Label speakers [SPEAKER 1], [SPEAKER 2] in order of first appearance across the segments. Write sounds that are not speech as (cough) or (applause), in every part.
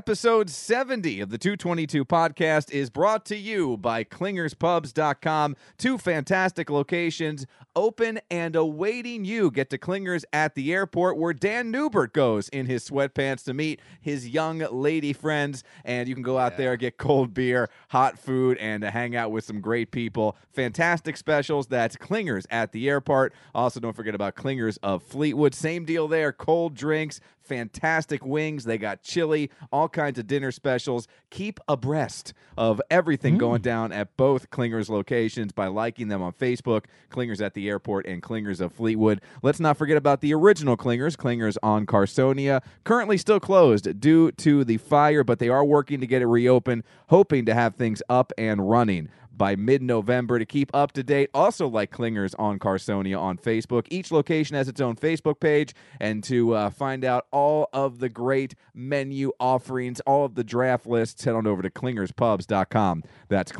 [SPEAKER 1] Episode 70 of the 222 podcast is brought to you by clingerspubs.com. Two fantastic locations open and awaiting you. Get to Clingers at the airport where Dan Newbert goes in his sweatpants to meet his young lady friends. And you can go out there, get cold beer, hot food, and uh, hang out with some great people. Fantastic specials. That's Clingers at the airport. Also, don't forget about Clingers of Fleetwood. Same deal there. Cold drinks, fantastic wings. They got chili, all kinds of dinner specials. Keep abreast of everything going down at both Clingers locations by liking them on Facebook, Clingers at the Airport and Clingers of Fleetwood. Let's not forget about the original Clingers, Clingers on Carsonia, currently still closed due to the fire, but they are working to get it reopened, hoping to have things up and running by mid November to keep up to date. Also, like Clingers on Carsonia on Facebook. Each location has its own Facebook page, and to uh, find out all of the great menu offerings, all of the draft lists, head on over to clingerspubs.com. That's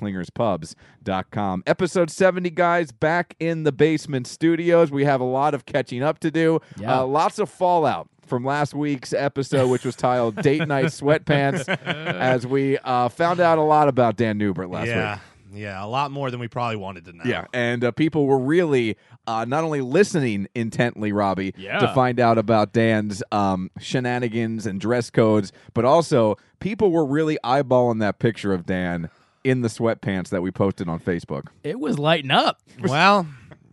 [SPEAKER 1] clingerspubs.com. Episode 70, guys, back in the basement studios. We have a lot of catching up to do,
[SPEAKER 2] Yeah.
[SPEAKER 1] uh, lots of fallout. From last week's episode, which was titled "Date Night Sweatpants," as we uh, found out a lot about Dan Newbert last week.
[SPEAKER 3] yeah, yeah, a lot more than we probably wanted to know.
[SPEAKER 1] Yeah, and uh, people were really uh, not only listening intently, Robbie, to
[SPEAKER 2] Yeah.
[SPEAKER 1] find out about Dan's um, shenanigans and dress codes, but also people were really eyeballing that picture of Dan in the sweatpants that we posted on Facebook.
[SPEAKER 2] It was lighting up.
[SPEAKER 3] Well,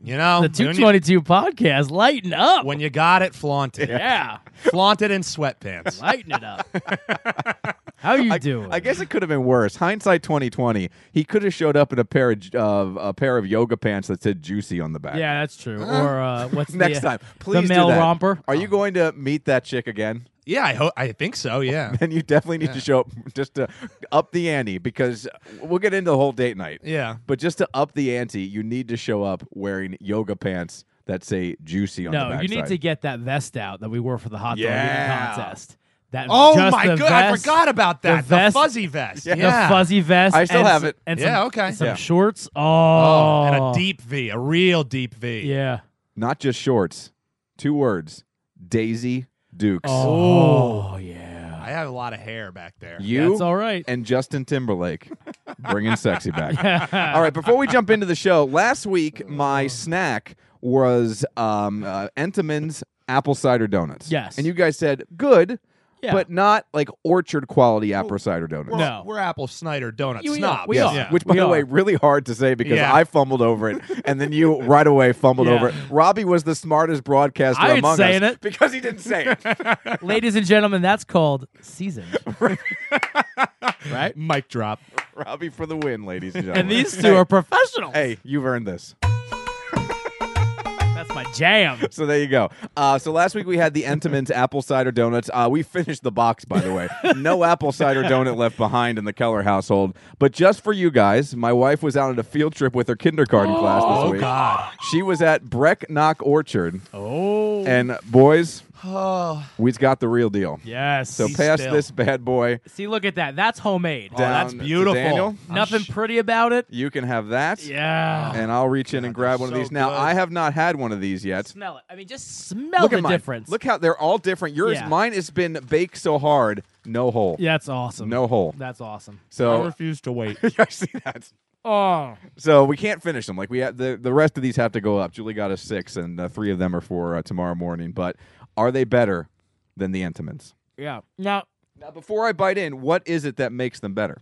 [SPEAKER 3] you know,
[SPEAKER 2] The
[SPEAKER 3] when you,
[SPEAKER 2] 222 podcast, lighting up.
[SPEAKER 3] when you got it, flaunt it,
[SPEAKER 2] yeah,
[SPEAKER 3] flaunt it in sweatpants.
[SPEAKER 2] lighting
[SPEAKER 1] (laughs)
[SPEAKER 2] it up. How you doing?
[SPEAKER 1] I guess it could have been worse. Hindsight twenty twenty. He could have showed up in a pair of of- a pair of yoga pants that said "Juicy" on the back.
[SPEAKER 2] yeah, that's true. Or uh,
[SPEAKER 1] (laughs)
[SPEAKER 2] what's
[SPEAKER 1] Uh-huh. Next
[SPEAKER 2] the,
[SPEAKER 1] time, please
[SPEAKER 2] the male
[SPEAKER 1] do that.
[SPEAKER 2] romper.
[SPEAKER 1] Are you going to meet that chick again?
[SPEAKER 3] yeah, I hope, I think
[SPEAKER 1] (laughs)
[SPEAKER 3] so. Yeah,
[SPEAKER 1] And you definitely need to show up just to up the ante because we'll get into the whole date night.
[SPEAKER 3] yeah.
[SPEAKER 1] But just to up the ante, you need to show up wearing yoga pants that say "juicy" on the
[SPEAKER 2] No, you
[SPEAKER 1] backside.
[SPEAKER 2] need to get that vest out that we wore for the hot
[SPEAKER 1] Yeah.
[SPEAKER 2] dog eating contest. That
[SPEAKER 3] Oh
[SPEAKER 2] just
[SPEAKER 3] my
[SPEAKER 2] the
[SPEAKER 3] god, I
[SPEAKER 2] vest,
[SPEAKER 3] forgot about
[SPEAKER 2] the
[SPEAKER 3] that. The,
[SPEAKER 2] vest-
[SPEAKER 3] fuzzy vest. Yeah,
[SPEAKER 2] The fuzzy vest.
[SPEAKER 1] I still
[SPEAKER 2] and
[SPEAKER 1] have
[SPEAKER 2] s-
[SPEAKER 1] it.
[SPEAKER 2] And
[SPEAKER 3] Yeah,
[SPEAKER 2] some,
[SPEAKER 3] okay.
[SPEAKER 2] Some
[SPEAKER 1] Yeah.
[SPEAKER 2] shorts. Oh,
[SPEAKER 3] Oh, and a deep V, a real deep V.
[SPEAKER 2] Yeah.
[SPEAKER 1] Not just shorts. Two words: Daisy Dukes.
[SPEAKER 2] Oh, yeah.
[SPEAKER 3] I have a lot of hair back there.
[SPEAKER 1] You
[SPEAKER 2] That's all right.
[SPEAKER 1] and Justin Timberlake bringing sexy back. (laughs) All right, before we jump into the show, last week my
[SPEAKER 2] (laughs)
[SPEAKER 1] snack was um, uh, Entenmann's apple cider donuts.
[SPEAKER 2] Yes.
[SPEAKER 1] and you guys said good,
[SPEAKER 2] Yeah.
[SPEAKER 1] but not like orchard quality apple cider donuts.
[SPEAKER 3] We're,
[SPEAKER 2] No.
[SPEAKER 3] we're Apple Snyder donut
[SPEAKER 2] You- yeah,
[SPEAKER 3] snobs.
[SPEAKER 2] we
[SPEAKER 1] Yes.
[SPEAKER 2] are.
[SPEAKER 3] Yeah.
[SPEAKER 1] Which, by
[SPEAKER 2] We
[SPEAKER 1] the
[SPEAKER 2] are.
[SPEAKER 1] way, really hard to say because
[SPEAKER 3] Yeah.
[SPEAKER 1] I fumbled over it, and then
[SPEAKER 2] (laughs)
[SPEAKER 1] you right away fumbled
[SPEAKER 2] Yeah.
[SPEAKER 1] over it. Robbie was the smartest broadcaster
[SPEAKER 2] I ain't
[SPEAKER 1] among
[SPEAKER 2] saying
[SPEAKER 1] us
[SPEAKER 2] it.
[SPEAKER 1] because he didn't say
[SPEAKER 2] (laughs)
[SPEAKER 1] it.
[SPEAKER 2] Ladies and gentlemen, that's called seasoned.
[SPEAKER 3] right? Mic drop.
[SPEAKER 1] Robbie for the win, ladies and gentlemen.
[SPEAKER 2] and these two are professionals.
[SPEAKER 1] Hey, you've earned this.
[SPEAKER 2] That's my jam.
[SPEAKER 1] So there you go. Uh, so last week we had the Entenmann's (laughs) apple cider donuts. Uh, we finished the box, by the way.
[SPEAKER 2] (laughs)
[SPEAKER 1] No apple cider donut left behind in the Keller household. But just for you guys, my wife was out on a field trip with her kindergarten class this
[SPEAKER 3] Oh
[SPEAKER 1] week.
[SPEAKER 3] God.
[SPEAKER 1] She was at Brecknock Orchard,
[SPEAKER 2] Oh.
[SPEAKER 1] and boys,
[SPEAKER 3] Oh.
[SPEAKER 1] we's got the real deal.
[SPEAKER 2] yes.
[SPEAKER 1] So
[SPEAKER 3] Be
[SPEAKER 1] pass
[SPEAKER 3] still.
[SPEAKER 1] this bad boy
[SPEAKER 2] See, look at that. That's homemade.
[SPEAKER 1] down.
[SPEAKER 3] that's
[SPEAKER 1] to
[SPEAKER 3] beautiful.
[SPEAKER 1] Daniel,
[SPEAKER 3] I'm
[SPEAKER 2] Nothing pretty about it.
[SPEAKER 1] you can have that.
[SPEAKER 2] Yeah.
[SPEAKER 1] And I'll reach in and grab one of
[SPEAKER 3] so
[SPEAKER 1] these. Now
[SPEAKER 3] good.
[SPEAKER 1] I have not had one of these yet.
[SPEAKER 2] smell it. I mean, just smell
[SPEAKER 1] Look
[SPEAKER 2] the
[SPEAKER 1] at mine.
[SPEAKER 2] difference.
[SPEAKER 1] Look how they're all different. Yours,
[SPEAKER 2] Yeah.
[SPEAKER 1] mine has been baked so hard, no hole.
[SPEAKER 2] Yeah, that's awesome.
[SPEAKER 1] No hole.
[SPEAKER 2] That's awesome.
[SPEAKER 1] (laughs)
[SPEAKER 3] I
[SPEAKER 1] So
[SPEAKER 3] refuse to wait.
[SPEAKER 1] I see that.
[SPEAKER 2] Oh.
[SPEAKER 1] So we can't finish them. Like we have, the the rest of these have to go up. Julie got us six, and uh, three of them are for uh, tomorrow morning. But are they better than the Entenmann's?
[SPEAKER 2] Yeah. Now,
[SPEAKER 1] Now, before I bite in, what is it that makes them better?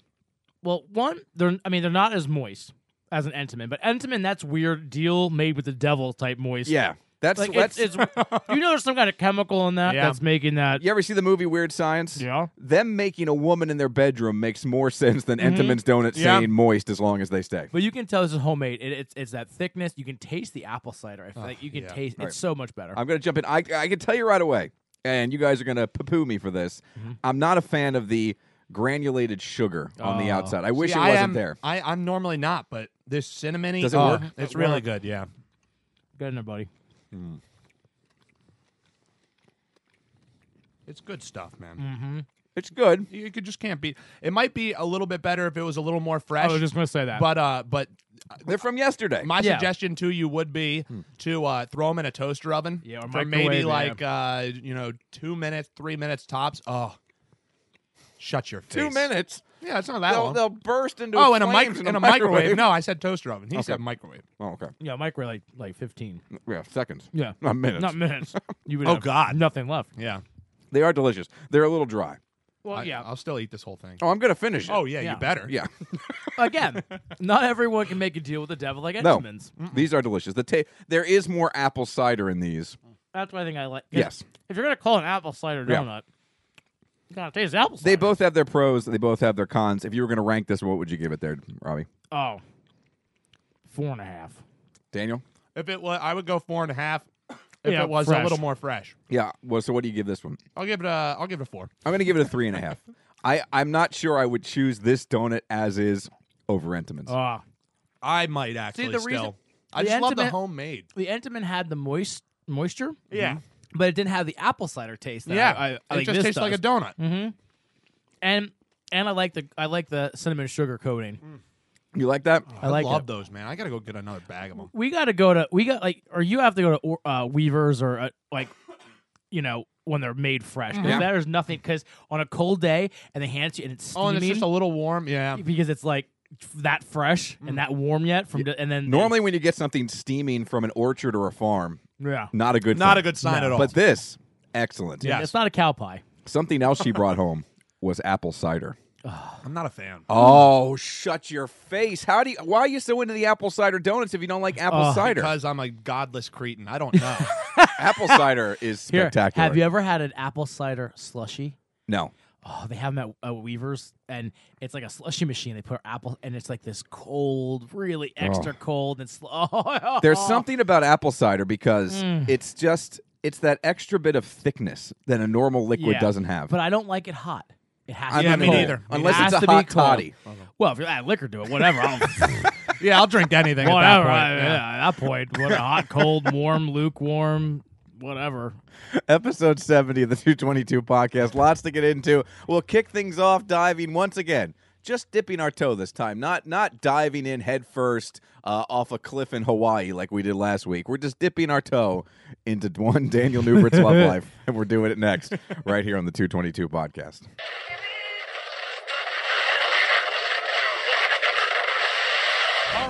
[SPEAKER 2] well, one, they're I mean, they're not as moist as an Entenmann, but Entenmann, that's weird deal made with the devil type moist.
[SPEAKER 1] Yeah, that's
[SPEAKER 2] Like
[SPEAKER 1] that's.
[SPEAKER 2] it's, it's you know there's some kind of chemical in that
[SPEAKER 3] Yeah.
[SPEAKER 2] that's making that
[SPEAKER 1] you ever see the movie Weird Science?
[SPEAKER 2] Yeah.
[SPEAKER 1] Them making a woman in their bedroom makes more sense than
[SPEAKER 2] Mm-hmm.
[SPEAKER 1] Entenmann's donuts
[SPEAKER 3] Yeah.
[SPEAKER 1] saying moist as long as they stay.
[SPEAKER 2] But you can tell this is homemade. It, it's it's that thickness. You can taste the apple cider. I feel like you can
[SPEAKER 3] yeah.
[SPEAKER 2] taste.
[SPEAKER 1] Right.
[SPEAKER 2] It's so much better.
[SPEAKER 1] I'm gonna jump in. I I can tell you right away, and you guys are gonna poo me for this.
[SPEAKER 3] Mm-hmm.
[SPEAKER 1] I'm not a fan of the granulated sugar on the
[SPEAKER 2] Oh.
[SPEAKER 1] outside. I wish
[SPEAKER 3] See,
[SPEAKER 1] it
[SPEAKER 3] I
[SPEAKER 1] wasn't
[SPEAKER 3] am-
[SPEAKER 1] there.
[SPEAKER 3] I, I'm normally not, but this cinnamony.
[SPEAKER 1] Does it
[SPEAKER 3] oh,
[SPEAKER 1] work?
[SPEAKER 3] It's really good. Yeah.
[SPEAKER 2] Good in there, buddy.
[SPEAKER 3] It's good stuff, man.
[SPEAKER 2] Mm.
[SPEAKER 1] It's good.
[SPEAKER 3] You could just can't beat. It might be a little bit better if it was a little
[SPEAKER 2] Oh,
[SPEAKER 3] more fresh.
[SPEAKER 2] gonna say that.
[SPEAKER 3] but uh, but
[SPEAKER 1] They're from yesterday.
[SPEAKER 3] my
[SPEAKER 2] Yeah.
[SPEAKER 3] suggestion to you would be
[SPEAKER 1] Hmm.
[SPEAKER 3] to uh, throw them in a toaster oven
[SPEAKER 2] Yeah, or
[SPEAKER 3] for
[SPEAKER 2] microwave,
[SPEAKER 3] maybe
[SPEAKER 2] yeah.
[SPEAKER 3] like uh, you know two minutes, three minutes tops. Oh, Shut your face.
[SPEAKER 1] Two minutes.
[SPEAKER 3] Yeah, it's not that
[SPEAKER 1] They'll,
[SPEAKER 3] long.
[SPEAKER 1] they'll burst into
[SPEAKER 3] oh, and a, mic-
[SPEAKER 1] flames
[SPEAKER 3] and a microwave. No, I said toaster oven. He
[SPEAKER 1] Okay.
[SPEAKER 3] said microwave.
[SPEAKER 1] Oh, okay.
[SPEAKER 2] Yeah, Mike were like like fifteen.
[SPEAKER 1] Yeah, seconds.
[SPEAKER 2] Yeah,
[SPEAKER 1] Not minutes.
[SPEAKER 2] not minutes. You would
[SPEAKER 3] Oh,
[SPEAKER 2] have
[SPEAKER 3] God.
[SPEAKER 2] nothing left.
[SPEAKER 3] Yeah.
[SPEAKER 1] They are delicious. They're a little dry.
[SPEAKER 2] Well,
[SPEAKER 3] I,
[SPEAKER 2] yeah.
[SPEAKER 3] I'll still eat this whole thing.
[SPEAKER 1] Oh, I'm gonna finish it.
[SPEAKER 3] Oh, yeah,
[SPEAKER 2] Yeah.
[SPEAKER 3] you better. (laughs)
[SPEAKER 1] yeah. (laughs)
[SPEAKER 2] Again, not everyone can make a deal with the devil like
[SPEAKER 1] No,
[SPEAKER 2] Edmonds.
[SPEAKER 1] these are delicious. The ta- there is more apple cider in these.
[SPEAKER 2] That's why I think I like.
[SPEAKER 1] Yes.
[SPEAKER 2] If you're gonna call an apple cider
[SPEAKER 1] Yeah.
[SPEAKER 2] donut, you gotta taste apple cider.
[SPEAKER 1] They both have their pros. They both have their cons. If you were gonna rank this, what would you give it there, Robbie?
[SPEAKER 2] Oh, four and a half.
[SPEAKER 1] Daniel?
[SPEAKER 3] If it was, I would go four and a half. If
[SPEAKER 2] Yeah,
[SPEAKER 3] it was
[SPEAKER 2] fresh.
[SPEAKER 3] a little more fresh,
[SPEAKER 1] Yeah. Well, so what do you give this one?
[SPEAKER 3] I'll give it a. I'll give it a four.
[SPEAKER 1] I'm gonna give it a three and a half. I I'm not sure I would choose this donut as is over Entenmann's.
[SPEAKER 3] Uh,
[SPEAKER 2] Ah,
[SPEAKER 3] I might actually
[SPEAKER 2] the
[SPEAKER 3] still.
[SPEAKER 2] reason-
[SPEAKER 3] I
[SPEAKER 2] the
[SPEAKER 3] just love the
[SPEAKER 2] intimate-
[SPEAKER 3] homemade.
[SPEAKER 2] the Entenmann had the moist moisture.
[SPEAKER 3] Yeah.
[SPEAKER 1] Mm-hmm.
[SPEAKER 2] but it didn't have the apple cider taste. That
[SPEAKER 3] Yeah,
[SPEAKER 2] I, I,
[SPEAKER 3] it
[SPEAKER 2] I like
[SPEAKER 3] just
[SPEAKER 2] this Mm-hmm.
[SPEAKER 3] tastes like a
[SPEAKER 2] does.
[SPEAKER 3] donut.
[SPEAKER 2] and and I like the I like the cinnamon sugar coating.
[SPEAKER 1] Mm. you like that?
[SPEAKER 2] I like
[SPEAKER 3] love
[SPEAKER 2] it.
[SPEAKER 3] those, man. I gotta go get another bag of them.
[SPEAKER 2] We got to go to we got like or you have to go to or- uh, Weavers or uh, like you know when they're made fresh. 'Cause
[SPEAKER 1] Mm-hmm. Yeah.
[SPEAKER 2] There's nothing because on a cold day and they hand it to you and it's steaming
[SPEAKER 3] Oh, and it's just a little warm. Yeah,
[SPEAKER 2] because it's like f- that fresh and that warm yet from the- and then
[SPEAKER 1] Mm. Normally, when you get something steaming from an orchard or a farm,
[SPEAKER 2] yeah
[SPEAKER 1] not a good
[SPEAKER 3] not
[SPEAKER 1] thing.
[SPEAKER 3] a good sign
[SPEAKER 2] No.
[SPEAKER 3] at all.
[SPEAKER 1] But this, excellent.
[SPEAKER 3] Yeah.
[SPEAKER 2] it's not a cow pie.
[SPEAKER 1] Something else she brought home was apple cider.
[SPEAKER 3] I'm not a fan.
[SPEAKER 1] Oh, shut your face! How do you? Why are you so into the apple cider donuts if you don't like apple
[SPEAKER 2] Oh,
[SPEAKER 1] cider?
[SPEAKER 3] because I'm a godless cretin. I don't
[SPEAKER 2] (laughs)
[SPEAKER 3] know.
[SPEAKER 1] apple cider is
[SPEAKER 3] (laughs)
[SPEAKER 2] Here,
[SPEAKER 1] spectacular.
[SPEAKER 2] have you ever had an apple cider slushy?
[SPEAKER 1] No.
[SPEAKER 2] Oh, they have them at uh, Weaver's, and it's like a slushy machine. They put apple, and it's like this cold, really extra cold, and sl- (laughs) oh,
[SPEAKER 1] Oh.
[SPEAKER 2] Mm.
[SPEAKER 1] There's something about apple cider because it's just it's that extra bit of thickness that a normal liquid
[SPEAKER 2] Yeah.
[SPEAKER 1] doesn't have.
[SPEAKER 2] But I don't like it hot. It has
[SPEAKER 1] I'm
[SPEAKER 2] to
[SPEAKER 3] Yeah,
[SPEAKER 2] be
[SPEAKER 3] me
[SPEAKER 2] cold.
[SPEAKER 3] neither.
[SPEAKER 1] Unless
[SPEAKER 2] It
[SPEAKER 1] it's
[SPEAKER 2] has
[SPEAKER 1] a
[SPEAKER 2] to be
[SPEAKER 1] hot
[SPEAKER 2] cold.
[SPEAKER 1] toddy.
[SPEAKER 2] Well, if you add liquor to it, whatever.
[SPEAKER 1] (laughs)
[SPEAKER 2] I don't,
[SPEAKER 3] yeah, I'll drink anything.
[SPEAKER 2] whatever.
[SPEAKER 3] At that point.
[SPEAKER 2] I- yeah, at that point, what, hot, cold, warm, lukewarm, whatever.
[SPEAKER 1] Episode 70 of the 222 podcast. Lots to get into. We'll kick things off diving once again. Just dipping our toe this time, not not diving in headfirst uh, off a cliff in Hawaii like we did last week. We're just dipping our toe into one Daniel Newbert's
[SPEAKER 2] (laughs)
[SPEAKER 1] love life, and we're doing it next right here on the 222 podcast.
[SPEAKER 4] All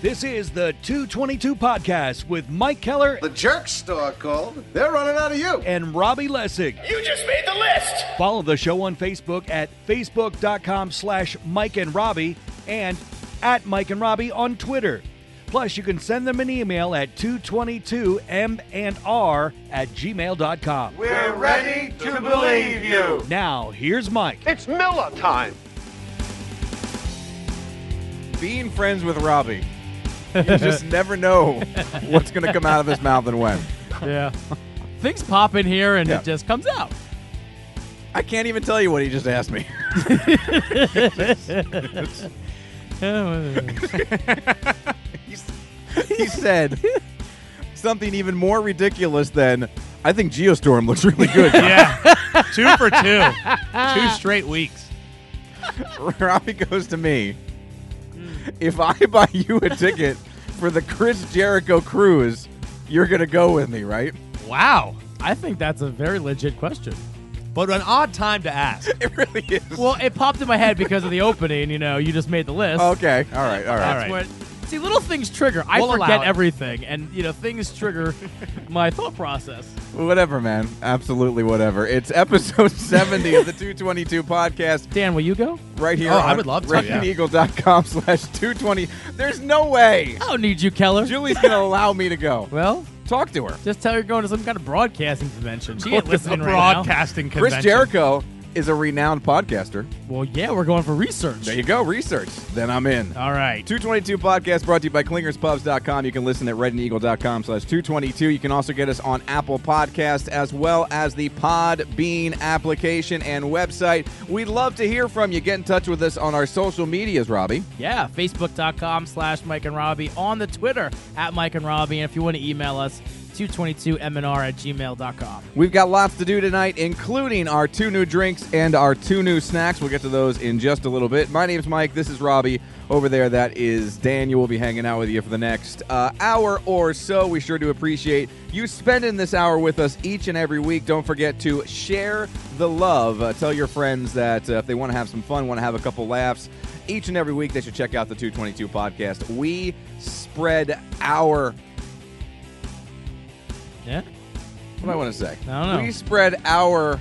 [SPEAKER 5] This is the 222 Podcast with Mike Keller
[SPEAKER 6] The jerk store called. They're running out of you.
[SPEAKER 5] and Robbie Lessig.
[SPEAKER 7] You just made the list!
[SPEAKER 5] Follow the show on Facebook at facebook.com slash Mike and Robbie and at Mike and Robbie on Twitter. Plus, you can send them an email at 222m&r at gmail.com.
[SPEAKER 6] We're ready to believe you.
[SPEAKER 5] Now, here's Mike.
[SPEAKER 8] It's Miller time.
[SPEAKER 1] being friends with Robbie. You just never know what's going to come out of his mouth and when. (laughs)
[SPEAKER 2] Yeah. Things pop in here, and
[SPEAKER 1] Yeah.
[SPEAKER 2] it just comes
[SPEAKER 1] (laughs)
[SPEAKER 2] out.
[SPEAKER 1] I can't even tell you what he just asked me. (laughs) He's- he said something even more ridiculous than I think Geostorm looks really good.
[SPEAKER 3] Yeah,
[SPEAKER 2] (laughs)
[SPEAKER 3] two for two, two straight weeks.
[SPEAKER 1] (laughs) Robbie goes to me. If I buy you a ticket for the Chris Jericho cruise, you're going to go with me, right? (laughs)
[SPEAKER 3] Wow,
[SPEAKER 2] I think that's a very legit question.
[SPEAKER 3] but an odd time to ask.
[SPEAKER 1] It really is.
[SPEAKER 2] Well, it popped in my head because of the opening. You know, you just made the list.
[SPEAKER 1] okay. All right. All right.
[SPEAKER 3] All right.
[SPEAKER 2] Where- see, little things trigger. I
[SPEAKER 3] We'll allow
[SPEAKER 2] forget
[SPEAKER 3] it.
[SPEAKER 2] everything, and you know, things (laughs) trigger my thought process.
[SPEAKER 1] Whatever, man. Absolutely whatever. It's episode (laughs) 70 of the 222 podcast
[SPEAKER 2] Dan, will you go?
[SPEAKER 1] right here
[SPEAKER 3] Oh,
[SPEAKER 1] on
[SPEAKER 3] I would love to, yeah.
[SPEAKER 1] RocketEagle.com slash 220. There's no way
[SPEAKER 2] I don't need you, Keller.
[SPEAKER 1] Julie's
[SPEAKER 3] (laughs)
[SPEAKER 1] going to allow me to go.
[SPEAKER 2] well,
[SPEAKER 1] Talk to her.
[SPEAKER 2] just tell her you're going to some kind of broadcasting convention. She ain't
[SPEAKER 3] It's a
[SPEAKER 2] listening right now.
[SPEAKER 3] broadcasting
[SPEAKER 1] Chris
[SPEAKER 3] convention.
[SPEAKER 1] Jericho is a renowned podcaster.
[SPEAKER 2] Well, yeah, we're going for research.
[SPEAKER 1] There you go, research. Then I'm in.
[SPEAKER 2] All right.
[SPEAKER 1] 222 podcast brought to you by clingerspubs.com. You can listen at redandeagle.com slash 222. You can also get us on Apple Podcasts as well as the Podbean application and website. We'd love to hear from you. Get in touch with us on our social medias, Robbie.
[SPEAKER 2] Yeah, facebook.com slash Mike and Robbie on the Twitter at Mike and Robbie. And if you want to email us, 222mnr at gmail.com.
[SPEAKER 1] We've got lots to do tonight, including our two new drinks and our two new snacks. We'll get to those in just a little bit. My name's Mike. This is Robbie. Over there, that is Daniel. We'll be hanging out with you for the next uh, hour or so. We sure do appreciate you spending this hour with us each and every week. Don't forget to share the love. Uh, tell your friends that uh, if they want to have some fun, want to have a couple laughs, each and every week they should check out the 222 podcast. We spread our
[SPEAKER 2] Yeah?
[SPEAKER 1] what do I want to say?
[SPEAKER 2] I don't know.
[SPEAKER 1] We spread our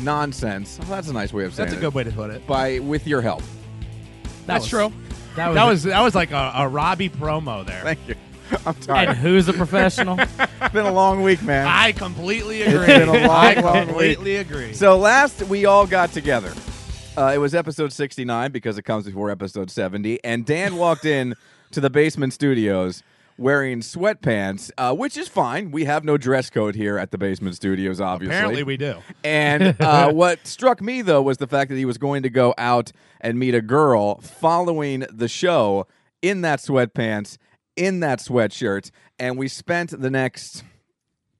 [SPEAKER 1] nonsense. Well, that's a nice way of saying
[SPEAKER 3] That's
[SPEAKER 1] it.
[SPEAKER 3] a good way to put it.
[SPEAKER 1] By with your help.
[SPEAKER 2] That
[SPEAKER 3] That's
[SPEAKER 2] was-
[SPEAKER 3] true.
[SPEAKER 2] That was,
[SPEAKER 3] That was that was like a, a Robbie promo
[SPEAKER 1] (laughs)
[SPEAKER 3] there.
[SPEAKER 1] Thank you. I'm tired.
[SPEAKER 2] And (laughs) who's a professional?
[SPEAKER 1] it's been a long week, man.
[SPEAKER 3] I completely
[SPEAKER 1] It's
[SPEAKER 3] agree.
[SPEAKER 1] been a long,
[SPEAKER 3] I
[SPEAKER 1] long week.
[SPEAKER 3] completely agree.
[SPEAKER 1] So last we all got together. Uh, it was episode 69 because it comes before episode 70. And
[SPEAKER 3] (laughs)
[SPEAKER 1] Dan walked in to the basement studios wearing sweatpants, uh, which is fine. We have no dress code here at the basement studios, obviously.
[SPEAKER 3] Apparently we do. (laughs)
[SPEAKER 1] And uh, what struck me though was the fact that he was going to go out and meet a girl following the show in that sweatpants, in that sweatshirt, and we spent the next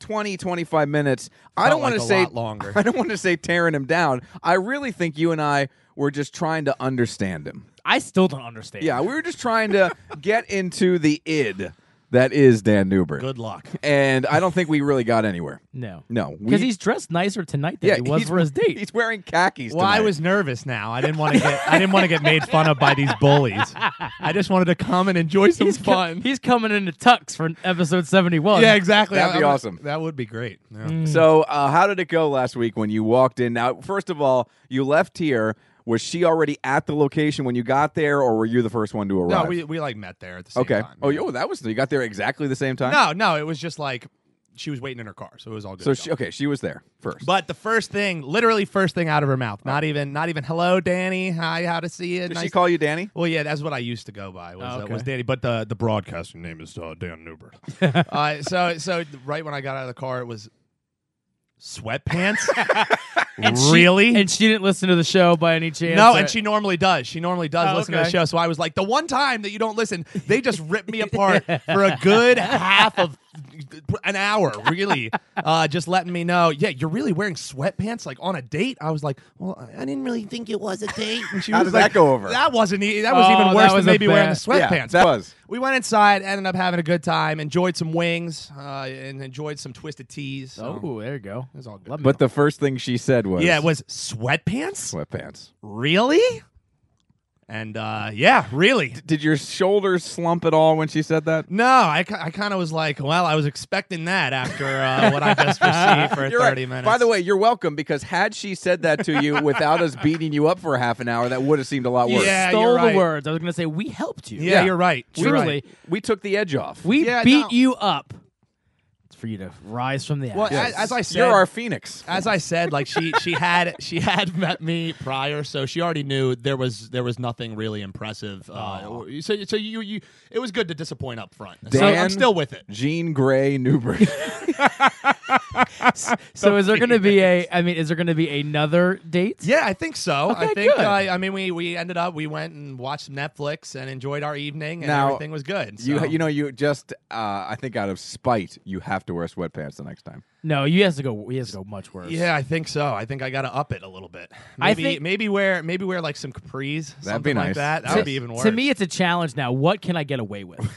[SPEAKER 1] 20 25 minutes. I don't
[SPEAKER 3] Felt like
[SPEAKER 1] want
[SPEAKER 3] a
[SPEAKER 1] to say
[SPEAKER 3] lot longer.
[SPEAKER 1] (laughs) I don't want to say tearing him down. I really think you and I were just trying to understand him.
[SPEAKER 2] I still don't understand.
[SPEAKER 1] Yeah, we were just trying to get into the id that is Dan Newbert.
[SPEAKER 3] Good luck.
[SPEAKER 1] And I don't think we really got anywhere.
[SPEAKER 2] No.
[SPEAKER 1] No, we-
[SPEAKER 2] Because he's dressed nicer tonight than he was
[SPEAKER 1] he's-
[SPEAKER 2] for his
[SPEAKER 1] (laughs)
[SPEAKER 2] date.
[SPEAKER 1] He's wearing khakis.
[SPEAKER 3] (laughs) Well, I
[SPEAKER 1] tonight.
[SPEAKER 3] was nervous now. I didn't want to get I didn't want to get made fun of by these bullies. I just wanted to come and enjoy some
[SPEAKER 2] (laughs) He's co-
[SPEAKER 3] fun.
[SPEAKER 2] he's coming into tux for episode 71.
[SPEAKER 3] yeah, exactly.
[SPEAKER 1] That'd
[SPEAKER 3] I-
[SPEAKER 1] be
[SPEAKER 3] I'm-
[SPEAKER 1] awesome.
[SPEAKER 3] That would be great. Yeah.
[SPEAKER 1] So, uh, how did it go last week when you walked in? Now, first of all, you left here. Was she already at the location when you got there, or were you the first one to
[SPEAKER 3] No,
[SPEAKER 1] arrive?
[SPEAKER 3] we, we like met there at the same
[SPEAKER 1] okay.
[SPEAKER 3] time.
[SPEAKER 1] oh, yo, that was you got there exactly the same time.
[SPEAKER 3] No, no, it was just like she was waiting in her car, so it was all good.
[SPEAKER 1] So
[SPEAKER 3] stuff.
[SPEAKER 1] she, okay, she was there first.
[SPEAKER 3] But the first thing, literally first thing out of her mouth, not even not even hello Danny, hi, how to see you.
[SPEAKER 1] did she
[SPEAKER 3] nice-
[SPEAKER 1] call you Danny?
[SPEAKER 3] Well, yeah, that's what I used to go by was,
[SPEAKER 2] Oh,
[SPEAKER 3] uh,
[SPEAKER 2] okay.
[SPEAKER 3] was Danny, but the the broadcaster name is uh, Dan (laughs) Newbert. uh, so so right when I got out of the car, it was (laughs) sweatpants.
[SPEAKER 2] And she-
[SPEAKER 3] really?
[SPEAKER 2] and she didn't listen to the show by any chance.
[SPEAKER 3] no,
[SPEAKER 2] or-
[SPEAKER 3] and she normally does. She normally does
[SPEAKER 2] Oh,
[SPEAKER 3] listen to
[SPEAKER 2] okay.
[SPEAKER 3] the show. So I was like, the one time that you don't listen, they just rip
[SPEAKER 2] (laughs)
[SPEAKER 3] me apart for a good half of an hour, really, uh, just letting me know, yeah, you're really wearing sweatpants like on a date. I was like, well, I didn't really think it was a date. And she
[SPEAKER 1] How
[SPEAKER 3] was
[SPEAKER 1] did that
[SPEAKER 3] like,
[SPEAKER 1] go over?
[SPEAKER 3] That wasn't. E- that was
[SPEAKER 2] Oh,
[SPEAKER 3] even
[SPEAKER 2] that
[SPEAKER 3] worse
[SPEAKER 2] was
[SPEAKER 3] than
[SPEAKER 2] a
[SPEAKER 3] maybe wearing the
[SPEAKER 2] bad-
[SPEAKER 3] sweatpants.
[SPEAKER 1] Yeah, that was.
[SPEAKER 3] We went inside, ended up having a good time, enjoyed some wings, uh, and enjoyed some twisted teas. So
[SPEAKER 2] Oh, there you go.
[SPEAKER 3] it was all good.
[SPEAKER 2] Love me.
[SPEAKER 1] But the first thing she said was,
[SPEAKER 3] yeah, it was sweatpants.
[SPEAKER 1] sweatpants."
[SPEAKER 3] Really? And uh, yeah, really.
[SPEAKER 1] Did your shoulders slump at all when she said that?
[SPEAKER 3] No, I, ki- I kind of was like, well, I was expecting that after uh, what I just received for
[SPEAKER 1] (laughs) You're
[SPEAKER 3] 30
[SPEAKER 1] right.
[SPEAKER 3] minutes.
[SPEAKER 1] By the way, you're welcome because had she said that to you without us beating you up for a half an hour, that would have seemed a lot worse.
[SPEAKER 3] Yeah,
[SPEAKER 2] stole
[SPEAKER 3] you're
[SPEAKER 2] the
[SPEAKER 3] right.
[SPEAKER 2] words. I was going to say, we helped you.
[SPEAKER 3] yeah, you're right. You're
[SPEAKER 2] Truly.
[SPEAKER 3] right.
[SPEAKER 1] We took the edge off.
[SPEAKER 2] We
[SPEAKER 3] Yeah,
[SPEAKER 2] beat
[SPEAKER 3] no.
[SPEAKER 2] you up. It's for you to rise from the
[SPEAKER 3] Well, as,
[SPEAKER 2] ashes.
[SPEAKER 3] as I said,
[SPEAKER 1] You're our phoenix.
[SPEAKER 3] as I said, like she she had she had met me prior, so she already knew there was there was nothing really impressive. Uh, or- so so you you it was good to disappoint up front. So
[SPEAKER 1] Dan-
[SPEAKER 3] I'm still with it.
[SPEAKER 1] Jean Grey
[SPEAKER 3] (laughs)
[SPEAKER 1] Newbert.
[SPEAKER 2] (laughs) so is there going to be a? I mean, is there going to be another date?
[SPEAKER 3] Yeah, I think so. I
[SPEAKER 2] Okay,
[SPEAKER 3] think
[SPEAKER 2] good.
[SPEAKER 3] uh, I mean we we ended up we went and watched some Netflix and enjoyed our evening and
[SPEAKER 1] Now,
[SPEAKER 3] everything was good.
[SPEAKER 1] You,
[SPEAKER 3] so-
[SPEAKER 1] you know, you just, uh, I think out of spite, you have to wear sweatpants the next time.
[SPEAKER 2] No, you has to go. He has to go much worse.
[SPEAKER 3] Yeah, I think so. I think I got to up it a little bit. Maybe
[SPEAKER 2] I think-
[SPEAKER 3] maybe wear maybe wear like some capris,
[SPEAKER 1] That'd
[SPEAKER 3] something
[SPEAKER 1] be nice.
[SPEAKER 3] like that. That
[SPEAKER 1] To-
[SPEAKER 3] would be even worse.
[SPEAKER 2] To me, it's a challenge now. What can I get
[SPEAKER 3] (laughs)
[SPEAKER 2] away with?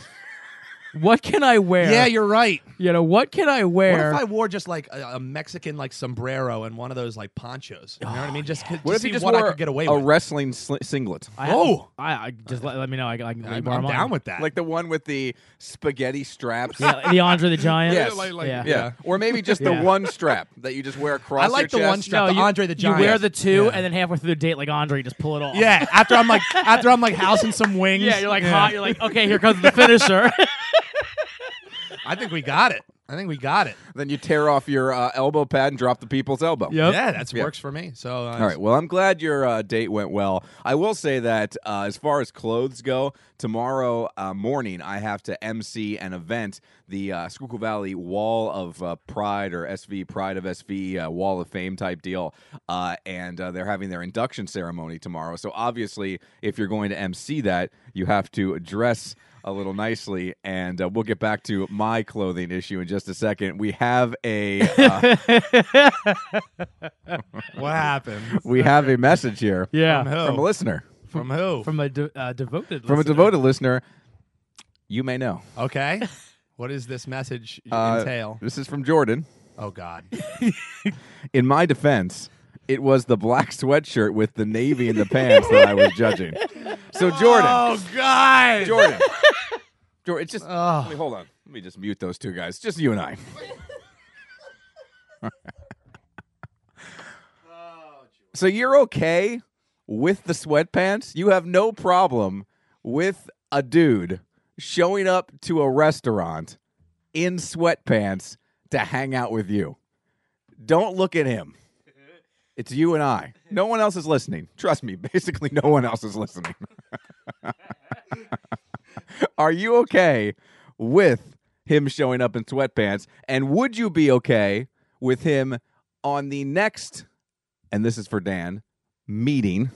[SPEAKER 2] what can I wear?
[SPEAKER 3] yeah, you're right.
[SPEAKER 2] You know, what can I
[SPEAKER 3] What
[SPEAKER 2] wear?
[SPEAKER 3] if I wore just like a, a Mexican like sombrero and one of those like ponchos? You know what I mean? Just, could-
[SPEAKER 1] What
[SPEAKER 3] to
[SPEAKER 1] if
[SPEAKER 3] see
[SPEAKER 1] you just
[SPEAKER 3] what
[SPEAKER 1] wore
[SPEAKER 3] I could get away
[SPEAKER 1] a
[SPEAKER 3] with.
[SPEAKER 1] wrestling sli- singlet?
[SPEAKER 2] I have-
[SPEAKER 3] Oh!
[SPEAKER 2] I, I just let, let me know. I, I can
[SPEAKER 3] I'm,
[SPEAKER 2] borrow
[SPEAKER 3] I'm
[SPEAKER 2] mine.
[SPEAKER 3] down with that.
[SPEAKER 1] Like the one with the spaghetti straps?
[SPEAKER 2] yeah, the Andre the Giant.
[SPEAKER 1] Yes.
[SPEAKER 3] Like- like-
[SPEAKER 2] yeah.
[SPEAKER 1] Yeah. Or maybe just
[SPEAKER 3] (laughs)
[SPEAKER 1] the
[SPEAKER 2] Yeah.
[SPEAKER 1] one strap that you just wear across
[SPEAKER 3] I like
[SPEAKER 1] your
[SPEAKER 3] the one
[SPEAKER 1] chest.
[SPEAKER 3] strap,
[SPEAKER 2] No,
[SPEAKER 3] the
[SPEAKER 2] you,
[SPEAKER 3] Andre the Giant.
[SPEAKER 2] You wear the two, and then halfway through the date, like Andre, you just pull it off.
[SPEAKER 3] yeah. After I'm like after I'm like housing some wings.
[SPEAKER 2] Yeah, you're like hot. You're like, okay, here comes the finisher.
[SPEAKER 3] I think we got it. I think we got it.
[SPEAKER 1] Then you tear off your uh, elbow pad and drop the people's elbow.
[SPEAKER 3] Yeah, that
[SPEAKER 1] Yeah.
[SPEAKER 3] works for me. So uh,
[SPEAKER 1] All right. Well, I'm glad your uh, date went well. I will say that uh, as far as clothes go, tomorrow uh, morning I have to MC an event, the uh, Schuylkill Valley Wall of uh, Pride or SV Pride of SV uh, Wall of Fame type deal, uh, and uh, they're having their induction ceremony tomorrow. So obviously, if you're going to MC that, you have to dress a little nicely, and uh, we'll get back to my clothing issue in just a second. We have a uh,
[SPEAKER 3] What happened?
[SPEAKER 1] we have a message here
[SPEAKER 2] Yeah.
[SPEAKER 3] From who?
[SPEAKER 1] from a listener. (laughs)
[SPEAKER 3] From who?
[SPEAKER 2] From a de- uh, devoted.
[SPEAKER 1] from a
[SPEAKER 2] listener.
[SPEAKER 1] devoted listener, you may know.
[SPEAKER 3] okay. What does this message
[SPEAKER 1] Uh,
[SPEAKER 3] entail?
[SPEAKER 1] This is from Jordan.
[SPEAKER 3] Oh God.
[SPEAKER 1] In my defense, it was the black sweatshirt with the navy and the pants that I was judging. So Jordan,
[SPEAKER 3] Oh God.
[SPEAKER 1] Jordan, (laughs) Jordan, it's just. Let me hold on. Let me just mute those two guys. Just you and I. (laughs) so you're okay with the sweatpants? You have no problem with a dude showing up to a restaurant in sweatpants to hang out with you. Don't look at him. It's you and I. No one else is listening. Trust me, basically no one else is listening. Are you okay with him showing up in sweatpants? And would you be okay with him on the next, and this is for Dan, meeting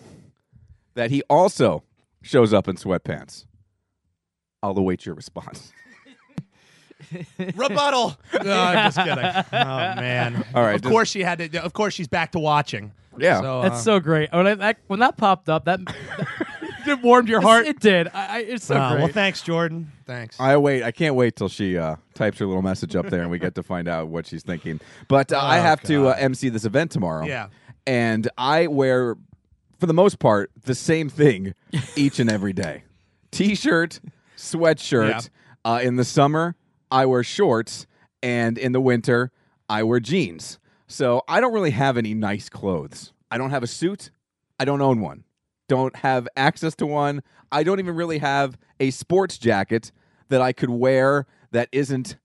[SPEAKER 1] that he also shows up in sweatpants? I'll await your response. (laughs)
[SPEAKER 3] Rebuttal. (laughs) no, I'm just kidding. Oh (laughs) man.
[SPEAKER 1] All right,
[SPEAKER 3] Of
[SPEAKER 1] just-
[SPEAKER 3] course she had to. Of course she's back to watching.
[SPEAKER 1] Yeah.
[SPEAKER 3] So, uh,
[SPEAKER 2] That's so great. When, I, that, when that popped up, that (laughs)
[SPEAKER 3] it warmed your heart.
[SPEAKER 2] it did. I, I, it's so
[SPEAKER 3] Oh,
[SPEAKER 2] great.
[SPEAKER 3] well, thanks, Jordan. Thanks.
[SPEAKER 1] I wait. I can't wait till she uh, types her little message up there, and we get to find out what she's thinking. But uh, I
[SPEAKER 3] Oh,
[SPEAKER 1] have to uh,
[SPEAKER 3] God.
[SPEAKER 1] MC this event tomorrow.
[SPEAKER 3] Yeah.
[SPEAKER 1] and I wear, for the most part, the same
[SPEAKER 3] (laughs)
[SPEAKER 1] thing each and every day: t-shirt, sweatshirt. Uh, in the summer, I wear shorts, and in the winter, I wear jeans. So I don't really have any nice clothes. I don't have a suit. I don't own one don't have access to one. I don't even really have a sports jacket that I could wear that isn't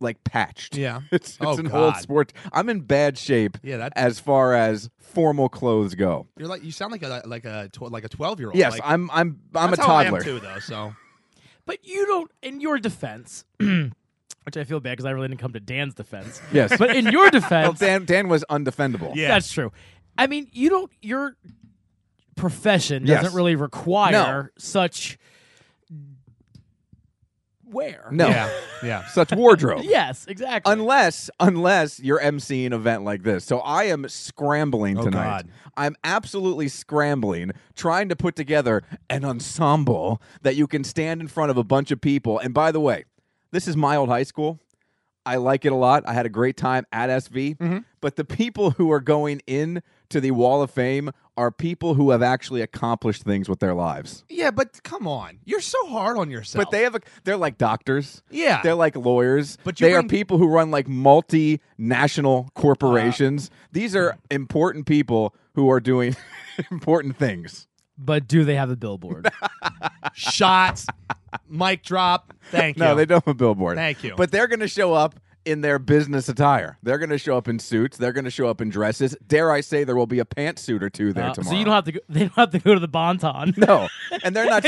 [SPEAKER 1] like patched.
[SPEAKER 3] Yeah.
[SPEAKER 1] (laughs) It's, it's
[SPEAKER 3] Oh,
[SPEAKER 1] an old
[SPEAKER 3] God.
[SPEAKER 1] sport. I'm in bad shape
[SPEAKER 3] Yeah, that-
[SPEAKER 1] as far as formal clothes go.
[SPEAKER 3] You're like you sound like a like a tw- like a twelve year old.
[SPEAKER 1] Yes,
[SPEAKER 3] like,
[SPEAKER 1] I'm I'm I'm a
[SPEAKER 3] that's how I am
[SPEAKER 1] toddler.
[SPEAKER 3] too, though.
[SPEAKER 1] (laughs)
[SPEAKER 3] So
[SPEAKER 2] But you don't, in your defense, (clears throat) which I feel bad because I really didn't come to Dan's defense.
[SPEAKER 3] (laughs)
[SPEAKER 1] Yes.
[SPEAKER 2] But in your
[SPEAKER 1] Well,
[SPEAKER 2] defense,
[SPEAKER 1] Dan Dan was undefendable.
[SPEAKER 3] Yeah.
[SPEAKER 2] that's true. I mean, you don't, your profession
[SPEAKER 1] Yes.
[SPEAKER 2] doesn't really require such wear.
[SPEAKER 1] No.
[SPEAKER 3] yeah, yeah.
[SPEAKER 1] Such wardrobe.
[SPEAKER 2] Yes, exactly.
[SPEAKER 1] Unless, unless you're emceeing an event like this, so I am scrambling
[SPEAKER 3] Oh,
[SPEAKER 1] tonight.
[SPEAKER 3] God.
[SPEAKER 1] I'm absolutely scrambling, trying to put together an ensemble that you can stand in front of a bunch of people. And by the way, this is my old high school. I like it a lot. I had a great time at SV.
[SPEAKER 3] Mm-hmm.
[SPEAKER 1] But the people who are going in to the Wall of Fame are people who have actually accomplished things with their lives.
[SPEAKER 3] Yeah, but come on, you're so hard on yourself.
[SPEAKER 1] But they have a, they're like doctors.
[SPEAKER 3] Yeah.
[SPEAKER 1] They're like lawyers.
[SPEAKER 3] But you
[SPEAKER 1] they are
[SPEAKER 3] bring-
[SPEAKER 1] people who run like multinational corporations.
[SPEAKER 3] Uh-huh.
[SPEAKER 1] These are important people who are doing (laughs) important things.
[SPEAKER 2] But do they have a billboard?
[SPEAKER 3] (laughs)
[SPEAKER 2] Uh,
[SPEAKER 3] shots, mic drop. Thank you.
[SPEAKER 1] No, they don't have a billboard.
[SPEAKER 3] Thank you.
[SPEAKER 1] But they're going to show up in their business attire. They're going to show up in suits. They're going to show up in dresses. Dare I say there will be a pantsuit or two there
[SPEAKER 2] Uh,
[SPEAKER 1] tomorrow.
[SPEAKER 2] So you don't have to. Go, (laughs) they don't have to go to the Bonton.
[SPEAKER 1] (laughs) No, and they're not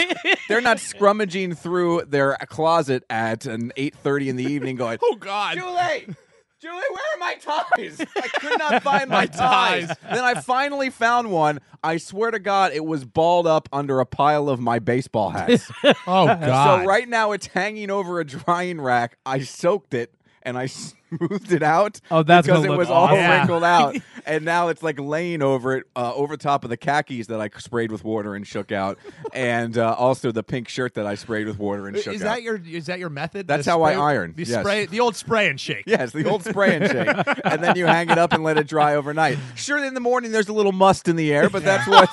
[SPEAKER 1] they're
[SPEAKER 3] (laughs)
[SPEAKER 1] not scrummaging through their closet at an eight thirty in the evening, going,
[SPEAKER 3] Oh God.
[SPEAKER 1] Julie, Julie, where are my ties? I could not find my,
[SPEAKER 3] ties.
[SPEAKER 1] ties. Then I finally found one. I swear to God, it was balled up under a pile of my baseball hats.
[SPEAKER 3] (laughs) Oh God.
[SPEAKER 1] so right now it's hanging over a drying rack. I soaked it and I (laughs) smoothed it out.
[SPEAKER 2] Oh, that's
[SPEAKER 1] because
[SPEAKER 2] gonna
[SPEAKER 1] it
[SPEAKER 2] look
[SPEAKER 1] was all
[SPEAKER 2] awesome.
[SPEAKER 3] Yeah.
[SPEAKER 1] wrinkled out, and now it's like laying over it, uh, over top of the khakis that I sprayed with water and shook out, and uh, also the pink shirt that I sprayed with water and
[SPEAKER 3] Uh, Is
[SPEAKER 1] shook out.
[SPEAKER 3] that your is that your method?
[SPEAKER 1] That's
[SPEAKER 3] The
[SPEAKER 1] how I
[SPEAKER 3] spray-
[SPEAKER 1] iron,
[SPEAKER 3] The
[SPEAKER 1] yes.
[SPEAKER 3] spray, the old spray and shake.
[SPEAKER 1] Yes, the old spray and shake, and then you hang it up and let it dry overnight. Sure, in the morning there's a little must in the air, but that's what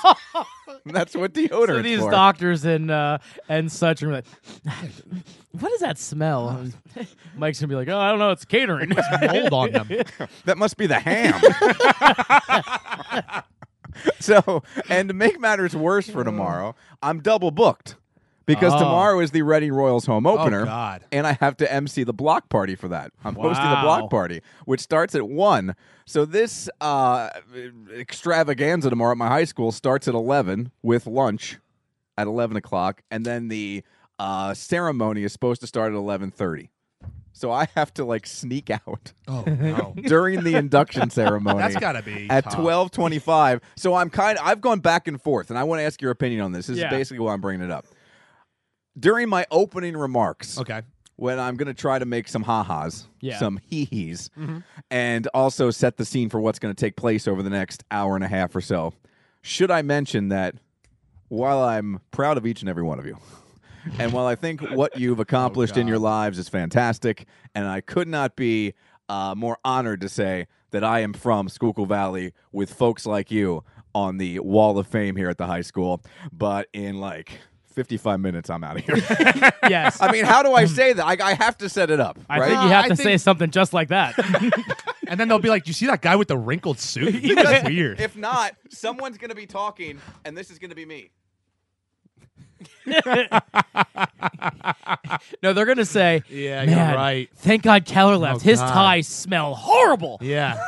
[SPEAKER 1] that's what deodorant.
[SPEAKER 2] So these
[SPEAKER 1] for.
[SPEAKER 2] doctors and uh, and such are like, (sighs) what is that smell? (laughs) Mike's gonna be like, oh, I don't know. It's catering.
[SPEAKER 3] Mold on them.
[SPEAKER 1] That must be the ham. (laughs) so, and to make matters worse for tomorrow, I'm double booked because
[SPEAKER 2] Oh.
[SPEAKER 1] tomorrow is the Reading Royals home opener.
[SPEAKER 3] God.
[SPEAKER 1] And I have to MC the block party for that. I'm hosting the
[SPEAKER 2] Wow.
[SPEAKER 1] block party, which starts at 1. So this uh, extravaganza tomorrow at my high school starts at 11 with lunch at 11 o'clock. And then the uh, ceremony is supposed to start at 11.30. So I have to like sneak out
[SPEAKER 3] (laughs) Oh, no.
[SPEAKER 1] during the induction ceremony.
[SPEAKER 3] (laughs) That's got to be
[SPEAKER 1] at
[SPEAKER 3] tough.
[SPEAKER 1] twelve twenty five. So I'm kind. I've gone back and forth, and I want to ask your opinion on this. This
[SPEAKER 2] Yeah.
[SPEAKER 1] is basically why I'm bringing it up. During my opening remarks,
[SPEAKER 3] Okay.
[SPEAKER 1] when I'm going to try to make some ha-has,
[SPEAKER 2] Yeah.
[SPEAKER 1] some hee-hees, and also set the scene for what's going to take place over the next hour and a half or so, should I mention that while I'm proud of each and every one of you, (laughs) and while I think what you've accomplished in your lives is fantastic, and I could not be uh, more honored to say that I am from Schuylkill Valley with folks like you on the Wall of Fame here at the high school, but in like 55 minutes, I'm out of here.
[SPEAKER 2] (laughs)
[SPEAKER 1] (laughs)
[SPEAKER 2] yes.
[SPEAKER 1] I mean, how do
[SPEAKER 2] (laughs)
[SPEAKER 1] I say that? I, I have to set it up,
[SPEAKER 2] I
[SPEAKER 1] right?
[SPEAKER 2] think you
[SPEAKER 3] Uh,
[SPEAKER 2] have
[SPEAKER 3] I
[SPEAKER 2] to
[SPEAKER 3] think-
[SPEAKER 2] say something just like that. (laughs)
[SPEAKER 3] And then they'll be like, "Do you see that guy with the wrinkled suit? He
[SPEAKER 2] (laughs)
[SPEAKER 3] looks weird."
[SPEAKER 1] If not, someone's going to be talking, and this is going to be me.
[SPEAKER 2] no, they're gonna say,
[SPEAKER 3] (laughs) Yeah, Oh,
[SPEAKER 2] Man, Thank God Keller left. His
[SPEAKER 3] God.
[SPEAKER 2] ties smell horrible.
[SPEAKER 3] Yeah,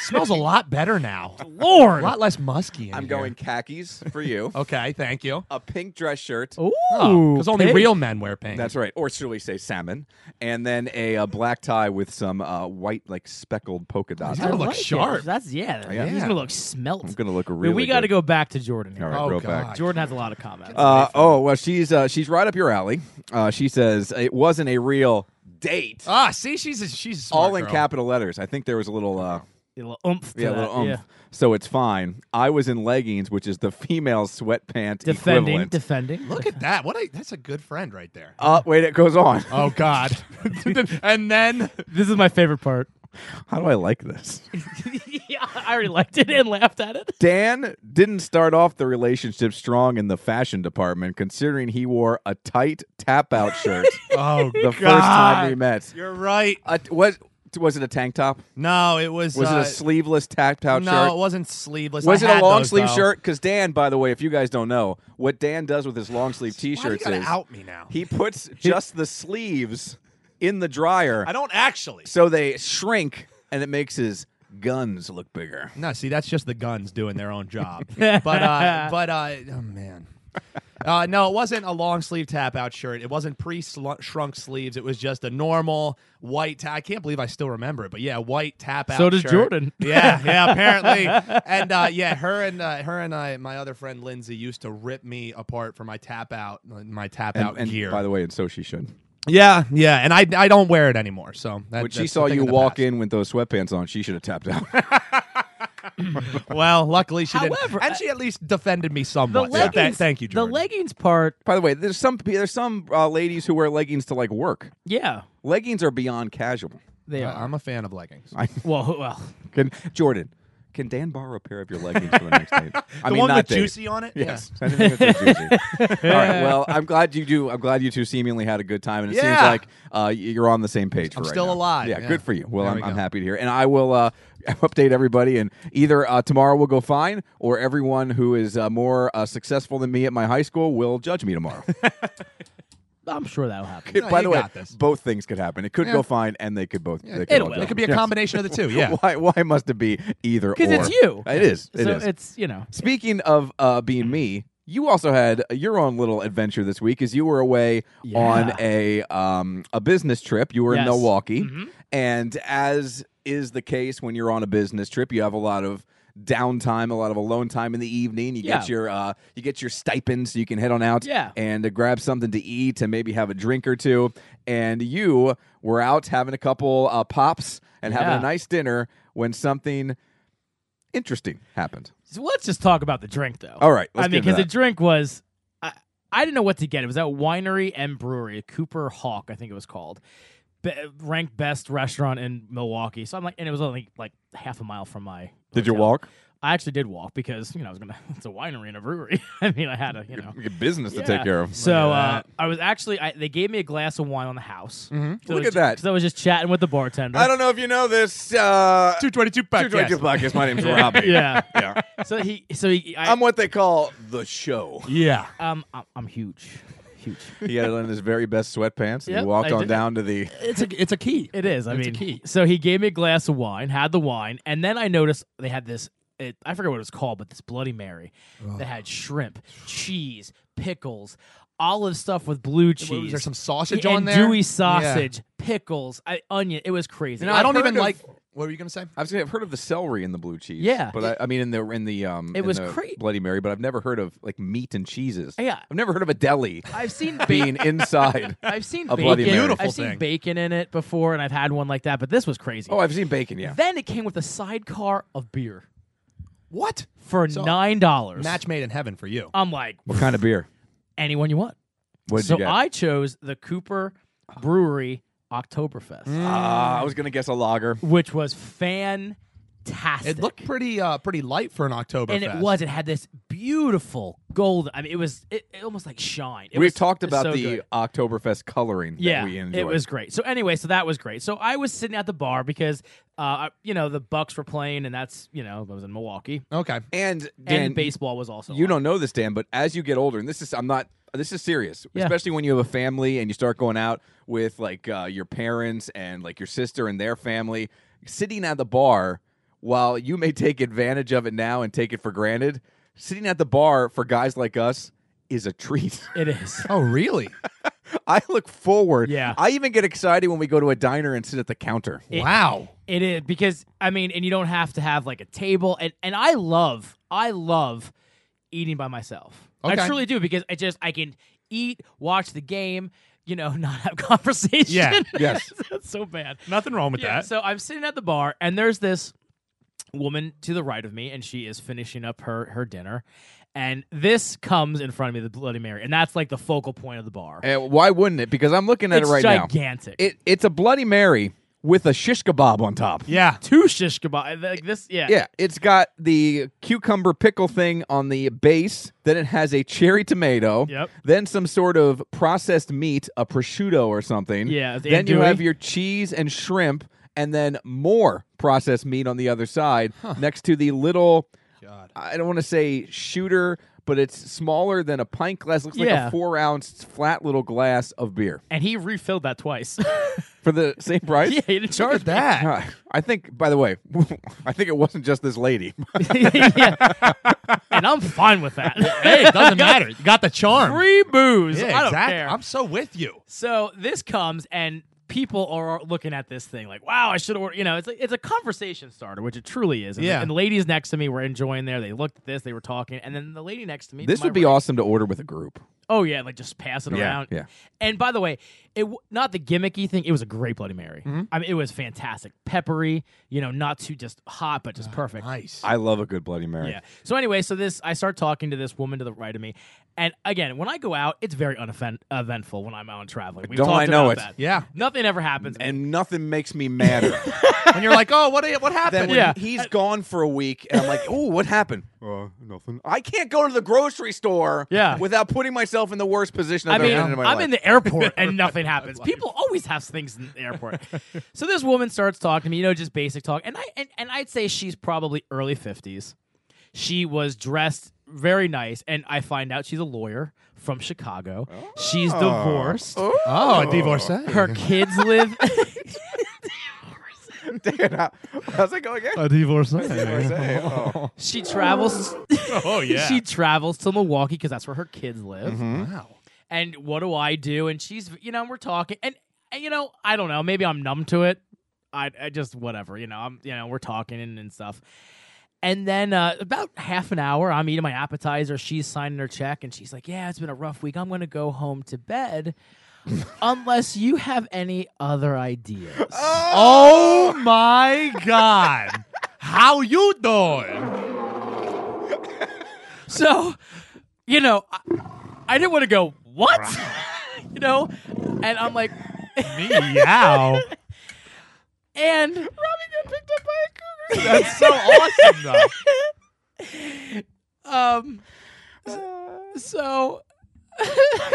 [SPEAKER 3] smells a lot better now. A
[SPEAKER 2] Lord.
[SPEAKER 3] lot less musky. in
[SPEAKER 1] I'm
[SPEAKER 3] here.
[SPEAKER 1] going khakis for
[SPEAKER 2] (laughs)
[SPEAKER 1] you,
[SPEAKER 3] Okay, thank you.
[SPEAKER 2] Oh.
[SPEAKER 1] a pink dress shirt.
[SPEAKER 2] Ooh,
[SPEAKER 3] Because Oh, only
[SPEAKER 2] pink.
[SPEAKER 3] real men wear pink.
[SPEAKER 1] That's right, or should we say salmon? And then a, uh black tie with some uh, white, like speckled polka dots.
[SPEAKER 3] He's
[SPEAKER 2] I
[SPEAKER 3] gonna look
[SPEAKER 2] like it.
[SPEAKER 3] sharp.
[SPEAKER 2] That's yeah.
[SPEAKER 1] Oh, Yeah.
[SPEAKER 2] He's gonna look smelt.
[SPEAKER 1] I'm gonna look
[SPEAKER 2] I mean,
[SPEAKER 1] really.
[SPEAKER 2] we got to
[SPEAKER 1] good.
[SPEAKER 2] go back to Jordan. Here.
[SPEAKER 1] All right,
[SPEAKER 3] Oh,
[SPEAKER 1] real
[SPEAKER 3] God.
[SPEAKER 1] back.
[SPEAKER 2] Jordan has a lot of comments.
[SPEAKER 1] Uh, oh well, she's uh, she's right up your alley. Uh, she says it wasn't a real date.
[SPEAKER 2] Oh.
[SPEAKER 3] Ah, see, she's a, she's a smart
[SPEAKER 1] All in
[SPEAKER 3] girl.
[SPEAKER 1] capital letters. I think there was a little uh,
[SPEAKER 2] a little oomph. To
[SPEAKER 1] yeah, a
[SPEAKER 2] that.
[SPEAKER 1] little oomph.
[SPEAKER 2] yeah.
[SPEAKER 1] So it's fine. I was in leggings, which is the female sweatpant
[SPEAKER 2] Defending,
[SPEAKER 1] equivalent.
[SPEAKER 2] defending.
[SPEAKER 3] Look at that. What a that's a good friend
[SPEAKER 1] (laughs)
[SPEAKER 3] right there.
[SPEAKER 1] uh, wait, it goes on.
[SPEAKER 3] Oh God. (laughs) and then
[SPEAKER 2] (laughs) This is my
[SPEAKER 1] (laughs)
[SPEAKER 2] favorite part.
[SPEAKER 1] (laughs) How do I like this?
[SPEAKER 2] yeah, (laughs) I already liked it and laughed at it.
[SPEAKER 1] Dan didn't start off the relationship strong in the fashion department, considering he wore a tight tap out (laughs) shirt
[SPEAKER 3] Oh
[SPEAKER 1] the first time we met.
[SPEAKER 3] You're right.
[SPEAKER 1] Uh, was was it a tank top?
[SPEAKER 3] No, it was
[SPEAKER 1] Was
[SPEAKER 3] uh,
[SPEAKER 1] it a sleeveless tap out
[SPEAKER 3] No,
[SPEAKER 1] shirt?
[SPEAKER 3] it wasn't sleeveless.
[SPEAKER 1] Was
[SPEAKER 3] I
[SPEAKER 1] it a
[SPEAKER 3] had
[SPEAKER 1] long
[SPEAKER 3] those,
[SPEAKER 1] sleeve
[SPEAKER 3] though.
[SPEAKER 1] shirt? Because Dan, by the way, if you guys don't know, what Dan does with his long sleeve t
[SPEAKER 3] Why do you
[SPEAKER 1] shirts
[SPEAKER 3] gotta
[SPEAKER 1] is
[SPEAKER 3] out me now?
[SPEAKER 1] he puts just the sleeves in the dryer
[SPEAKER 3] I don't actually.
[SPEAKER 1] so they shrink and it makes his guns look bigger.
[SPEAKER 3] No, see, that's just the guns doing their own
[SPEAKER 2] (laughs)
[SPEAKER 3] job. but uh, but uh, oh man. Uh, no, it wasn't a long sleeve tap out shirt. It wasn't pre shrunk sleeves. It was just a normal white. Ta- I can't believe I still remember it, but yeah, white tap out.
[SPEAKER 2] So does
[SPEAKER 3] shirt.
[SPEAKER 2] Jordan.
[SPEAKER 3] (laughs) Yeah, yeah, apparently.
[SPEAKER 2] (laughs)
[SPEAKER 3] and uh, yeah, her and uh, her and uh, my other friend Lindsay used to rip me apart for my tap out, my tap
[SPEAKER 1] And,
[SPEAKER 3] out
[SPEAKER 1] and
[SPEAKER 3] gear.
[SPEAKER 1] by the way, and so she should.
[SPEAKER 3] yeah, yeah, and I I don't wear it anymore. So that,
[SPEAKER 1] When she
[SPEAKER 3] that's a
[SPEAKER 1] saw
[SPEAKER 3] thing
[SPEAKER 1] you
[SPEAKER 3] of the
[SPEAKER 1] walk
[SPEAKER 3] past.
[SPEAKER 1] in with those sweatpants on, she should have tapped out. (laughs)
[SPEAKER 3] Well, luckily she
[SPEAKER 2] However,
[SPEAKER 3] didn't, and she at least defended me
[SPEAKER 2] The
[SPEAKER 3] somewhat. So
[SPEAKER 2] leggings.
[SPEAKER 3] tha- thank you, Jordan.
[SPEAKER 2] The leggings part.
[SPEAKER 1] By the way, there's some there's some uh, ladies who wear leggings to like work.
[SPEAKER 2] Yeah,
[SPEAKER 1] Leggings are beyond casual.
[SPEAKER 2] they
[SPEAKER 3] Yeah,
[SPEAKER 2] are.
[SPEAKER 3] Uh, I'm a fan of leggings.
[SPEAKER 1] I
[SPEAKER 2] well, who- well,
[SPEAKER 1] can Jordan, can Dan borrow a pair of your leggings for the next
[SPEAKER 3] (laughs)
[SPEAKER 1] date? I
[SPEAKER 3] the
[SPEAKER 1] mean,
[SPEAKER 3] one
[SPEAKER 1] not
[SPEAKER 3] with
[SPEAKER 1] date.
[SPEAKER 3] juicy on it.
[SPEAKER 1] Yes. Anything that's with juicy. (laughs) All right. Well, I'm glad you do. I'm glad you two seemingly had a good time, and it seems
[SPEAKER 3] Yeah.
[SPEAKER 1] like uh, y- you're on the same page. For
[SPEAKER 3] I'm
[SPEAKER 1] right
[SPEAKER 3] still
[SPEAKER 1] now.
[SPEAKER 3] alive.
[SPEAKER 1] Yeah,
[SPEAKER 3] Yeah.
[SPEAKER 1] Good for you. Well,
[SPEAKER 3] There
[SPEAKER 1] I'm,
[SPEAKER 3] we
[SPEAKER 1] I'm
[SPEAKER 3] go.
[SPEAKER 1] happy to hear, and I will uh, (laughs) update everybody. And either uh, tomorrow will go fine, or everyone who is uh, more uh, successful than me at my high school will judge me tomorrow.
[SPEAKER 2] I'm sure
[SPEAKER 1] (laughs)
[SPEAKER 2] that'll happen.
[SPEAKER 1] It-
[SPEAKER 3] (laughs) No,
[SPEAKER 1] By
[SPEAKER 3] you
[SPEAKER 1] the way,
[SPEAKER 3] got this.
[SPEAKER 1] both things could happen. It could
[SPEAKER 3] Yeah.
[SPEAKER 1] go fine, and they could both. they could
[SPEAKER 3] It'll-
[SPEAKER 1] all
[SPEAKER 3] it,
[SPEAKER 1] go.
[SPEAKER 3] could be a
[SPEAKER 1] Yes.
[SPEAKER 3] combination of the two. (laughs) Yeah.
[SPEAKER 1] (laughs) Why? Why must it be
[SPEAKER 3] (laughs)
[SPEAKER 1] either?
[SPEAKER 2] Because it's
[SPEAKER 1] or?
[SPEAKER 2] you.
[SPEAKER 1] It is. It
[SPEAKER 2] so
[SPEAKER 1] is.
[SPEAKER 2] it's you know.
[SPEAKER 1] Speaking of uh, being me, you also had your own little adventure this week as you were away
[SPEAKER 2] Yeah.
[SPEAKER 1] on a um, a business trip. You were in
[SPEAKER 2] Yes. Mm-hmm.
[SPEAKER 1] Milwaukee, and as is the case when you're on a business trip, you have a lot of downtime, a lot of alone time in the evening. You get
[SPEAKER 2] Yeah.
[SPEAKER 1] your uh, you get your stipend, so you can head on out
[SPEAKER 2] Yeah.
[SPEAKER 1] and uh, grab something to eat and maybe have a drink or two. And you were out having a couple uh, pops and having
[SPEAKER 2] Yeah.
[SPEAKER 1] a nice dinner when something interesting happened.
[SPEAKER 2] So let's just talk about the drink though.
[SPEAKER 1] All right, let's
[SPEAKER 2] I mean,
[SPEAKER 1] get into
[SPEAKER 2] the
[SPEAKER 1] that.
[SPEAKER 2] drink was. I, I didn't know what to get. It was at Winery and Brewery, Cooper Hawk, I think it was called, be- ranked best restaurant in Milwaukee. So I'm like, and it was only like half a mile from my.
[SPEAKER 1] Did you
[SPEAKER 2] hotel.
[SPEAKER 1] walk?
[SPEAKER 2] I actually did walk because you know I was gonna. (laughs) It's a winery and a brewery. (laughs) I mean, I had a you know
[SPEAKER 1] business to
[SPEAKER 2] Yeah.
[SPEAKER 1] take care of.
[SPEAKER 2] So
[SPEAKER 3] Look at
[SPEAKER 2] uh, I was actually I, they gave me a glass of wine on the house.
[SPEAKER 3] Mm-hmm.
[SPEAKER 1] Look
[SPEAKER 2] So I was
[SPEAKER 1] at that.
[SPEAKER 2] ju- So I was just chatting with the bartender.
[SPEAKER 1] I don't know if you know this. Uh,
[SPEAKER 3] Two twenty two
[SPEAKER 1] Two Joy Two Podcast. My name's Robbie.
[SPEAKER 2] (laughs) (laughs) yeah.
[SPEAKER 1] Yeah.
[SPEAKER 2] So he so he I,
[SPEAKER 1] I'm what they call the show.
[SPEAKER 3] Yeah.
[SPEAKER 2] um I'm, I'm huge. huge.
[SPEAKER 1] He had it on his very best sweatpants, and
[SPEAKER 2] Yep,
[SPEAKER 1] he walked
[SPEAKER 2] I
[SPEAKER 1] on
[SPEAKER 2] did.
[SPEAKER 1] down to the.
[SPEAKER 3] It's a it's a key.
[SPEAKER 2] It is. I
[SPEAKER 3] It's a
[SPEAKER 2] mean,
[SPEAKER 3] key.
[SPEAKER 2] so he gave me a glass of wine, had the wine, and then I noticed they had this. It, I forget what it was called, but this Bloody Mary that had shrimp, cheese, pickles, olive stuff with blue
[SPEAKER 3] What,
[SPEAKER 2] cheese.
[SPEAKER 3] was there some sausage
[SPEAKER 2] and
[SPEAKER 3] on there?
[SPEAKER 2] Dewey
[SPEAKER 3] Yeah.
[SPEAKER 2] sausage, pickles, I, onion. It was crazy.
[SPEAKER 3] I don't
[SPEAKER 1] I've
[SPEAKER 3] even
[SPEAKER 1] heard of-
[SPEAKER 3] like. What were you gonna say?
[SPEAKER 1] I was gonna, I've heard of the celery in the blue cheese.
[SPEAKER 2] Yeah.
[SPEAKER 1] but I, I mean in the in the um
[SPEAKER 2] It
[SPEAKER 1] in
[SPEAKER 2] was
[SPEAKER 1] the
[SPEAKER 2] cra-
[SPEAKER 1] Bloody Mary, but I've never heard of like meat and cheeses.
[SPEAKER 2] Yeah.
[SPEAKER 1] I've never heard of a deli
[SPEAKER 2] I've seen
[SPEAKER 1] being
[SPEAKER 2] (laughs)
[SPEAKER 1] inside.
[SPEAKER 2] I've seen
[SPEAKER 1] a
[SPEAKER 2] bacon.
[SPEAKER 1] Bloody Mary.
[SPEAKER 3] Beautiful
[SPEAKER 2] I've seen
[SPEAKER 3] thing.
[SPEAKER 2] bacon in it before, and I've had one like that. But this was crazy.
[SPEAKER 1] Oh, I've seen bacon. Yeah,
[SPEAKER 2] Then it came with a sidecar of beer
[SPEAKER 3] What?
[SPEAKER 2] for
[SPEAKER 3] So-
[SPEAKER 2] nine dollars.
[SPEAKER 3] Match made in heaven for you.
[SPEAKER 2] I'm like
[SPEAKER 1] what kind of beer?
[SPEAKER 2] anyone you want.
[SPEAKER 1] What did
[SPEAKER 2] so
[SPEAKER 1] you get?
[SPEAKER 2] I chose the Cooper Brewery Oktoberfest, uh,
[SPEAKER 1] Ah, I was gonna guess a lager.
[SPEAKER 2] which was fantastic.
[SPEAKER 3] It looked pretty uh pretty light for an October.
[SPEAKER 2] and it was. It had this beautiful gold. I mean, it was it, it almost like shine. It
[SPEAKER 1] We've
[SPEAKER 2] was-
[SPEAKER 1] talked
[SPEAKER 2] it's
[SPEAKER 1] about
[SPEAKER 2] so
[SPEAKER 1] the
[SPEAKER 2] good.
[SPEAKER 1] Oktoberfest coloring
[SPEAKER 2] yeah,
[SPEAKER 1] that we enjoyed.
[SPEAKER 2] it was great. So anyway, so that was great. So I was sitting at the bar because, uh, I- you know, the Bucks were playing, and that's you know I was in Milwaukee,
[SPEAKER 3] Okay.
[SPEAKER 1] and
[SPEAKER 2] and
[SPEAKER 1] Dan,
[SPEAKER 2] baseball was also.
[SPEAKER 1] you
[SPEAKER 2] on.
[SPEAKER 1] don't know this, Dan, but as you get older, and this is I'm not this is serious,
[SPEAKER 2] Yeah.
[SPEAKER 1] especially when you have a family and you start going out with like uh, your parents and like your sister and their family, sitting at the bar while you may take advantage of it now and take it for granted, sitting at the bar for guys like us is a treat. (laughs)
[SPEAKER 2] It is.
[SPEAKER 3] Oh (laughs) really?
[SPEAKER 1] I look forward.
[SPEAKER 2] Yeah.
[SPEAKER 1] I even get excited when we go to a diner and sit at the counter.
[SPEAKER 2] It-
[SPEAKER 3] wow.
[SPEAKER 2] It is because I mean, and you don't have to have like a table, and and I love, I love eating by myself. I
[SPEAKER 3] Okay.
[SPEAKER 2] truly do because I just I can eat, watch the game, you know, (laughs) not have conversation. (laughs)
[SPEAKER 3] Yeah,
[SPEAKER 1] yes.
[SPEAKER 2] that's so bad.
[SPEAKER 3] Nothing wrong with
[SPEAKER 2] Yeah, so I'm sitting at the bar, and there's this woman to the right of me, and she is finishing up her her dinner, and this comes in front of me, the Bloody Mary, and that's like the focal point of the bar.
[SPEAKER 1] And Eh, why wouldn't it? Because I'm looking at
[SPEAKER 2] it's
[SPEAKER 1] it right now.
[SPEAKER 2] gigantic.
[SPEAKER 1] It, it's a Bloody Mary with a shish kebab on top.
[SPEAKER 3] (laughs) yeah.
[SPEAKER 2] Two shish kebab, like this, yeah.
[SPEAKER 1] Yeah, it's got the cucumber pickle thing on the base. Then it has a cherry tomato.
[SPEAKER 2] Yep.
[SPEAKER 1] Then some sort of processed meat, a prosciutto or something.
[SPEAKER 2] Yeah, the
[SPEAKER 1] Then you
[SPEAKER 2] andouille.
[SPEAKER 1] have your cheese and shrimp, and then more processed meat on the other side next to the little.
[SPEAKER 3] God.
[SPEAKER 1] I don't want to say shooter, but it's smaller than a pint glass. Looks like
[SPEAKER 2] Yeah.
[SPEAKER 1] a four ounce flat little glass of beer
[SPEAKER 2] And he refilled that twice. (laughs)
[SPEAKER 1] for the same price.
[SPEAKER 2] yeah, he didn't
[SPEAKER 3] Charge
[SPEAKER 2] charge me.
[SPEAKER 3] that.
[SPEAKER 1] Uh, I think, by the way, (laughs) I think it wasn't just this lady.
[SPEAKER 3] (laughs)
[SPEAKER 2] yeah. And I'm fine with that.
[SPEAKER 3] hey, it
[SPEAKER 2] (laughs)
[SPEAKER 3] doesn't matter. You got the charm.
[SPEAKER 2] Free booze.
[SPEAKER 3] yeah,
[SPEAKER 2] I don't
[SPEAKER 3] exactly.
[SPEAKER 2] care.
[SPEAKER 3] I'm so with you.
[SPEAKER 2] So this comes and people are looking at this thing like, wow, I should have ordered. You know, it's like, it's a conversation starter, which it truly is. And,
[SPEAKER 3] Yeah.
[SPEAKER 2] the, and the ladies next to me were enjoying there. They looked at this, they were talking, and then the lady next to me.
[SPEAKER 1] this
[SPEAKER 2] to my
[SPEAKER 1] would be
[SPEAKER 2] right-
[SPEAKER 1] awesome to order with a group.
[SPEAKER 2] Oh yeah, like just pass it
[SPEAKER 1] Yeah,
[SPEAKER 2] around.
[SPEAKER 1] yeah.
[SPEAKER 2] And by the way, it w- not the gimmicky thing. It was a great Bloody Mary.
[SPEAKER 3] Mm-hmm.
[SPEAKER 2] I mean, it was fantastic, peppery. You know, not too just hot, but
[SPEAKER 3] Ah,
[SPEAKER 2] just perfect.
[SPEAKER 3] Nice.
[SPEAKER 1] I love a good Bloody Mary.
[SPEAKER 2] Yeah. So anyway, so this I start talking to this woman to the right of me, and again, when I go out, it's very uneventful when I'm out traveling. We've
[SPEAKER 1] Don't
[SPEAKER 2] talked
[SPEAKER 1] I know
[SPEAKER 2] about
[SPEAKER 1] it.
[SPEAKER 2] that.
[SPEAKER 3] Yeah.
[SPEAKER 2] Nothing ever happens.
[SPEAKER 1] And nothing makes me
[SPEAKER 3] (laughs)
[SPEAKER 1] madder
[SPEAKER 3] and you're like, oh, what (laughs)
[SPEAKER 1] than
[SPEAKER 3] what happened?
[SPEAKER 1] when
[SPEAKER 2] Yeah.
[SPEAKER 1] he's gone for a week and I'm like, oh, what happened? (laughs) Uh, nothing. I can't go to the grocery store
[SPEAKER 2] Yeah.
[SPEAKER 1] without putting myself in the worst position
[SPEAKER 2] I
[SPEAKER 1] I've
[SPEAKER 2] mean,
[SPEAKER 1] ever been in my
[SPEAKER 2] I'm
[SPEAKER 1] life.
[SPEAKER 2] in the airport
[SPEAKER 1] (laughs)
[SPEAKER 2] and nothing happens. People always have things in the airport. so this woman starts talking to me, you know, just basic talk, and I and, and I'd say she's probably early fifties. She was dressed very nice, and I find out she's a lawyer from Chicago. She's divorced.
[SPEAKER 3] Oh, (laughs) a divorcee.
[SPEAKER 2] Her kids
[SPEAKER 1] (laughs)
[SPEAKER 2] live. (laughs)
[SPEAKER 1] Dan, how- how's it going again?
[SPEAKER 3] (laughs) A divorcee.
[SPEAKER 1] Say, oh.
[SPEAKER 2] she travels.
[SPEAKER 3] Oh yeah.
[SPEAKER 2] (laughs) she travels to Milwaukee because that's where her kids live.
[SPEAKER 3] wow.
[SPEAKER 2] And what do I do? And she's, you know, we're talking, and, and you know, I don't know. Maybe I'm numb to it. I, I just whatever, you know. I'm, you know, we're talking and, and stuff. And then uh, about half an hour, I'm eating my appetizer. She's signing her check, and she's like, "Yeah, it's been a rough week. I'm gonna go home
[SPEAKER 3] (laughs)
[SPEAKER 2] to bed, unless you have any other ideas."
[SPEAKER 3] Oh my God. How you doing?
[SPEAKER 2] So, you know, I, I didn't want to go, what? (laughs) you know? And I'm like,
[SPEAKER 3] Meow.
[SPEAKER 2] and. Robbie got picked up by a (laughs)
[SPEAKER 3] That's
[SPEAKER 2] cougar.
[SPEAKER 3] so awesome though.
[SPEAKER 2] (laughs) um, s- so,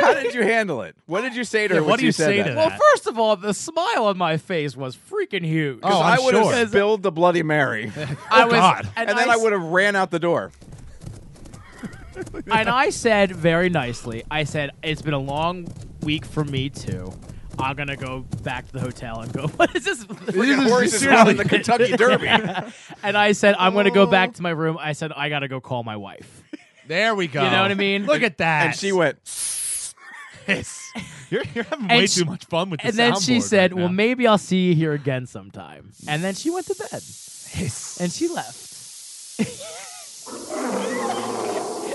[SPEAKER 1] How did you handle it? What did you say to her?
[SPEAKER 3] Yeah,
[SPEAKER 1] when
[SPEAKER 3] what do
[SPEAKER 1] she
[SPEAKER 3] you
[SPEAKER 1] said
[SPEAKER 3] say
[SPEAKER 1] that?
[SPEAKER 3] to
[SPEAKER 2] well,
[SPEAKER 3] That-
[SPEAKER 2] first of all, the smile on my face was freaking huge.
[SPEAKER 3] Oh,
[SPEAKER 1] I
[SPEAKER 3] I'm
[SPEAKER 1] would have
[SPEAKER 3] sure. (laughs)
[SPEAKER 2] oh,
[SPEAKER 1] spilled the Bloody Mary,
[SPEAKER 2] I was,
[SPEAKER 3] God.
[SPEAKER 1] and then I would have ran out the door.
[SPEAKER 2] and I said very nicely, I said, it's been a long week for me too. I'm going to go back to the hotel and go, (laughs) what is this?
[SPEAKER 1] Horses running the
[SPEAKER 3] (laughs)
[SPEAKER 1] Kentucky Derby.
[SPEAKER 2] and I said, I'm going to go back to my room. I said, I got to go call my wife.
[SPEAKER 3] There we go.
[SPEAKER 2] You know what I mean?
[SPEAKER 3] Look at that.
[SPEAKER 1] and she went,
[SPEAKER 3] Yes. You're, you're having way
[SPEAKER 2] she-
[SPEAKER 3] too much fun with
[SPEAKER 2] And
[SPEAKER 3] this.
[SPEAKER 2] then she said, well, maybe I'll see you here again sometime. And then she went to bed. And she left. (laughs)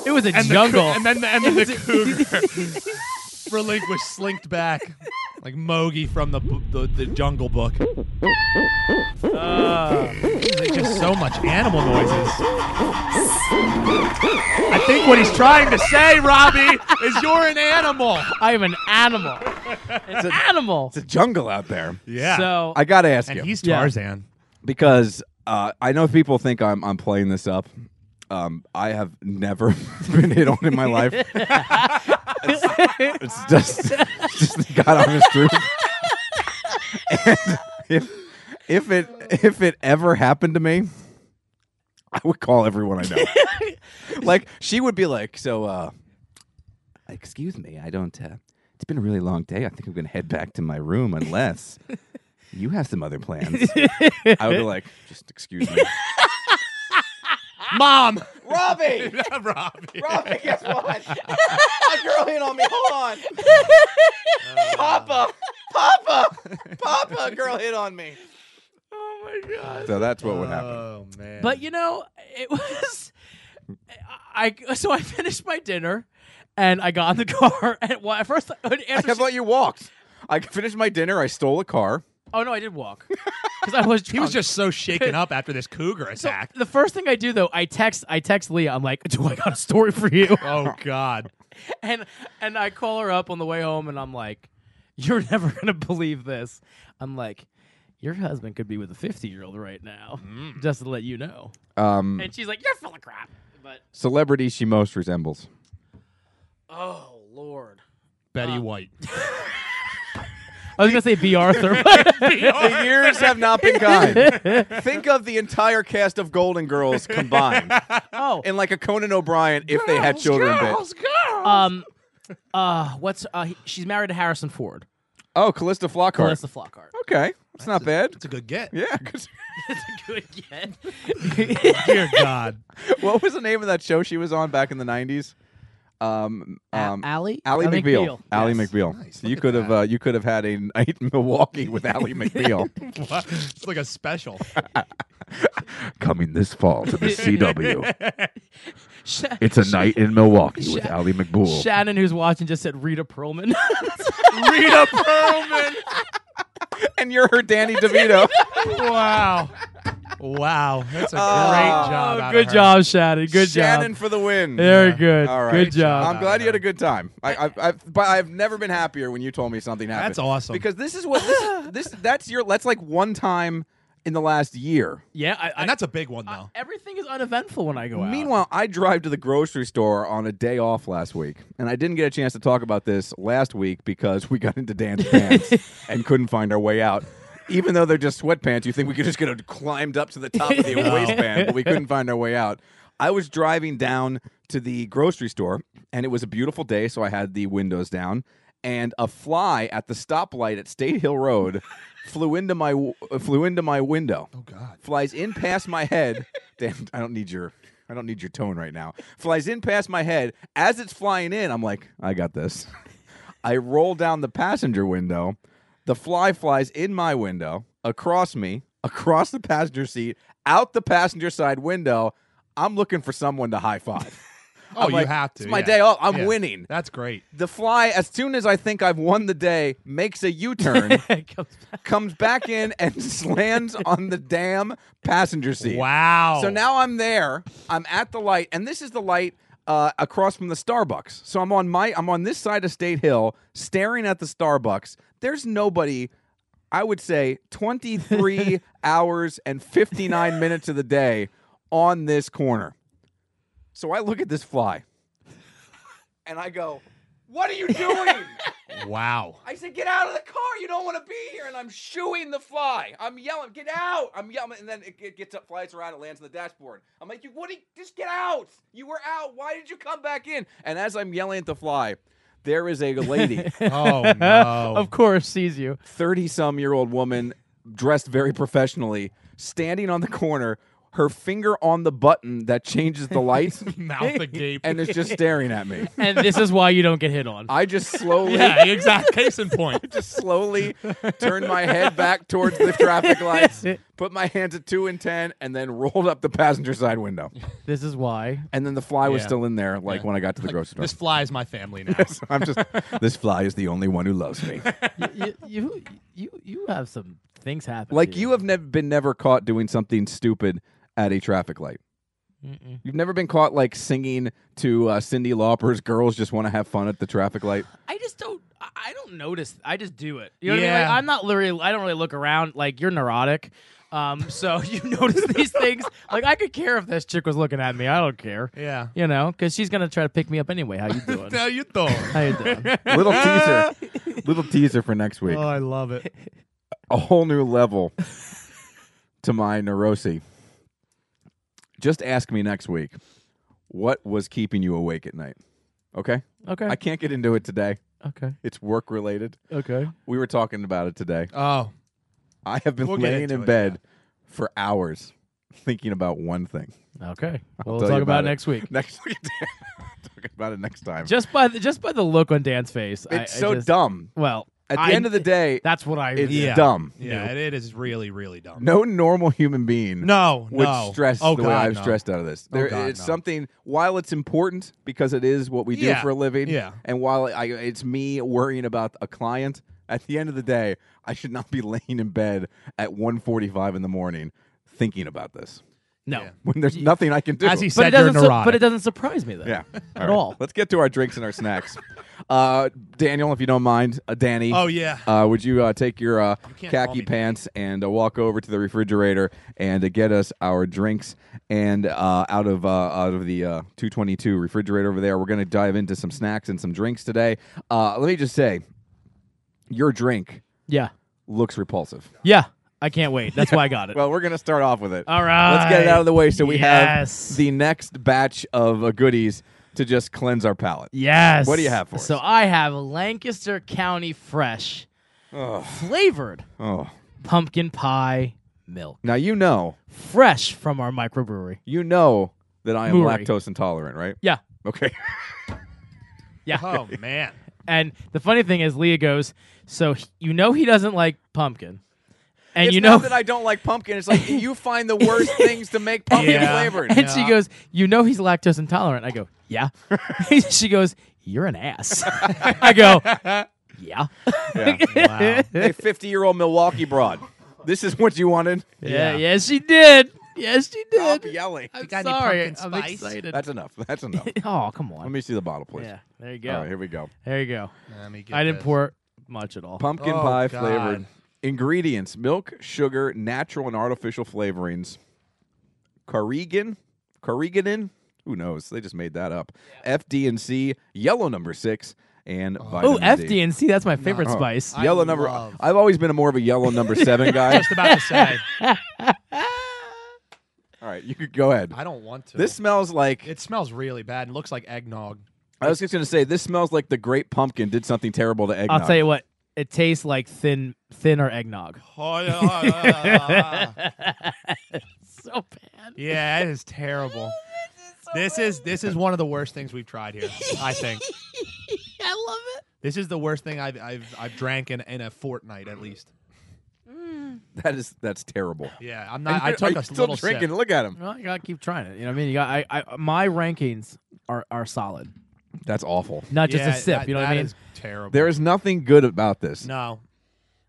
[SPEAKER 2] it was a
[SPEAKER 3] and the cou-
[SPEAKER 2] jungle.
[SPEAKER 3] and then the, and then the
[SPEAKER 2] (laughs)
[SPEAKER 3] cougar (laughs) relinquished, slinked back like Mogi from the, bu- the the Jungle Book. Uh, There's just so much animal noises. I think what he's trying to say, Robbie, is you're an animal.
[SPEAKER 2] I am an
[SPEAKER 3] (laughs)
[SPEAKER 2] animal. An animal.
[SPEAKER 1] it's a jungle out there.
[SPEAKER 3] Yeah.
[SPEAKER 2] So
[SPEAKER 1] I got to ask
[SPEAKER 3] and
[SPEAKER 1] you.
[SPEAKER 3] he's
[SPEAKER 2] Yeah.
[SPEAKER 3] Tarzan.
[SPEAKER 1] because uh, I know people think I'm I'm playing this up. Um, I have never (laughs) been hit on in my life. it's, it's just it's just the god honest truth. And if if it if it ever happened to me, I would call everyone I know. like she would be like, so uh, excuse me, I don't. Uh, it's been a really long day. I think I'm gonna head back to my room unless you have some other plans. I
[SPEAKER 3] (laughs)
[SPEAKER 1] would be like, just excuse me.
[SPEAKER 3] (laughs) (laughs) Mom.
[SPEAKER 4] (laughs)
[SPEAKER 1] Robbie!
[SPEAKER 3] (laughs) Robbie.
[SPEAKER 1] Robbie, guess what? My girl hit on me. Hold on.
[SPEAKER 4] (laughs)
[SPEAKER 1] Papa! Papa! Papa! Girl hit on me.
[SPEAKER 2] Oh my god.
[SPEAKER 1] So that's what would happen.
[SPEAKER 3] Oh man.
[SPEAKER 2] But you know, it was I so I finished my dinner and I got in the (laughs) car and well, at first after
[SPEAKER 1] I
[SPEAKER 2] she-
[SPEAKER 1] thought you walked. I finished my dinner. I stole a car.
[SPEAKER 2] Oh no, I
[SPEAKER 3] (laughs)
[SPEAKER 2] did walk. Cuz I was
[SPEAKER 3] he was
[SPEAKER 1] um,
[SPEAKER 2] drunk.
[SPEAKER 3] just so
[SPEAKER 1] (laughs)
[SPEAKER 3] shaken up after this cougar attack.
[SPEAKER 2] the first thing I do though, I text I text Leah. I'm like, (laughs) "Do I got a story for you?"
[SPEAKER 3] oh God.
[SPEAKER 2] (laughs) and and I call her up on the way home, and I'm like, "You're (laughs) never gonna believe this." I'm like, "Your husband could be with a 50 year old right now, just to let you know."
[SPEAKER 1] Um,
[SPEAKER 2] Mm. And she's like, "You're full of crap." But
[SPEAKER 1] celebrity she most resembles.
[SPEAKER 2] oh lord,
[SPEAKER 3] Betty
[SPEAKER 1] Uh, (laughs)
[SPEAKER 3] White.
[SPEAKER 2] I was gonna say B (laughs) Arthur. but-
[SPEAKER 3] Oh.
[SPEAKER 1] The years have not been
[SPEAKER 3] (laughs)
[SPEAKER 1] kind. Think of the entire cast of Golden Girls
[SPEAKER 3] (laughs)
[SPEAKER 1] combined,
[SPEAKER 2] oh,
[SPEAKER 1] and like a Conan O'Brien if they had children. bit.
[SPEAKER 2] um, uh, what's uh? he- she's married to Harrison Ford.
[SPEAKER 1] Oh, Callista Flockhart.
[SPEAKER 2] Melissa Flockhart.
[SPEAKER 1] Okay, that's not bad.
[SPEAKER 3] That's a good get.
[SPEAKER 1] Yeah. 'cause- (laughs)
[SPEAKER 2] (laughs) That's a good get.
[SPEAKER 3] Dear God.
[SPEAKER 1] what was the name of that show she was on back in the nineties? Um, (laughs) um,
[SPEAKER 2] Allie.
[SPEAKER 1] Ally McBeal. Ally
[SPEAKER 2] Yes.
[SPEAKER 1] McBeal.
[SPEAKER 3] Nice,
[SPEAKER 1] So you
[SPEAKER 3] look at
[SPEAKER 1] could have uh, you could have had a night in Milwaukee with
[SPEAKER 3] (laughs)
[SPEAKER 1] Ally McBeal.
[SPEAKER 3] What? It's like a special.
[SPEAKER 7] Coming this fall to
[SPEAKER 1] (laughs)
[SPEAKER 7] the CW,
[SPEAKER 2] Sha-
[SPEAKER 7] it's a night in Milwaukee with
[SPEAKER 2] Sha-
[SPEAKER 7] Ali McBool.
[SPEAKER 2] Shannon, who's watching, just said Rita Perlman. (laughs)
[SPEAKER 3] Rita Perlman.
[SPEAKER 1] and you're her (laughs) Danny DeVito.
[SPEAKER 3] Wow. Wow. That's a
[SPEAKER 1] Uh,
[SPEAKER 3] great job. out of
[SPEAKER 2] Oh, good
[SPEAKER 3] her.
[SPEAKER 2] job, Shannon. Good
[SPEAKER 1] Shannon
[SPEAKER 2] job.
[SPEAKER 1] for the win.
[SPEAKER 2] Very good.
[SPEAKER 1] All right.
[SPEAKER 2] Good job.
[SPEAKER 1] I'm glad you had a good time. I, I, I, but I've never been happier when you told me something happened.
[SPEAKER 3] That's awesome.
[SPEAKER 1] Because this is what this, this that's your that's like one time in the last year.
[SPEAKER 2] yeah, I, I,
[SPEAKER 3] And that's a big one, though.
[SPEAKER 2] everything is uneventful when I go out.
[SPEAKER 1] Meanwhile, I drive to the grocery store on a day off last week, and I didn't get a chance to talk about this last week because we got into Dan's pants and couldn't find our way out. Even though they're just sweatpants, you think we could just get climbed up to the top of the waistband, but we couldn't find our way out. I was driving down to the grocery store, and it was a beautiful day, so I had the windows down. And a fly at the stoplight at State Hill Road flew into my w- flew into my window flies in past my head. Damn, I don't need your I don't need your tone right now. Flies in past my head. As it's flying in, I'm like, I got this. (laughs) I roll down the passenger window. The fly flies in my window, across me, across the passenger seat, out the passenger side window. I'm looking for someone to high five.
[SPEAKER 3] Oh,
[SPEAKER 1] I'm
[SPEAKER 3] you
[SPEAKER 1] like,
[SPEAKER 3] have to.
[SPEAKER 1] It's my
[SPEAKER 3] yeah.
[SPEAKER 1] day off. I'm
[SPEAKER 3] Yeah.
[SPEAKER 1] winning.
[SPEAKER 3] That's great.
[SPEAKER 1] The fly, as soon as I think I've won the day, makes a U turn,
[SPEAKER 2] (laughs) It comes back.
[SPEAKER 1] comes back in, and (laughs) slams on the damn passenger seat.
[SPEAKER 3] Wow.
[SPEAKER 1] So now I'm there. I'm at the light, and this is the light uh, across from the Starbucks. So I'm on my I'm on this side of State Hill, staring at the Starbucks. There's nobody. I would say 23 hours and 59 minutes of the day on this corner. So I look at this fly, and I go, "What are you doing? (laughs)
[SPEAKER 3] Wow.
[SPEAKER 9] I said, "Get out of the car! You don't want to be here!" And I'm shooing the fly. I'm yelling, "Get out!" I'm yelling, and then it, it gets up, flies around, it lands on the dashboard. I'm like, "You Woody, just get out! You were out. Why did you come back in?" And as I'm yelling at the fly, there is a lady,
[SPEAKER 3] Oh no.
[SPEAKER 2] of course, sees you.
[SPEAKER 1] thirty-some-year-old woman, dressed very professionally, standing on the corner, her finger on the button that changes the lights,
[SPEAKER 3] Mouth agape.
[SPEAKER 1] and is just staring at me.
[SPEAKER 2] (laughs) And this is why you don't get hit on.
[SPEAKER 1] I just slowly.
[SPEAKER 3] yeah,
[SPEAKER 2] (laughs)
[SPEAKER 3] exact case in point.
[SPEAKER 1] just slowly turned my head back towards the traffic
[SPEAKER 3] (laughs)
[SPEAKER 1] lights, put my hands at two and ten, and then rolled up the passenger side window.
[SPEAKER 2] This is why.
[SPEAKER 1] And then the fly was
[SPEAKER 3] Yeah.
[SPEAKER 1] still in there, like when I got to the grocery store.
[SPEAKER 3] This fly is my family now.
[SPEAKER 1] (laughs) So I'm
[SPEAKER 3] (laughs)
[SPEAKER 1] just this fly is the only one who loves me.
[SPEAKER 2] you, you you you have some things happen.
[SPEAKER 1] Like
[SPEAKER 2] to
[SPEAKER 1] you have never been never caught doing something stupid at a traffic light. You've never been caught like singing to uh, Cindy Lauper's "Girls Just Want to Have Fun" at the traffic light.
[SPEAKER 2] I just don't. I- I don't notice. I just do it. You know what I mean?
[SPEAKER 3] Yeah.
[SPEAKER 2] Like, I'm not literally. I don't really look around. Like you're neurotic. Um, so (laughs) you notice these things. Like I could care if this chick was looking at me. I don't care.
[SPEAKER 3] Yeah.
[SPEAKER 2] You know, because she's gonna try to pick me up
[SPEAKER 1] (laughs)
[SPEAKER 2] anyway. How you doing?
[SPEAKER 3] Now you thought.
[SPEAKER 2] How you doing?
[SPEAKER 1] Little
[SPEAKER 3] (laughs)
[SPEAKER 1] teaser, little teaser for next week.
[SPEAKER 3] I love it.
[SPEAKER 1] a whole new level to my neurosis. Just ask me next week what was keeping you awake at night. Okay?
[SPEAKER 2] Okay.
[SPEAKER 1] I can't get into it today.
[SPEAKER 2] okay.
[SPEAKER 1] It's work related.
[SPEAKER 2] Okay.
[SPEAKER 1] We were talking about it today.
[SPEAKER 3] Oh.
[SPEAKER 1] I have been
[SPEAKER 3] We'll get
[SPEAKER 1] laying
[SPEAKER 3] into
[SPEAKER 1] in
[SPEAKER 3] it,
[SPEAKER 1] bed for hours thinking about one thing.
[SPEAKER 2] Okay.
[SPEAKER 1] I'll
[SPEAKER 2] We'll
[SPEAKER 1] tell
[SPEAKER 2] talk
[SPEAKER 1] you
[SPEAKER 2] about,
[SPEAKER 1] it.
[SPEAKER 2] it next
[SPEAKER 1] (laughs)
[SPEAKER 2] week.
[SPEAKER 1] Next week. talk about it next time.
[SPEAKER 2] Just by the just by the look on Dan's face, I-
[SPEAKER 1] it's
[SPEAKER 2] I
[SPEAKER 1] so
[SPEAKER 2] just-
[SPEAKER 1] dumb.
[SPEAKER 2] Well,
[SPEAKER 1] At the
[SPEAKER 2] I-
[SPEAKER 1] end of the day,
[SPEAKER 2] that's what I.
[SPEAKER 1] it's
[SPEAKER 3] Yeah.
[SPEAKER 1] dumb.
[SPEAKER 3] Yeah, it is really, really dumb.
[SPEAKER 1] No normal human being
[SPEAKER 3] No,
[SPEAKER 1] would
[SPEAKER 3] no.
[SPEAKER 1] stress
[SPEAKER 3] oh,
[SPEAKER 1] the
[SPEAKER 3] God,
[SPEAKER 1] way I've
[SPEAKER 3] no. Oh,
[SPEAKER 1] stressed out of this. There is
[SPEAKER 3] God, no.
[SPEAKER 1] something while it's important because it is what we do
[SPEAKER 3] Yeah,
[SPEAKER 1] for a living,
[SPEAKER 3] yeah.
[SPEAKER 1] and while I, it's me worrying about a client, at the end of the day, I should not be (laughs) laying in bed at 1.45 in the morning thinking about this
[SPEAKER 2] no.
[SPEAKER 1] when there's nothing I can do.
[SPEAKER 3] As he
[SPEAKER 2] But it
[SPEAKER 3] said, you're
[SPEAKER 2] doesn't. su-
[SPEAKER 3] neurotic.
[SPEAKER 2] but it doesn't surprise me though.
[SPEAKER 1] yeah,
[SPEAKER 2] At all.
[SPEAKER 1] Let's get to our drinks and our snacks. Uh, Daniel, if you don't mind, uh, Danny. (laughs)
[SPEAKER 3] oh, yeah.
[SPEAKER 1] Uh, would you uh, take your uh,
[SPEAKER 3] can't call
[SPEAKER 1] khaki
[SPEAKER 3] me
[SPEAKER 1] pants and uh, walk over to the refrigerator and uh, get us our drinks and uh, out of uh, out of the uh, 222 refrigerator over there? We're going to dive into some snacks and some drinks today. Uh, let me just say, your drink
[SPEAKER 2] Yeah.
[SPEAKER 1] looks repulsive.
[SPEAKER 2] Yeah. I can't wait. That's why
[SPEAKER 1] (laughs)
[SPEAKER 2] I got it.
[SPEAKER 1] Well, we're going to start off with it.
[SPEAKER 2] All right.
[SPEAKER 1] Let's get it out of the way so we
[SPEAKER 2] Yes.
[SPEAKER 1] have the next batch of uh, goodies to just cleanse our palate.
[SPEAKER 2] Yes.
[SPEAKER 1] What do you have for us?
[SPEAKER 2] So I have Lancaster County Fresh flavored
[SPEAKER 1] Oh,
[SPEAKER 2] pumpkin pie milk,
[SPEAKER 1] now you know,
[SPEAKER 2] fresh from our microbrewery.
[SPEAKER 1] you know that I am
[SPEAKER 2] Moorie.
[SPEAKER 1] lactose intolerant, right?
[SPEAKER 2] Yeah.
[SPEAKER 1] Okay.
[SPEAKER 2] Yeah.
[SPEAKER 1] Uh-huh.
[SPEAKER 3] oh, man.
[SPEAKER 2] And the funny thing is, Leah goes, so he- you know he doesn't like pumpkin, and
[SPEAKER 1] it's
[SPEAKER 2] you know.
[SPEAKER 1] not that I don't like pumpkin. It's like you find the
[SPEAKER 2] (laughs)
[SPEAKER 1] worst things to make pumpkin
[SPEAKER 3] Yeah.
[SPEAKER 1] flavored.
[SPEAKER 2] and she goes, "You know he's lactose intolerant." I go,
[SPEAKER 1] (laughs)
[SPEAKER 2] "Yeah." (laughs) she goes, "You're an ass."
[SPEAKER 1] (laughs)
[SPEAKER 2] I go, (laughs)
[SPEAKER 1] Yeah.
[SPEAKER 2] "Yeah."
[SPEAKER 3] Wow.
[SPEAKER 1] Hey, fifty-year-old Milwaukee broad. This is what you
[SPEAKER 3] (laughs)
[SPEAKER 1] wanted.
[SPEAKER 2] Yeah, yes, she did. Yes, she
[SPEAKER 1] Stop
[SPEAKER 2] did.
[SPEAKER 1] yelling.
[SPEAKER 2] I'm
[SPEAKER 3] got any
[SPEAKER 2] sorry.
[SPEAKER 3] pumpkin
[SPEAKER 2] I'm
[SPEAKER 3] spice?
[SPEAKER 2] excited.
[SPEAKER 1] That's enough. That's
[SPEAKER 2] (laughs)
[SPEAKER 1] enough.
[SPEAKER 2] oh, come on.
[SPEAKER 1] Let me see the bottle, please.
[SPEAKER 2] yeah, there you go.
[SPEAKER 1] All right, here we go.
[SPEAKER 2] There you go.
[SPEAKER 3] Let me get
[SPEAKER 2] I didn't
[SPEAKER 3] this.
[SPEAKER 2] pour much at all.
[SPEAKER 1] Pumpkin
[SPEAKER 3] Oh,
[SPEAKER 1] pie
[SPEAKER 3] God.
[SPEAKER 1] flavored ingredients: milk, sugar, natural and artificial flavorings, carrigan, carriganin. Who knows? They just mmade that up. FD&C, yellow number six, and
[SPEAKER 2] Oh,
[SPEAKER 1] vitamin D.
[SPEAKER 2] FD&C, that's my favorite spice.
[SPEAKER 3] I
[SPEAKER 1] Yellow number.
[SPEAKER 3] love-
[SPEAKER 1] I've always been a more of a yellow number
[SPEAKER 2] (laughs)
[SPEAKER 1] seven guy.
[SPEAKER 3] Just about to (laughs) say,
[SPEAKER 1] All right, you could go ahead.
[SPEAKER 3] I don't want to.
[SPEAKER 1] This smells like.
[SPEAKER 3] It smells really bad and looks like (laughs) eggnog.
[SPEAKER 1] I was just gonna say this smells like the Great Pumpkin did something terrible to eggnog.
[SPEAKER 2] I'll tell you what, it tastes like thin thin or eggnog.
[SPEAKER 3] Oh, yeah,
[SPEAKER 2] (laughs)
[SPEAKER 3] oh,
[SPEAKER 2] So bad.
[SPEAKER 3] it is terrible.
[SPEAKER 1] Oh,
[SPEAKER 3] This is this is one of the worst things we've tried here.
[SPEAKER 1] (laughs)
[SPEAKER 3] I think
[SPEAKER 2] I love it.
[SPEAKER 3] this is the worst thing I've I've I've drank in, in a fortnight at least.
[SPEAKER 1] that is that's terrible.
[SPEAKER 3] Yeah, I'm not.
[SPEAKER 1] And
[SPEAKER 3] I
[SPEAKER 1] you're-
[SPEAKER 3] took
[SPEAKER 1] are
[SPEAKER 3] a
[SPEAKER 1] you still
[SPEAKER 3] little
[SPEAKER 1] drinking.
[SPEAKER 3] sip.
[SPEAKER 1] Look at him.
[SPEAKER 2] Well, you gotta keep trying it. You know what I mean? You got I, I my rankings are are solid.
[SPEAKER 1] That's awful.
[SPEAKER 2] Not
[SPEAKER 3] Yeah,
[SPEAKER 2] just a sip,
[SPEAKER 3] that-
[SPEAKER 2] you know what I
[SPEAKER 3] that
[SPEAKER 2] mean?
[SPEAKER 3] is terrible.
[SPEAKER 1] There is nothing good about this.
[SPEAKER 3] no,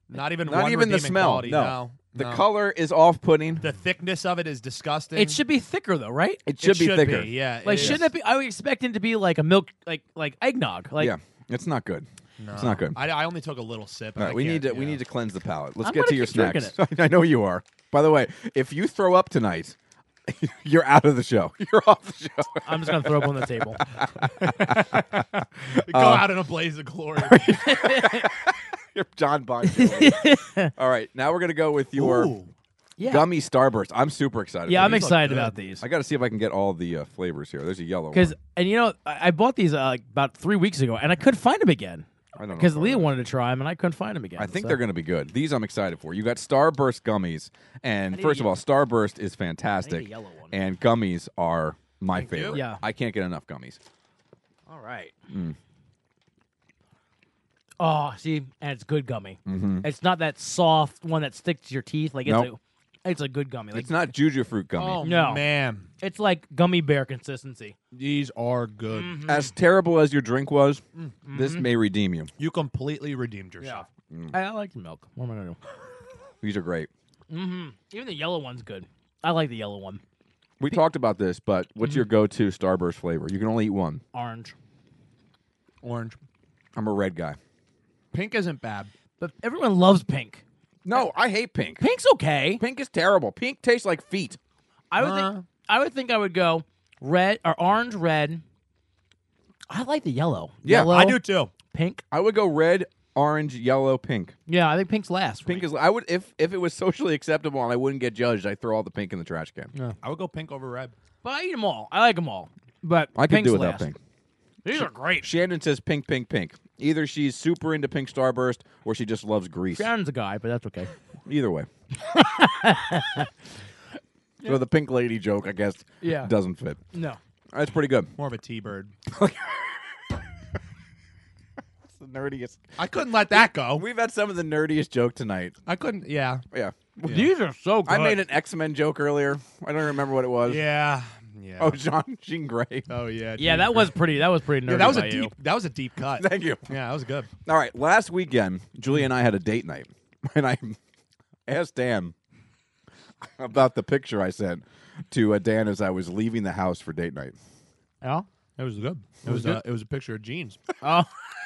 [SPEAKER 3] not even
[SPEAKER 1] Not
[SPEAKER 3] one
[SPEAKER 1] even the
[SPEAKER 3] redeeming
[SPEAKER 1] smell.
[SPEAKER 3] quality,
[SPEAKER 1] no.
[SPEAKER 3] no,
[SPEAKER 1] the
[SPEAKER 3] no.
[SPEAKER 1] color is off-putting.
[SPEAKER 3] the thickness of it is disgusting.
[SPEAKER 2] It should be thicker though, right?
[SPEAKER 1] It
[SPEAKER 3] It
[SPEAKER 1] should, be thicker.
[SPEAKER 3] yeah,
[SPEAKER 2] Like
[SPEAKER 3] is.
[SPEAKER 2] shouldn't it be I would expect it to be like a milk like like eggnog. Like
[SPEAKER 1] yeah, it's not good. It's
[SPEAKER 3] No.
[SPEAKER 1] not good.
[SPEAKER 3] I, I only took a little sip.
[SPEAKER 1] All
[SPEAKER 3] I
[SPEAKER 1] right, we need to
[SPEAKER 3] can't-
[SPEAKER 1] we
[SPEAKER 3] yeah.
[SPEAKER 1] need to cleanse the palate. Let's
[SPEAKER 2] I'm
[SPEAKER 1] get (laughs)
[SPEAKER 2] gonna
[SPEAKER 1] to your
[SPEAKER 2] keep drinking
[SPEAKER 1] snacks. I know you are. By the way, if you throw up tonight, (laughs) You're out of the show. (laughs) You're off the show.
[SPEAKER 2] I'm just gonna throw (laughs) up on the table.
[SPEAKER 3] Go out in a blaze of glory.
[SPEAKER 1] (laughs) You're John Bon. Jovi.
[SPEAKER 2] (laughs)
[SPEAKER 1] All right, now we're gonna go with your
[SPEAKER 3] Ooh.
[SPEAKER 2] Yeah,
[SPEAKER 1] gummy starburst. I'm super excited.
[SPEAKER 2] yeah,
[SPEAKER 1] for
[SPEAKER 2] I'm
[SPEAKER 1] these.
[SPEAKER 2] excited about these
[SPEAKER 1] I got to see if I can get all the uh, flavors here. There's a yellow
[SPEAKER 2] because,
[SPEAKER 1] one.
[SPEAKER 2] and you know, I, I bought these uh, like about three weeks ago, and I couldn't find them again
[SPEAKER 1] I don't know
[SPEAKER 2] because
[SPEAKER 1] if I
[SPEAKER 2] Leah
[SPEAKER 1] like-
[SPEAKER 2] wanted to try them, and I couldn't find them again.
[SPEAKER 1] I think
[SPEAKER 2] so-
[SPEAKER 1] they're going to be good. These I'm excited for. You got Starburst gummies, and
[SPEAKER 2] need
[SPEAKER 1] first
[SPEAKER 2] a
[SPEAKER 1] of all, Starburst is fantastic.
[SPEAKER 2] yellow one.
[SPEAKER 1] And gummies are my
[SPEAKER 3] you.
[SPEAKER 1] favorite.
[SPEAKER 2] Yeah.
[SPEAKER 1] I can't get enough gummies.
[SPEAKER 2] All right.
[SPEAKER 1] Mm.
[SPEAKER 2] Oh, see, and it's good gummy. It's not that soft one that sticks to your teeth. Like it's
[SPEAKER 1] Mm-hmm. Nope.
[SPEAKER 2] a, it's a good gummy. Like
[SPEAKER 1] It's not juju fruit gummy.
[SPEAKER 3] Oh
[SPEAKER 2] No.
[SPEAKER 3] man,
[SPEAKER 2] it's like gummy bear consistency.
[SPEAKER 3] these are good.
[SPEAKER 2] Mm-hmm.
[SPEAKER 1] As terrible as your drink was, this may redeem you.
[SPEAKER 3] You completely redeemed yourself.
[SPEAKER 1] Mm.
[SPEAKER 2] I, I like the milk. What am I gonna do?
[SPEAKER 1] These are great.
[SPEAKER 2] Even the yellow one's good. I like the yellow one.
[SPEAKER 1] We talked about this, but what's
[SPEAKER 2] Mm-hmm.
[SPEAKER 1] your go-to Starburst flavor? You can only eat one.
[SPEAKER 2] Orange.
[SPEAKER 3] Orange,
[SPEAKER 1] I'm a red guy.
[SPEAKER 3] pink isn't bad.
[SPEAKER 2] But everyone loves pink.
[SPEAKER 1] No, I hate pink.
[SPEAKER 2] Pink's okay.
[SPEAKER 1] Pink is terrible. Pink tastes like feet.
[SPEAKER 2] I would think I would think I would go red or orange red. I like the yellow.
[SPEAKER 1] Yeah,
[SPEAKER 2] Yellow,
[SPEAKER 3] I do too.
[SPEAKER 2] pink.
[SPEAKER 1] I would go red, orange, yellow, pink.
[SPEAKER 2] Yeah, I think pink's last.
[SPEAKER 1] Pink is I would if if it was socially acceptable and I wouldn't get judged, I throw all the pink in the trash can.
[SPEAKER 3] I would go pink over red.
[SPEAKER 2] But I eat them all. I like them all. But
[SPEAKER 1] I could
[SPEAKER 2] pink's
[SPEAKER 1] do without
[SPEAKER 2] last.
[SPEAKER 1] pink.
[SPEAKER 2] These are great.
[SPEAKER 1] Shannon says pink, pink, pink. Either she's super into pink starburst or she just loves grease.
[SPEAKER 2] Shannon's a guy, but that's okay.
[SPEAKER 1] Either (laughs) way. So the pink lady joke, I guess,
[SPEAKER 2] Yeah.
[SPEAKER 1] doesn't fit.
[SPEAKER 2] No.
[SPEAKER 1] That's pretty good.
[SPEAKER 3] More of a tea bird.
[SPEAKER 1] That's the nerdiest.
[SPEAKER 3] I couldn't let that go.
[SPEAKER 1] We've had some of the nerdiest joke tonight.
[SPEAKER 3] I couldn't. Yeah.
[SPEAKER 1] Yeah.
[SPEAKER 2] These are so good.
[SPEAKER 1] I made an X Men joke earlier. I don't remember what it was.
[SPEAKER 3] Yeah. Yeah.
[SPEAKER 1] Oh, Jean Jean Grey.
[SPEAKER 3] Oh, yeah.
[SPEAKER 2] Yeah,
[SPEAKER 3] dude.
[SPEAKER 2] that was pretty. That was pretty nerdy.
[SPEAKER 3] Yeah, that was a
[SPEAKER 2] by
[SPEAKER 3] deep.
[SPEAKER 2] you.
[SPEAKER 3] That was a deep
[SPEAKER 1] (laughs)
[SPEAKER 3] cut.
[SPEAKER 1] Thank you.
[SPEAKER 3] Yeah, that was good.
[SPEAKER 1] All right. Last weekend, Julie and I had a date night, (laughs) and I asked Dan about the picture I sent to uh, Dan as I was leaving the house for date night.
[SPEAKER 2] Yeah.
[SPEAKER 3] It was good. It was. A, it was a picture of (laughs) jeans.
[SPEAKER 2] Oh.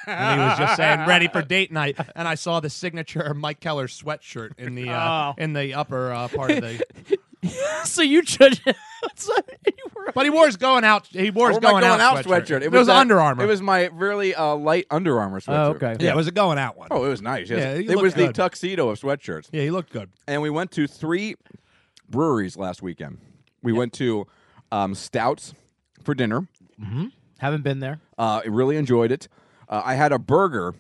[SPEAKER 3] and he was just saying ready for date night and i saw the signature mike keller sweatshirt in the uh,
[SPEAKER 2] Oh.
[SPEAKER 3] in the upper uh, part of the
[SPEAKER 2] (laughs)
[SPEAKER 3] (laughs)
[SPEAKER 2] so you judge. (laughs) so you were-
[SPEAKER 3] but he wore his going out he wore his
[SPEAKER 1] Or Oh, my
[SPEAKER 3] going, out, sweatshirt,
[SPEAKER 1] It,
[SPEAKER 3] was,
[SPEAKER 1] that-
[SPEAKER 3] under armor
[SPEAKER 1] It was my really uh, light Under Armour sweatshirt.
[SPEAKER 2] Oh, okay.
[SPEAKER 3] yeah it was a going out one.
[SPEAKER 1] Oh, it was nice.
[SPEAKER 3] Yeah,
[SPEAKER 1] Yes.
[SPEAKER 3] you
[SPEAKER 1] it
[SPEAKER 3] look
[SPEAKER 1] was the
[SPEAKER 3] good.
[SPEAKER 1] tuxedo of sweatshirts.
[SPEAKER 3] yeah he looked good
[SPEAKER 1] and we went to three breweries last weekend. We went to um, Stouts for dinner.
[SPEAKER 2] Haven't been there.
[SPEAKER 1] Uh, I really enjoyed it. Uh, I had a burger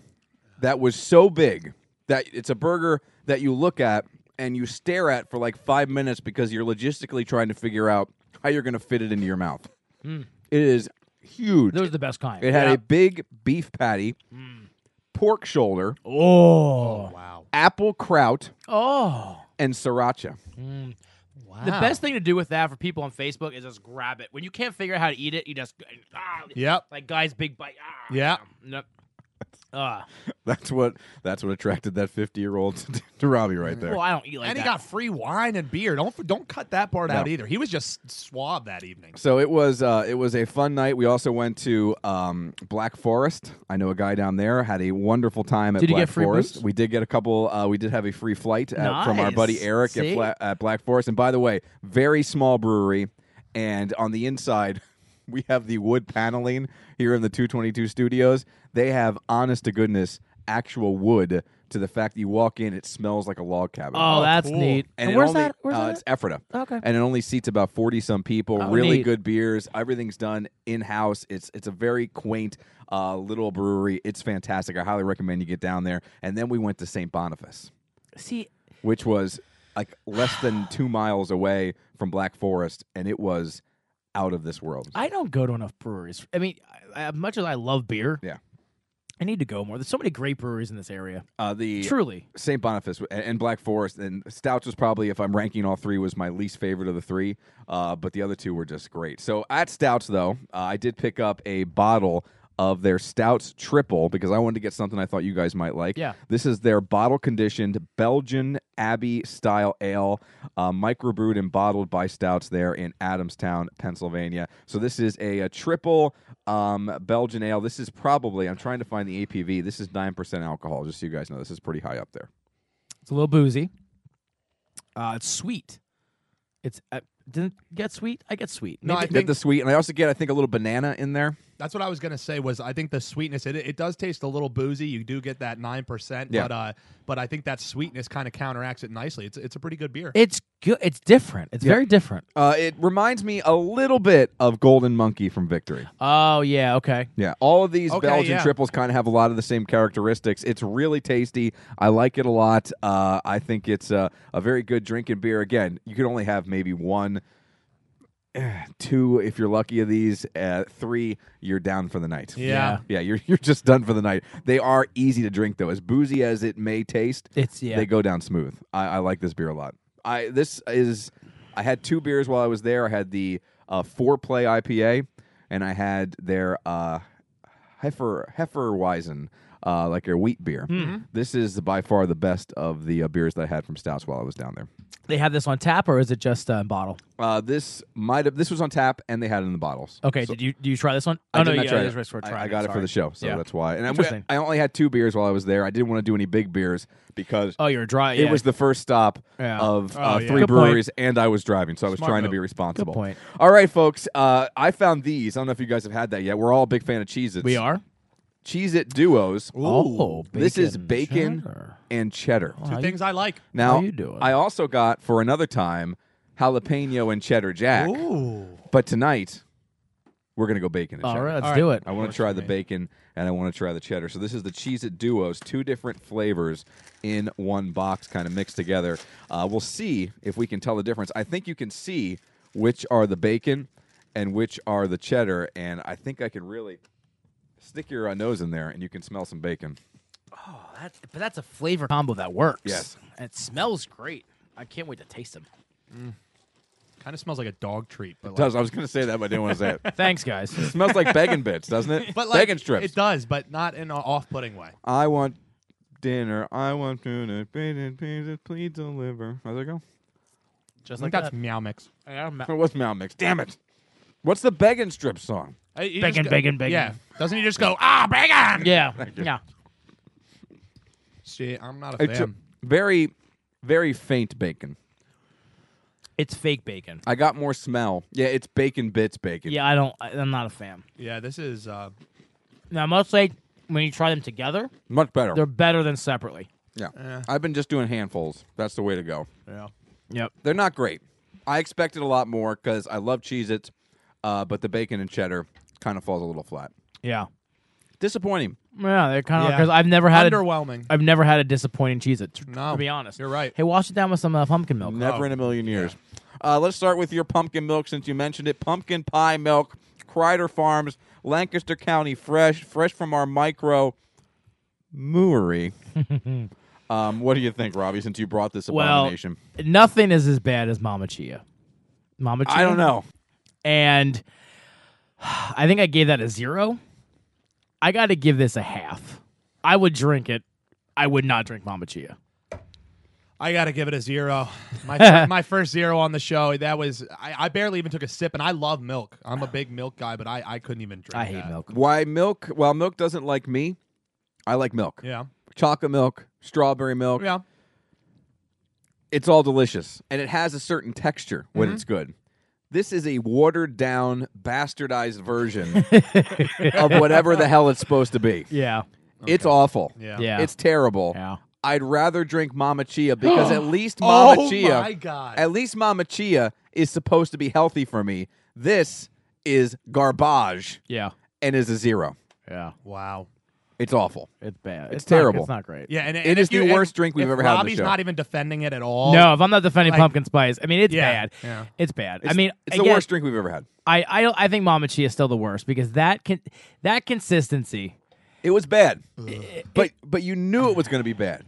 [SPEAKER 1] that was so big that it's a burger that you look at and you stare at for like five minutes because you're logistically trying to figure out how you're going to fit it into your mouth. It is huge.
[SPEAKER 2] That was the best kind.
[SPEAKER 1] it had a big beef patty, pork shoulder,
[SPEAKER 2] oh.
[SPEAKER 3] wow
[SPEAKER 1] apple kraut,
[SPEAKER 2] Oh.
[SPEAKER 1] and sriracha.
[SPEAKER 3] wow
[SPEAKER 2] The best thing to do with that for people on Facebook is just grab it. When you can't figure out how to eat it, you just ah,
[SPEAKER 3] yep
[SPEAKER 2] like guys big bite. Ah,
[SPEAKER 3] Yeah.
[SPEAKER 2] Nope. Ah.
[SPEAKER 1] That's what that's what attracted that 50 year old to, (laughs) to Robbie right there.
[SPEAKER 2] well, I don't eat like
[SPEAKER 3] and
[SPEAKER 2] that.
[SPEAKER 3] he got free wine and beer don't don't cut that part out
[SPEAKER 1] No.
[SPEAKER 3] either he was just suave that evening
[SPEAKER 1] So it was uh, it was a fun night. We also went to um, Black Forest. I know a guy down there had a wonderful time at
[SPEAKER 2] Did you
[SPEAKER 1] Black
[SPEAKER 2] get free
[SPEAKER 1] Forest.
[SPEAKER 2] booze?
[SPEAKER 1] We did get a couple. Uh, we did have a free flight at, from our
[SPEAKER 2] Nice.
[SPEAKER 1] buddy Eric at,
[SPEAKER 2] See?
[SPEAKER 1] Fla- at Black Forest. And by the way, very small brewery, and on the inside. (laughs) We have the wood paneling here in the 222 studios. They have honest to goodness actual wood to the fact that you walk in, it smells like a log cabin.
[SPEAKER 2] oh, that's
[SPEAKER 3] cool.
[SPEAKER 2] neat.
[SPEAKER 1] And, it
[SPEAKER 2] where's
[SPEAKER 1] only,
[SPEAKER 2] that? Where's
[SPEAKER 1] uh,
[SPEAKER 2] that?
[SPEAKER 1] It's Ephrata.
[SPEAKER 2] Okay.
[SPEAKER 1] And it only seats about forty some people.
[SPEAKER 2] Oh,
[SPEAKER 1] really
[SPEAKER 2] neat.
[SPEAKER 1] good beers. Everything's done in house. It's it's a very quaint uh, little brewery. It's fantastic. I highly recommend you get down there. And then we went to St. Boniface,
[SPEAKER 2] See,
[SPEAKER 1] which was like less
[SPEAKER 2] (sighs)
[SPEAKER 1] than two miles away from Black Forest, and it was out of this world.
[SPEAKER 2] I don't go to enough breweries. I mean, I, as much as I love beer,
[SPEAKER 1] Yeah.
[SPEAKER 2] I need to go more. There's so many great breweries in this area.
[SPEAKER 1] Uh, the
[SPEAKER 2] Truly,
[SPEAKER 1] St. Boniface w- and, and Black Forest and Stouts was probably, if I'm ranking all three, was my least favorite of the three. Uh, but the other two were just great. So at Stouts, though, uh, I did pick up a bottle of their Stouts Triple because I wanted to get something I thought you guys might like.
[SPEAKER 2] Yeah.
[SPEAKER 1] This is their bottle conditioned Belgian Abbey style ale, uh, microbrewed and bottled by Stouts there in Adamstown, Pennsylvania. So this is a, a triple um, Belgian ale. This is probably, I'm trying to find the APV. This is 9% alcohol, just so you guys know. This is pretty high up there.
[SPEAKER 2] it's a little boozy. Uh, it's sweet. It's uh, Didn't get sweet. I get sweet.
[SPEAKER 3] No, I
[SPEAKER 2] Maybe-
[SPEAKER 1] Get
[SPEAKER 3] think
[SPEAKER 1] the sweet, and I also get I think a little banana in there.
[SPEAKER 3] that's what I was gonna say. Was I think the sweetness it, it does taste a little boozy. You do get that nine percent,
[SPEAKER 1] Yeah.
[SPEAKER 3] but uh, but I think that sweetness kind of counteracts it nicely. It's it's a pretty good beer.
[SPEAKER 2] it's good. It's different. It's
[SPEAKER 1] Yeah.
[SPEAKER 2] very different.
[SPEAKER 1] Uh, it reminds me a little bit of Golden Monkey from Victory.
[SPEAKER 2] Oh yeah. Okay.
[SPEAKER 1] Yeah, all of these
[SPEAKER 3] Okay,
[SPEAKER 1] Belgian
[SPEAKER 3] yeah.
[SPEAKER 1] triples kind of have a lot of the same characteristics. It's really tasty. I like it a lot. Uh, I think it's a, a very good drinking beer. Again, you can only have maybe one, eh, two if you're lucky of these. Uh, three, you're down for the night.
[SPEAKER 3] Yeah.
[SPEAKER 1] yeah, you're (laughs) you're just done for the night. They are easy to drink though, as boozy as it may taste.
[SPEAKER 2] It's yeah.
[SPEAKER 1] They go down smooth. I, I like this beer a lot. I this is I had two beers while I was there. I had the uh, four play IPA, and I had their uh, heifer hefferweizen, uh, like a wheat beer.
[SPEAKER 2] Hmm.
[SPEAKER 1] This is by far the best of the uh, beers that I had from Stouts while I was down there.
[SPEAKER 2] they have this on tap or is it just uh, bottle?
[SPEAKER 1] Uh, this might have this was on tap, and they had it in the bottles.
[SPEAKER 2] Okay.
[SPEAKER 1] So-
[SPEAKER 2] did you do you try this one?
[SPEAKER 1] I
[SPEAKER 2] oh
[SPEAKER 1] did
[SPEAKER 2] no.
[SPEAKER 1] not
[SPEAKER 2] yeah.
[SPEAKER 1] try
[SPEAKER 2] it
[SPEAKER 1] it.
[SPEAKER 2] is worth
[SPEAKER 1] I-
[SPEAKER 2] trying
[SPEAKER 1] I
[SPEAKER 2] it,
[SPEAKER 1] got it for
[SPEAKER 2] sorry.
[SPEAKER 1] the show, so
[SPEAKER 2] Yeah.
[SPEAKER 1] that's why. And I,
[SPEAKER 2] Interesting.
[SPEAKER 1] I only had two beers while I was there. I didn't want to do any big beers because
[SPEAKER 2] Oh, you're dry. yeah.
[SPEAKER 1] it was the first stop
[SPEAKER 2] Yeah.
[SPEAKER 1] of
[SPEAKER 3] Oh,
[SPEAKER 1] uh,
[SPEAKER 3] yeah.
[SPEAKER 1] three
[SPEAKER 2] Good point.
[SPEAKER 1] breweries, and I was driving, so I was
[SPEAKER 3] Smart
[SPEAKER 1] trying to
[SPEAKER 3] move.
[SPEAKER 1] be responsible.
[SPEAKER 2] Good point.
[SPEAKER 1] All right, folks. Uh, I found these. I don't know if you guys have had that yet. We're all a big fan of Cheez Its.
[SPEAKER 2] we are.
[SPEAKER 1] Cheez It Duos.
[SPEAKER 2] Oh,
[SPEAKER 1] this is bacon
[SPEAKER 2] bacon cheddar.
[SPEAKER 1] and cheddar.
[SPEAKER 2] How
[SPEAKER 3] Two
[SPEAKER 2] you-
[SPEAKER 3] things I like.
[SPEAKER 1] Now,
[SPEAKER 2] you doing?
[SPEAKER 1] I also got for another time jalapeno and cheddar jack,
[SPEAKER 3] Ooh,
[SPEAKER 1] but tonight we're going to go bacon and
[SPEAKER 2] All
[SPEAKER 1] cheddar.
[SPEAKER 2] right. Let's
[SPEAKER 3] All right.
[SPEAKER 2] do it.
[SPEAKER 1] I want to
[SPEAKER 3] Works
[SPEAKER 1] try
[SPEAKER 3] for
[SPEAKER 1] the
[SPEAKER 3] me.
[SPEAKER 1] bacon and I want to try the cheddar. So this is the Cheez It Duos, two different flavors in one box, kind of mixed together. Uh, we'll see if we can tell the difference. I think you can see which are the bacon and which are the cheddar, and I think I can really stick your uh, nose in there and you can smell some bacon.
[SPEAKER 2] That's, but that's a flavor combo that works.
[SPEAKER 1] Yes.
[SPEAKER 2] And it smells great. I can't wait to taste them.
[SPEAKER 3] kind of smells like a dog treat. But like,
[SPEAKER 1] Does I was going to say that, but I didn't want to say
[SPEAKER 3] (laughs)
[SPEAKER 1] it.
[SPEAKER 2] Thanks, guys.
[SPEAKER 1] Smells like bacon bits, doesn't it?
[SPEAKER 3] But like
[SPEAKER 1] bacon strips.
[SPEAKER 3] it does, but not in an off-putting way.
[SPEAKER 1] I want dinner. I want tuna. Bacon, pizza, please deliver. How's it go?
[SPEAKER 2] Just
[SPEAKER 3] I think
[SPEAKER 2] like
[SPEAKER 3] that's
[SPEAKER 2] that.
[SPEAKER 3] meow mix.
[SPEAKER 1] (laughs) It was Mal Mix. Damn it. What's the begging strip song?
[SPEAKER 3] Uh, you just
[SPEAKER 2] Bacon,
[SPEAKER 3] go-
[SPEAKER 2] bacon, bacon.
[SPEAKER 3] Yeah, doesn't he just go ah bacon?
[SPEAKER 2] Yeah. Yeah.
[SPEAKER 3] See, I'm not a
[SPEAKER 1] It's a
[SPEAKER 3] fan.
[SPEAKER 1] very, very faint bacon.
[SPEAKER 2] It's fake bacon.
[SPEAKER 1] I got more smell. Yeah, it's bacon bits bacon.
[SPEAKER 2] Yeah, I don't. I, I'm not a fan.
[SPEAKER 3] Yeah, this is. Uh,
[SPEAKER 2] Now, I must say, when you try them together,
[SPEAKER 1] Much better.
[SPEAKER 2] they're better than separately.
[SPEAKER 1] yeah. I've been just doing handfuls. That's the way to go.
[SPEAKER 3] yeah.
[SPEAKER 2] Yep.
[SPEAKER 1] They're not great. I expected a lot more because I love Cheez Its, uh, but the bacon and cheddar kind of falls a little flat.
[SPEAKER 2] Yeah.
[SPEAKER 1] Disappointing.
[SPEAKER 2] Yeah, they're kind of
[SPEAKER 3] Yeah.
[SPEAKER 2] because I've never had a,
[SPEAKER 3] Underwhelming.
[SPEAKER 2] I've never had a disappointing cheese. It
[SPEAKER 3] No,
[SPEAKER 2] to be honest,
[SPEAKER 3] you're right.
[SPEAKER 2] Hey, wash it down with some uh, pumpkin milk.
[SPEAKER 3] Oh,
[SPEAKER 1] Never in a million years. Uh, let's start with your pumpkin milk since you mentioned it. Pumpkin pie milk, Crider Farms, Lancaster County Fresh, fresh from our micro
[SPEAKER 3] (laughs)
[SPEAKER 1] moory. um, what do you think, Robbie, since you brought this
[SPEAKER 2] Well,
[SPEAKER 1] abomination?
[SPEAKER 2] nothing is as bad as Mama Chia. Mama Chia.
[SPEAKER 1] I don't know.
[SPEAKER 2] and I think I gave that a zero. I got to give this a half. I would drink it. I would not drink Mama Chia.
[SPEAKER 3] I gotta give it a
[SPEAKER 2] (laughs)
[SPEAKER 3] zero. My fir- my first zero on the show. That was I, I barely even took a sip, and I love milk. I'm a big milk guy, but I, I couldn't even drink.
[SPEAKER 2] I hate
[SPEAKER 3] that.
[SPEAKER 2] milk.
[SPEAKER 1] Why milk? Well, milk doesn't like me. I like milk.
[SPEAKER 3] Yeah,
[SPEAKER 1] Chocolate milk, strawberry milk.
[SPEAKER 3] yeah.
[SPEAKER 1] It's all delicious. And it has a certain texture when
[SPEAKER 3] Mm-hmm.
[SPEAKER 1] it's good. This is a watered down, bastardized
[SPEAKER 3] (laughs)
[SPEAKER 1] version of whatever the hell it's supposed to be.
[SPEAKER 2] Yeah.
[SPEAKER 1] It's awful.
[SPEAKER 3] Yeah.
[SPEAKER 2] Yeah.
[SPEAKER 1] It's terrible.
[SPEAKER 2] Yeah.
[SPEAKER 1] I'd rather drink Mama Chia because
[SPEAKER 3] (gasps)
[SPEAKER 1] at least Mama
[SPEAKER 3] oh
[SPEAKER 1] Chia
[SPEAKER 3] my god.
[SPEAKER 1] at least Mama Chia is supposed to be healthy for me. This is garbage
[SPEAKER 2] Yeah.
[SPEAKER 1] and is a zero.
[SPEAKER 2] Yeah.
[SPEAKER 3] wow.
[SPEAKER 1] It's awful.
[SPEAKER 2] It's bad. It's,
[SPEAKER 1] not-
[SPEAKER 2] terrible.
[SPEAKER 1] it's
[SPEAKER 2] it's
[SPEAKER 1] not
[SPEAKER 2] not great.
[SPEAKER 3] Yeah, and,
[SPEAKER 1] It
[SPEAKER 3] and
[SPEAKER 1] is
[SPEAKER 3] if you-
[SPEAKER 1] the
[SPEAKER 3] and
[SPEAKER 1] worst drink we've
[SPEAKER 3] if
[SPEAKER 1] ever had on the
[SPEAKER 3] Robbie's
[SPEAKER 1] show.
[SPEAKER 3] not even defending it at all.
[SPEAKER 2] No, if I'm not defending
[SPEAKER 3] Like-
[SPEAKER 2] pumpkin spice, I mean it's
[SPEAKER 3] Yeah,
[SPEAKER 2] bad.
[SPEAKER 3] yeah.
[SPEAKER 2] It's bad. I
[SPEAKER 1] It's-
[SPEAKER 2] mean,
[SPEAKER 1] it's the
[SPEAKER 2] again,
[SPEAKER 1] worst drink we've ever had.
[SPEAKER 2] I, I don't- I think Mama Chia is still the worst because that can that consistency.
[SPEAKER 1] It was bad. but but you knew it was going to be bad.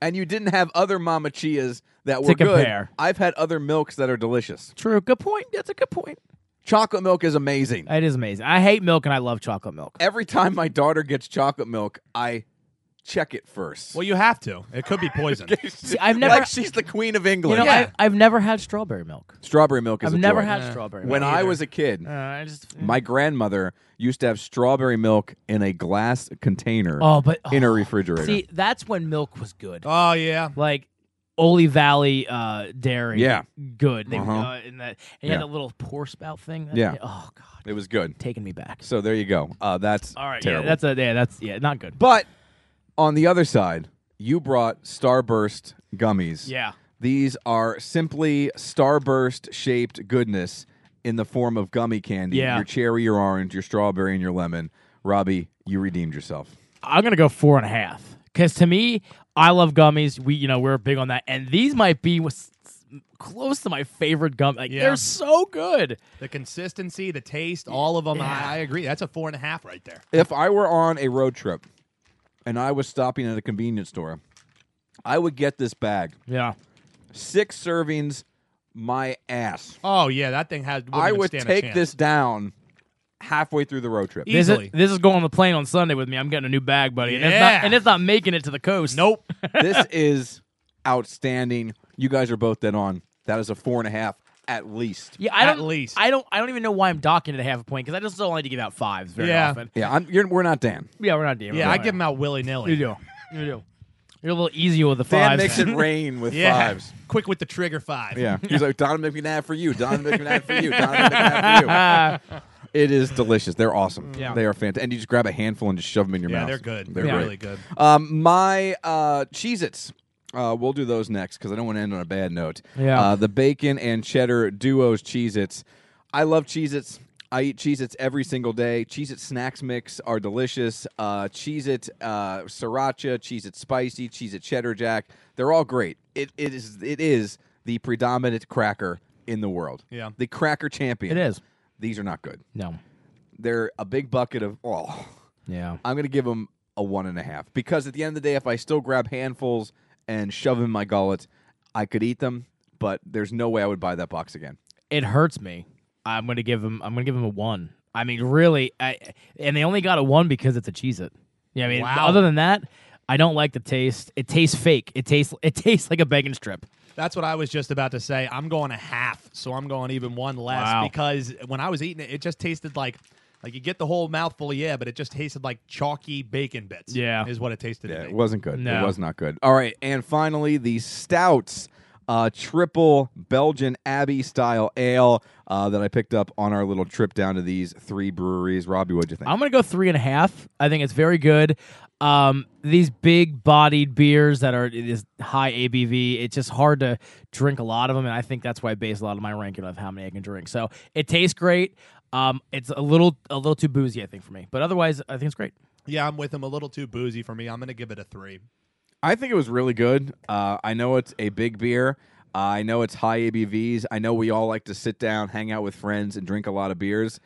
[SPEAKER 1] And you didn't have other Mama Chias that were
[SPEAKER 2] compare.
[SPEAKER 1] good. I've had other milks that are delicious.
[SPEAKER 2] True. Good point. That's a good point.
[SPEAKER 1] Chocolate milk is amazing.
[SPEAKER 2] It is amazing. I hate milk and I love chocolate milk.
[SPEAKER 1] Every time my daughter gets chocolate milk, I check it first.
[SPEAKER 3] Well, you have to. It
[SPEAKER 1] (laughs)
[SPEAKER 3] could be poison.
[SPEAKER 2] See, (laughs) I've never
[SPEAKER 1] like she's the queen of England.
[SPEAKER 2] you know
[SPEAKER 3] Yeah.
[SPEAKER 2] I, I've never had strawberry milk.
[SPEAKER 1] Strawberry milk is
[SPEAKER 2] I've
[SPEAKER 1] a
[SPEAKER 2] never
[SPEAKER 1] joy.
[SPEAKER 2] had
[SPEAKER 3] Yeah.
[SPEAKER 2] strawberry.
[SPEAKER 1] When
[SPEAKER 2] milk.
[SPEAKER 1] I was a kid,
[SPEAKER 2] uh, I just
[SPEAKER 1] my grandmother used to have strawberry milk in a glass container
[SPEAKER 2] oh, but
[SPEAKER 1] in
[SPEAKER 2] oh,
[SPEAKER 1] a refrigerator.
[SPEAKER 2] see, that's when milk was good.
[SPEAKER 3] oh yeah.
[SPEAKER 2] Like Ole Valley uh, Dairy.
[SPEAKER 1] Yeah.
[SPEAKER 2] good. They, uh
[SPEAKER 1] Uh-huh.
[SPEAKER 2] and that and
[SPEAKER 1] Yeah.
[SPEAKER 2] had a little pour spout thing. That,
[SPEAKER 1] Yeah.
[SPEAKER 2] Oh god,
[SPEAKER 1] It was good.
[SPEAKER 2] taking me back.
[SPEAKER 1] So there you go. Uh, that's
[SPEAKER 2] All right.
[SPEAKER 1] terrible.
[SPEAKER 2] Yeah, that's a yeah. That's yeah. Not good.
[SPEAKER 1] but on the other side, you brought Starburst gummies.
[SPEAKER 2] Yeah.
[SPEAKER 1] These are simply starburst shaped goodness in the form of gummy candy.
[SPEAKER 2] Yeah.
[SPEAKER 1] Your cherry, your orange, your strawberry, and your lemon. Robbie, you redeemed yourself.
[SPEAKER 2] I'm gonna go four and a half because to me, I love gummies. We you know we're big on that, and these might be what's close to my favorite gum. Like
[SPEAKER 3] Yeah.
[SPEAKER 2] they're so good.
[SPEAKER 3] The consistency, the taste, all of them. I, I agree. That's a four and a half right there.
[SPEAKER 1] If I were on a road trip and I was stopping at a convenience store, I would get this bag.
[SPEAKER 2] Yeah.
[SPEAKER 1] Six servings, my ass.
[SPEAKER 3] Oh yeah, that thing had. wouldn't
[SPEAKER 1] I
[SPEAKER 3] even
[SPEAKER 1] would
[SPEAKER 3] stand a
[SPEAKER 1] take
[SPEAKER 3] chance.
[SPEAKER 1] this down halfway through the road trip.
[SPEAKER 3] E-
[SPEAKER 2] This is,
[SPEAKER 3] Easily.
[SPEAKER 2] this is going on the plane on Sunday with me. I'm getting a new bag, buddy, and it's
[SPEAKER 3] Yeah.
[SPEAKER 2] not and it's not making it to the coast.
[SPEAKER 3] Nope.
[SPEAKER 1] this is outstanding. You guys are both dead on. That is a four and a half at least.
[SPEAKER 2] Yeah, I
[SPEAKER 3] At
[SPEAKER 2] don't.
[SPEAKER 3] least.
[SPEAKER 2] I don't. I don't even know why I'm docking it a half a point because I just don't like to give out fives very
[SPEAKER 3] Yeah.
[SPEAKER 2] often.
[SPEAKER 1] Yeah, I'm, you're, we're not Dan.
[SPEAKER 2] Yeah, we're not doing.
[SPEAKER 3] yeah, I give them out willy
[SPEAKER 2] You
[SPEAKER 3] nilly.
[SPEAKER 2] do. You do. You're a little easier with the
[SPEAKER 1] Dan
[SPEAKER 2] fives.
[SPEAKER 1] makes it rain with
[SPEAKER 3] (laughs) Yeah.
[SPEAKER 1] fives.
[SPEAKER 3] Quick with the trigger five.
[SPEAKER 1] Yeah. He's like, Donovan McNabb for you. Donovan McNabb for you. Donovan McNabb
[SPEAKER 3] (laughs)
[SPEAKER 1] for you. It is delicious. They're awesome.
[SPEAKER 2] Yeah.
[SPEAKER 1] They are fantastic. And you just grab a handful and just shove them in your
[SPEAKER 3] Yeah,
[SPEAKER 1] mouth.
[SPEAKER 3] they're good.
[SPEAKER 1] They're
[SPEAKER 3] They're
[SPEAKER 1] great.
[SPEAKER 3] really good.
[SPEAKER 1] Um, my uh, Cheez Its. Uh, we'll do those next because I don't want to end on a bad note.
[SPEAKER 2] Yeah.
[SPEAKER 1] Uh, the bacon and cheddar duos Cheez Its. I love Cheez Its. I eat Cheez Its every single day. Cheez It snacks mix are delicious. Uh, Cheez It uh, sriracha, Cheez It spicy, Cheez It cheddar jack. They're all great. It, it is it is the predominant cracker in the world.
[SPEAKER 3] Yeah.
[SPEAKER 1] The cracker champion.
[SPEAKER 2] It is.
[SPEAKER 1] These are not good.
[SPEAKER 2] (laughs) No.
[SPEAKER 1] They're a big bucket of, oh,
[SPEAKER 2] Yeah.
[SPEAKER 1] I'm going to give them a one and a half because at the end of the day, if I still grab handfuls and shove 'em in my gullet, I could eat them, but there's no way I would buy that box again.
[SPEAKER 2] it hurts me. I'm gonna give him. I'm gonna give him a one. I mean, really. I and they only got a one because it's a cheese it. Yeah, I mean,
[SPEAKER 3] Wow.
[SPEAKER 2] other than that, I don't like the taste. It tastes fake. It tastes. It tastes like a bacon strip.
[SPEAKER 3] That's what I was just about to say. I'm going a half, so I'm going even one less
[SPEAKER 2] Wow.
[SPEAKER 3] because when I was eating it, it just tasted like like you get the whole mouthful, yeah, but it just tasted like chalky bacon bits.
[SPEAKER 2] Yeah.
[SPEAKER 3] is what it tasted.
[SPEAKER 1] Yeah,
[SPEAKER 3] to me.
[SPEAKER 1] it wasn't good. It
[SPEAKER 2] No.
[SPEAKER 1] was not good. All right, and finally the stouts, uh, triple Belgian Abbey style ale uh, that I picked up on our little trip down to these three breweries. Robbie, what'd you think?
[SPEAKER 2] I'm gonna go three and a half. I think it's very good. Um, these big bodied beers that are it is high ABV. It's just hard to drink a lot of them, and I think that's why I base a lot of my ranking of how many I can drink. So it tastes great. Um, it's a little a little too boozy, I think, for me. But otherwise, I think it's great.
[SPEAKER 3] Yeah, I'm with him. A little too boozy for me. I'm gonna give it a three.
[SPEAKER 1] I think it was really good. Uh, I know it's a big beer. Uh, I know it's high ABVs. I know we all like to sit down, hang out with friends, and drink a lot of beers.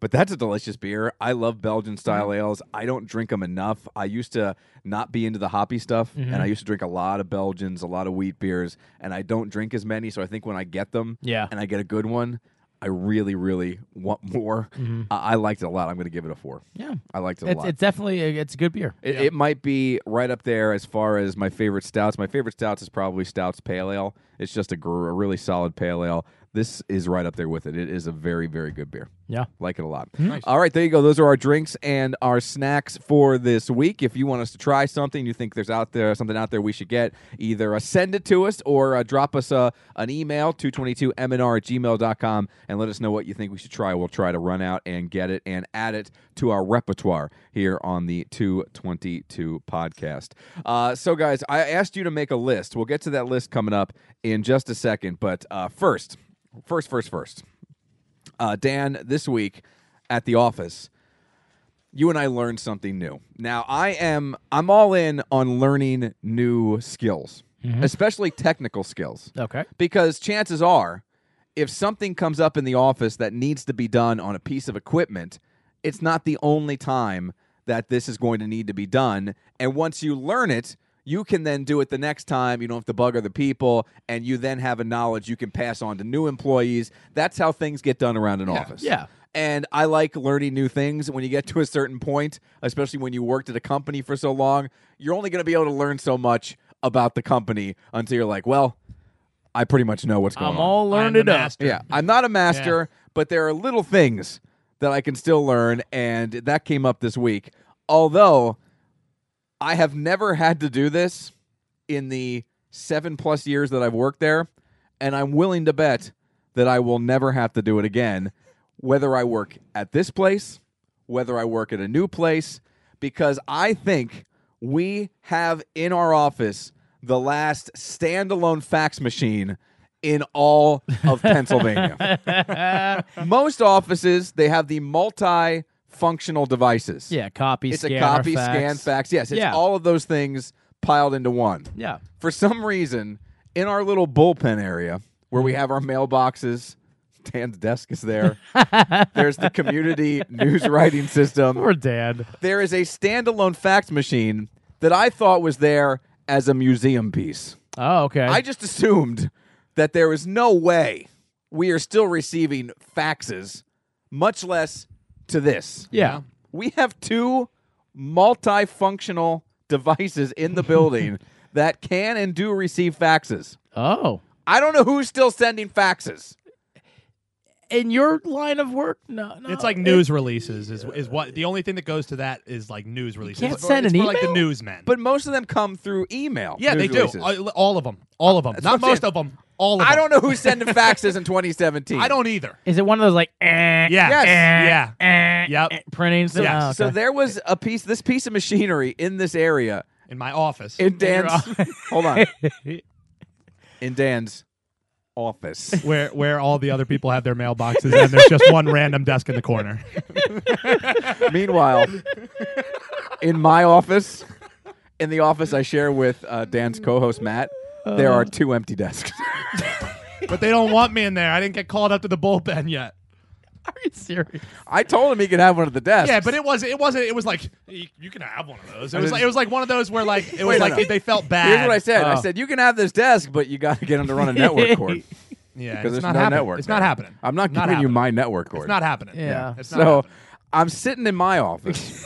[SPEAKER 1] But that's a delicious beer. I love Belgian style
[SPEAKER 2] Mm-hmm.
[SPEAKER 1] ales. I don't drink them enough. I used to not be into the hoppy stuff,
[SPEAKER 2] Mm-hmm.
[SPEAKER 1] and I used to drink a lot of Belgians, a lot of wheat beers, and I don't drink as many. So I think when I get them,
[SPEAKER 2] Yeah.
[SPEAKER 1] and I get a good one, I really, really want more. I-, I liked it a lot. I'm going to give it a four.
[SPEAKER 2] Mm-hmm. Yeah.
[SPEAKER 1] I liked it a
[SPEAKER 2] It's,
[SPEAKER 1] lot.
[SPEAKER 2] it's definitely a, it's a good beer.
[SPEAKER 1] It, it might be right up there as far as my favorite stouts. My favorite stouts is probably Stouts Pale Ale. It's just a, gr- a really solid pale ale. This is right up there with it. It is a very, very good beer.
[SPEAKER 2] Yeah.
[SPEAKER 1] Like it a lot. All right, there you go. Those are our drinks and our snacks for this week. If you want us to try something, you think there's out there something out there we should get, either uh, send it to us or uh, drop us uh, an email, 222mnr at gmail.com, and let us know what you think we should try. We'll try to run out and get it and add it to our repertoire here on the 222 podcast. Uh, so, guys, I asked you to make a list. We'll get to that list coming up in just a second. But uh, first, first, first, first uh, Dan, this week at the office, you and I learned something new. Now I am I'm all in on learning new skills, especially technical skills,
[SPEAKER 2] Okay.
[SPEAKER 1] because chances are, if something comes up in the office that needs to be done on a piece of equipment, it's not the only time that this is going to need to be done. And once you learn it. You can then do it the next time. You don't have to bug other people, and you then have a knowledge you can pass on to new employees. That's how things get done around an office.
[SPEAKER 2] Yeah.
[SPEAKER 1] And I like learning new things. When you get to a certain point, especially when you worked at a company for so long, you're only going to be able to learn so much about the company until you're like, well, I pretty much know what's going
[SPEAKER 2] I'm
[SPEAKER 1] on.
[SPEAKER 2] all
[SPEAKER 3] I'm
[SPEAKER 2] learned
[SPEAKER 3] the
[SPEAKER 2] it up.
[SPEAKER 3] master.
[SPEAKER 1] yeah, I'm not a master, but there are little things that I can still learn, and that came up this week. Although I have never had to do this in the seven plus years that I've worked there, and I'm willing to bet that I will never have to do it again, whether I work at this place, whether I work at a new place, because I think we have in our office the last standalone fax machine in all of Pennsylvania. Most offices, they have the multi functional devices.
[SPEAKER 2] Yeah, copy,
[SPEAKER 1] It's
[SPEAKER 2] scan,
[SPEAKER 1] a
[SPEAKER 2] or
[SPEAKER 1] copy,
[SPEAKER 2] fax.
[SPEAKER 1] scan, fax. Yes, it's
[SPEAKER 2] Yeah.
[SPEAKER 1] all of those things piled into one.
[SPEAKER 2] Yeah.
[SPEAKER 1] For some reason, in our little bullpen area where
[SPEAKER 2] Mm.
[SPEAKER 1] we have our mailboxes, (laughs) Dan's desk is
[SPEAKER 2] (laughs)
[SPEAKER 1] there. There's the community news writing
[SPEAKER 2] Poor
[SPEAKER 1] system.
[SPEAKER 2] dad.
[SPEAKER 1] There is a standalone fax machine that I thought was there as a museum piece.
[SPEAKER 2] Oh, okay.
[SPEAKER 1] I just assumed that there was no way we are still receiving faxes, much less to this.
[SPEAKER 2] yeah.
[SPEAKER 1] We have two multifunctional devices in the
[SPEAKER 3] (laughs)
[SPEAKER 1] building that can and do receive faxes.
[SPEAKER 2] Oh.
[SPEAKER 1] I don't know who's still sending faxes.
[SPEAKER 2] In your line of work, no, no.
[SPEAKER 3] It's like
[SPEAKER 2] it-
[SPEAKER 3] news releases is is what the only thing that goes to that is like news releases.
[SPEAKER 2] can't
[SPEAKER 3] It's for-
[SPEAKER 2] send
[SPEAKER 3] it's
[SPEAKER 2] an
[SPEAKER 3] for, like the
[SPEAKER 2] email?
[SPEAKER 3] newsmen.
[SPEAKER 1] But most of them come through email.
[SPEAKER 3] yeah, they
[SPEAKER 1] news
[SPEAKER 3] do.
[SPEAKER 1] releases.
[SPEAKER 3] All, all of them. All of them. Not
[SPEAKER 1] what I'm
[SPEAKER 3] most
[SPEAKER 1] saying.
[SPEAKER 3] of them. All of them.
[SPEAKER 1] I don't know who's sending faxes in 2017.
[SPEAKER 3] I don't either.
[SPEAKER 2] Is it one of those like? Eh,
[SPEAKER 3] Yeah.
[SPEAKER 1] Yes.
[SPEAKER 2] Eh,
[SPEAKER 3] Yeah.
[SPEAKER 2] Eh,
[SPEAKER 3] Yep.
[SPEAKER 2] eh, printing. So,
[SPEAKER 3] Yes.
[SPEAKER 2] oh, okay.
[SPEAKER 1] So there was a piece, this piece of machinery in this area
[SPEAKER 3] In my office.
[SPEAKER 1] in Dan's.
[SPEAKER 2] office.
[SPEAKER 1] (laughs) hold
[SPEAKER 3] (laughs)
[SPEAKER 1] on. In Dan's office.
[SPEAKER 3] (laughs) where where all the other people have their mailboxes and there's just one random desk in the corner.
[SPEAKER 1] Meanwhile, in my office, in the office I share with uh, Dan's co-host Matt, there are two empty desks. (laughs)
[SPEAKER 3] But they don't want me in there. I didn't get called up to the bullpen yet.
[SPEAKER 2] (laughs) Are you serious?
[SPEAKER 1] I told him he could have one of the desks.
[SPEAKER 3] Yeah, but it wasn't. It wasn't. It was like you, you can have one of those. It was.
[SPEAKER 1] didn't-
[SPEAKER 3] Like, it was like one of those where like it was
[SPEAKER 1] Wait, no,
[SPEAKER 3] like
[SPEAKER 1] no.
[SPEAKER 3] they felt bad.
[SPEAKER 1] here's what I said: I
[SPEAKER 2] Oh.
[SPEAKER 1] said you can have this desk, but you got to get him to
[SPEAKER 3] (laughs)
[SPEAKER 1] run a network cord
[SPEAKER 3] Yeah,
[SPEAKER 1] because
[SPEAKER 3] it's
[SPEAKER 1] there's
[SPEAKER 3] not
[SPEAKER 1] no
[SPEAKER 3] happening.
[SPEAKER 1] network.
[SPEAKER 3] It's
[SPEAKER 1] there.
[SPEAKER 3] not happening.
[SPEAKER 1] I'm not
[SPEAKER 3] Not
[SPEAKER 1] giving you
[SPEAKER 3] happening.
[SPEAKER 1] my network cord.
[SPEAKER 3] It's not happening.
[SPEAKER 2] Yeah. Yeah.
[SPEAKER 3] It's not
[SPEAKER 1] so
[SPEAKER 3] happening.
[SPEAKER 1] I'm sitting in my
[SPEAKER 3] (laughs)
[SPEAKER 1] office,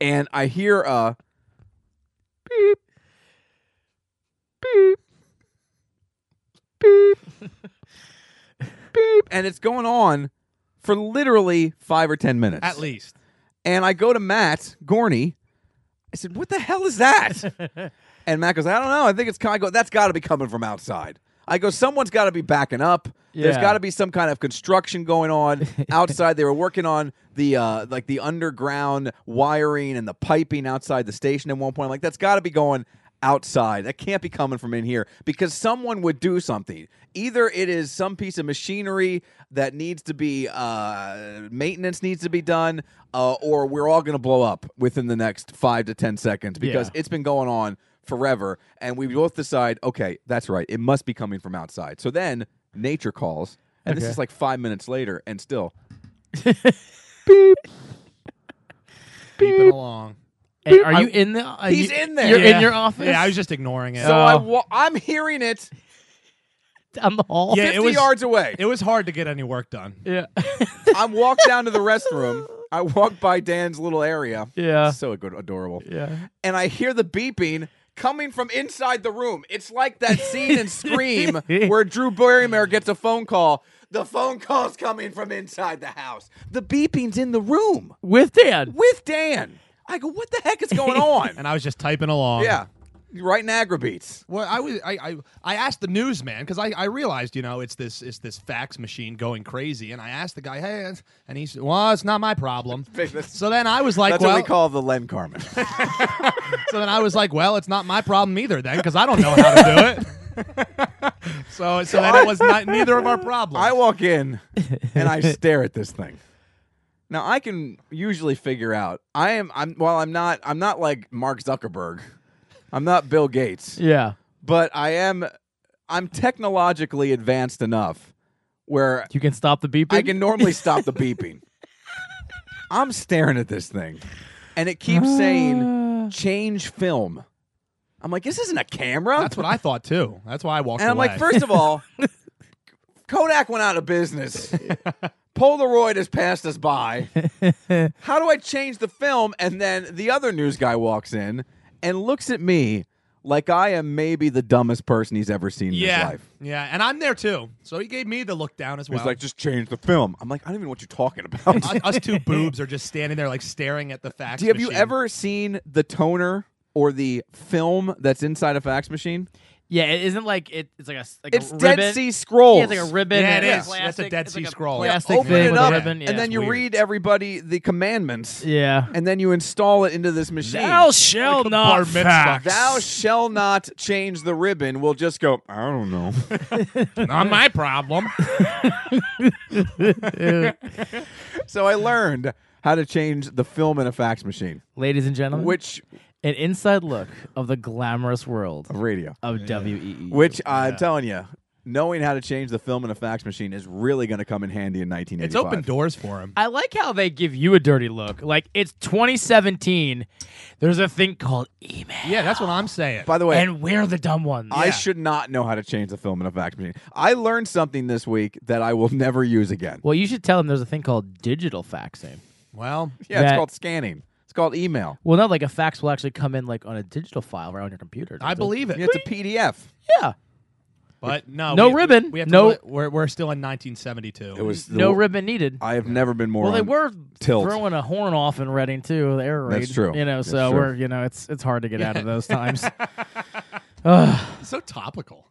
[SPEAKER 1] and I hear a
[SPEAKER 3] (laughs)
[SPEAKER 1] beep, beep, beep, beep, and it's going on for literally five or ten minutes
[SPEAKER 3] at least.
[SPEAKER 1] and I go to Matt Gorney. I said, "What the hell is that?"
[SPEAKER 3] (laughs)
[SPEAKER 1] and Matt goes, "I don't know. I think it's kind of go- that's got to be coming from outside." I go, "Someone's got to be backing up. There's
[SPEAKER 2] Yeah.
[SPEAKER 1] got to be some kind of construction going on outside. they were working on the uh, like the underground wiring and the piping outside the station at one point. I'm like, that's got to be going." Outside, that can't be coming from in here because someone would do something. Either it is some piece of machinery that needs to be uh, maintenance needs to be done, uh, or we're all going to blow up within the next five to ten seconds because
[SPEAKER 2] Yeah.
[SPEAKER 1] it's been going on forever and we both decide okay that's right it must be coming from outside so then nature calls and this
[SPEAKER 2] Okay.
[SPEAKER 1] is like five minutes later and still
[SPEAKER 3] Beeping along.
[SPEAKER 2] And are you in the? are
[SPEAKER 1] He's
[SPEAKER 2] you-
[SPEAKER 1] in there.
[SPEAKER 2] You're
[SPEAKER 3] yeah.
[SPEAKER 2] in your office.
[SPEAKER 3] Yeah, I was just ignoring it.
[SPEAKER 1] so I
[SPEAKER 2] Oh.
[SPEAKER 1] wa- i'm hearing it
[SPEAKER 2] down the hall.
[SPEAKER 3] Yeah,
[SPEAKER 1] 50
[SPEAKER 3] it was-
[SPEAKER 1] yards away
[SPEAKER 3] it was hard to get any work done.
[SPEAKER 2] Yeah.
[SPEAKER 1] i walk down to the restroom i walk by dan's little area
[SPEAKER 3] Uh.
[SPEAKER 2] Yeah.
[SPEAKER 1] so good adorable
[SPEAKER 2] Yeah.
[SPEAKER 1] and i hear the beeping coming from inside the room it's like that scene in
[SPEAKER 3] (laughs)
[SPEAKER 1] scream where drew barrymore gets a phone call the phone call's coming from inside the house the beeping's in the room
[SPEAKER 2] With Dan.
[SPEAKER 1] with Dan. I go, what the heck is going (laughs) on?
[SPEAKER 3] And I was just typing along.
[SPEAKER 1] yeah, You're writing agribeats.
[SPEAKER 3] Well, I was I I, I asked the newsman because I, I realized you know it's this it's this fax machine going crazy, and I asked the guy, hey, it's-" and he's well, it's not my
[SPEAKER 1] (laughs)
[SPEAKER 3] problem.
[SPEAKER 1] That's-
[SPEAKER 3] so then I was like,
[SPEAKER 1] That's
[SPEAKER 3] well,
[SPEAKER 1] what we call the Len Carmen.
[SPEAKER 3] so then I was like, well, it's not my problem either then because I don't know how to do it.
[SPEAKER 1] (laughs)
[SPEAKER 3] so so then it was not neither of our problems.
[SPEAKER 1] (laughs) I walk in and (laughs) I stare at this thing. Now I can usually figure out. I am. I'm. Well, I'm not. I'm not like Mark Zuckerberg. I'm not Bill Gates.
[SPEAKER 2] Yeah.
[SPEAKER 1] But I am. I'm technologically advanced enough where
[SPEAKER 2] You can stop the beeping.
[SPEAKER 1] I can normally stop the (laughs) beeping. I'm staring at this thing, and it keeps saying change film. I'm like, this isn't a camera.
[SPEAKER 3] That's what I thought too. That's why I walked
[SPEAKER 1] and I'm
[SPEAKER 3] away.
[SPEAKER 1] like, first of
[SPEAKER 2] (laughs)
[SPEAKER 1] all, Kodak went out of business. Polaroid has passed us by. How do I change the film? And then the other news guy walks in and looks at me like I am maybe the dumbest person he's ever seen in his
[SPEAKER 3] (laughs) yeah,
[SPEAKER 1] life.
[SPEAKER 3] yeah, and I'm there too. So he gave me the look down as well.
[SPEAKER 1] He's like, (laughs) just change the film. I'm like, I don't even know what you're talking (laughs) about.
[SPEAKER 3] Us- us two boobs are just standing there like staring at the fax.
[SPEAKER 1] Do you- (laughs) have you
[SPEAKER 3] machine.
[SPEAKER 1] ever seen the toner or the film that's inside a fax machine?
[SPEAKER 2] Yeah, it isn't like it, it's like a s- like
[SPEAKER 1] It's
[SPEAKER 2] a
[SPEAKER 1] Dead
[SPEAKER 2] ribbon.
[SPEAKER 1] Sea Scrolls.
[SPEAKER 2] Yeah, it's like a ribbon.
[SPEAKER 3] Yeah,
[SPEAKER 2] and
[SPEAKER 3] it
[SPEAKER 2] it's
[SPEAKER 3] is. That's a
[SPEAKER 2] plastic-
[SPEAKER 3] Dead
[SPEAKER 2] it's
[SPEAKER 3] Sea
[SPEAKER 2] like a
[SPEAKER 3] Scroll. Yeah,
[SPEAKER 2] Plastic
[SPEAKER 1] Open
[SPEAKER 2] thing
[SPEAKER 1] it
[SPEAKER 2] with
[SPEAKER 1] up,
[SPEAKER 2] a ribbon. Yeah,
[SPEAKER 1] and then
[SPEAKER 2] it's
[SPEAKER 1] you
[SPEAKER 2] weird.
[SPEAKER 1] read everybody the commandments,
[SPEAKER 2] Yeah.
[SPEAKER 1] and then you install it into this machine.
[SPEAKER 2] Thou shall
[SPEAKER 3] bar
[SPEAKER 2] not
[SPEAKER 3] mitzvah.
[SPEAKER 2] fax.
[SPEAKER 1] Thou shall not change the ribbon. We'll just go. I don't know. (laughs)
[SPEAKER 3] Not my problem.
[SPEAKER 1] so I learned how to change the film in a fax machine,
[SPEAKER 2] Ladies and gentlemen,
[SPEAKER 1] which
[SPEAKER 2] an inside look of the glamorous world
[SPEAKER 1] of radio,
[SPEAKER 2] of E WEE.
[SPEAKER 1] which I'm telling you, knowing how to change the film in a fax machine is really going to come in handy in 1985.
[SPEAKER 3] It's opened doors for him.
[SPEAKER 2] I like how they give you a dirty look. Like it's 2017. There's a thing called email,
[SPEAKER 3] Yeah, that's what I'm saying.
[SPEAKER 1] By the way,
[SPEAKER 2] and we're the dumb ones.
[SPEAKER 1] I should not know how to change the film in a fax machine. I learned something this week that I will (laughs) never use again.
[SPEAKER 2] well, you should tell them there's a thing called digital faxing.
[SPEAKER 3] well,
[SPEAKER 1] Yeah, it's
[SPEAKER 2] That-
[SPEAKER 1] called scanning. It's called email.
[SPEAKER 2] Well, not like a fax will actually come in like on a digital file right on your computer.
[SPEAKER 3] I
[SPEAKER 2] doesn't it?
[SPEAKER 3] believe it.
[SPEAKER 1] It's a PDF.
[SPEAKER 2] Yeah.
[SPEAKER 3] But no,
[SPEAKER 2] No
[SPEAKER 3] we-
[SPEAKER 2] ribbon.
[SPEAKER 3] We have to
[SPEAKER 2] No-
[SPEAKER 3] let- we're we're still in 1972.
[SPEAKER 1] It was the-
[SPEAKER 2] No ribbon needed.
[SPEAKER 1] I have never been more.
[SPEAKER 2] well, they
[SPEAKER 1] on-
[SPEAKER 2] were
[SPEAKER 1] tilt.
[SPEAKER 2] throwing a horn off in Reading too. The air raid.
[SPEAKER 1] That's true.
[SPEAKER 2] You know,
[SPEAKER 1] That's
[SPEAKER 2] so
[SPEAKER 1] true.
[SPEAKER 2] we're you know it's it's hard to get out
[SPEAKER 1] (laughs)
[SPEAKER 2] of those times.
[SPEAKER 3] so topical.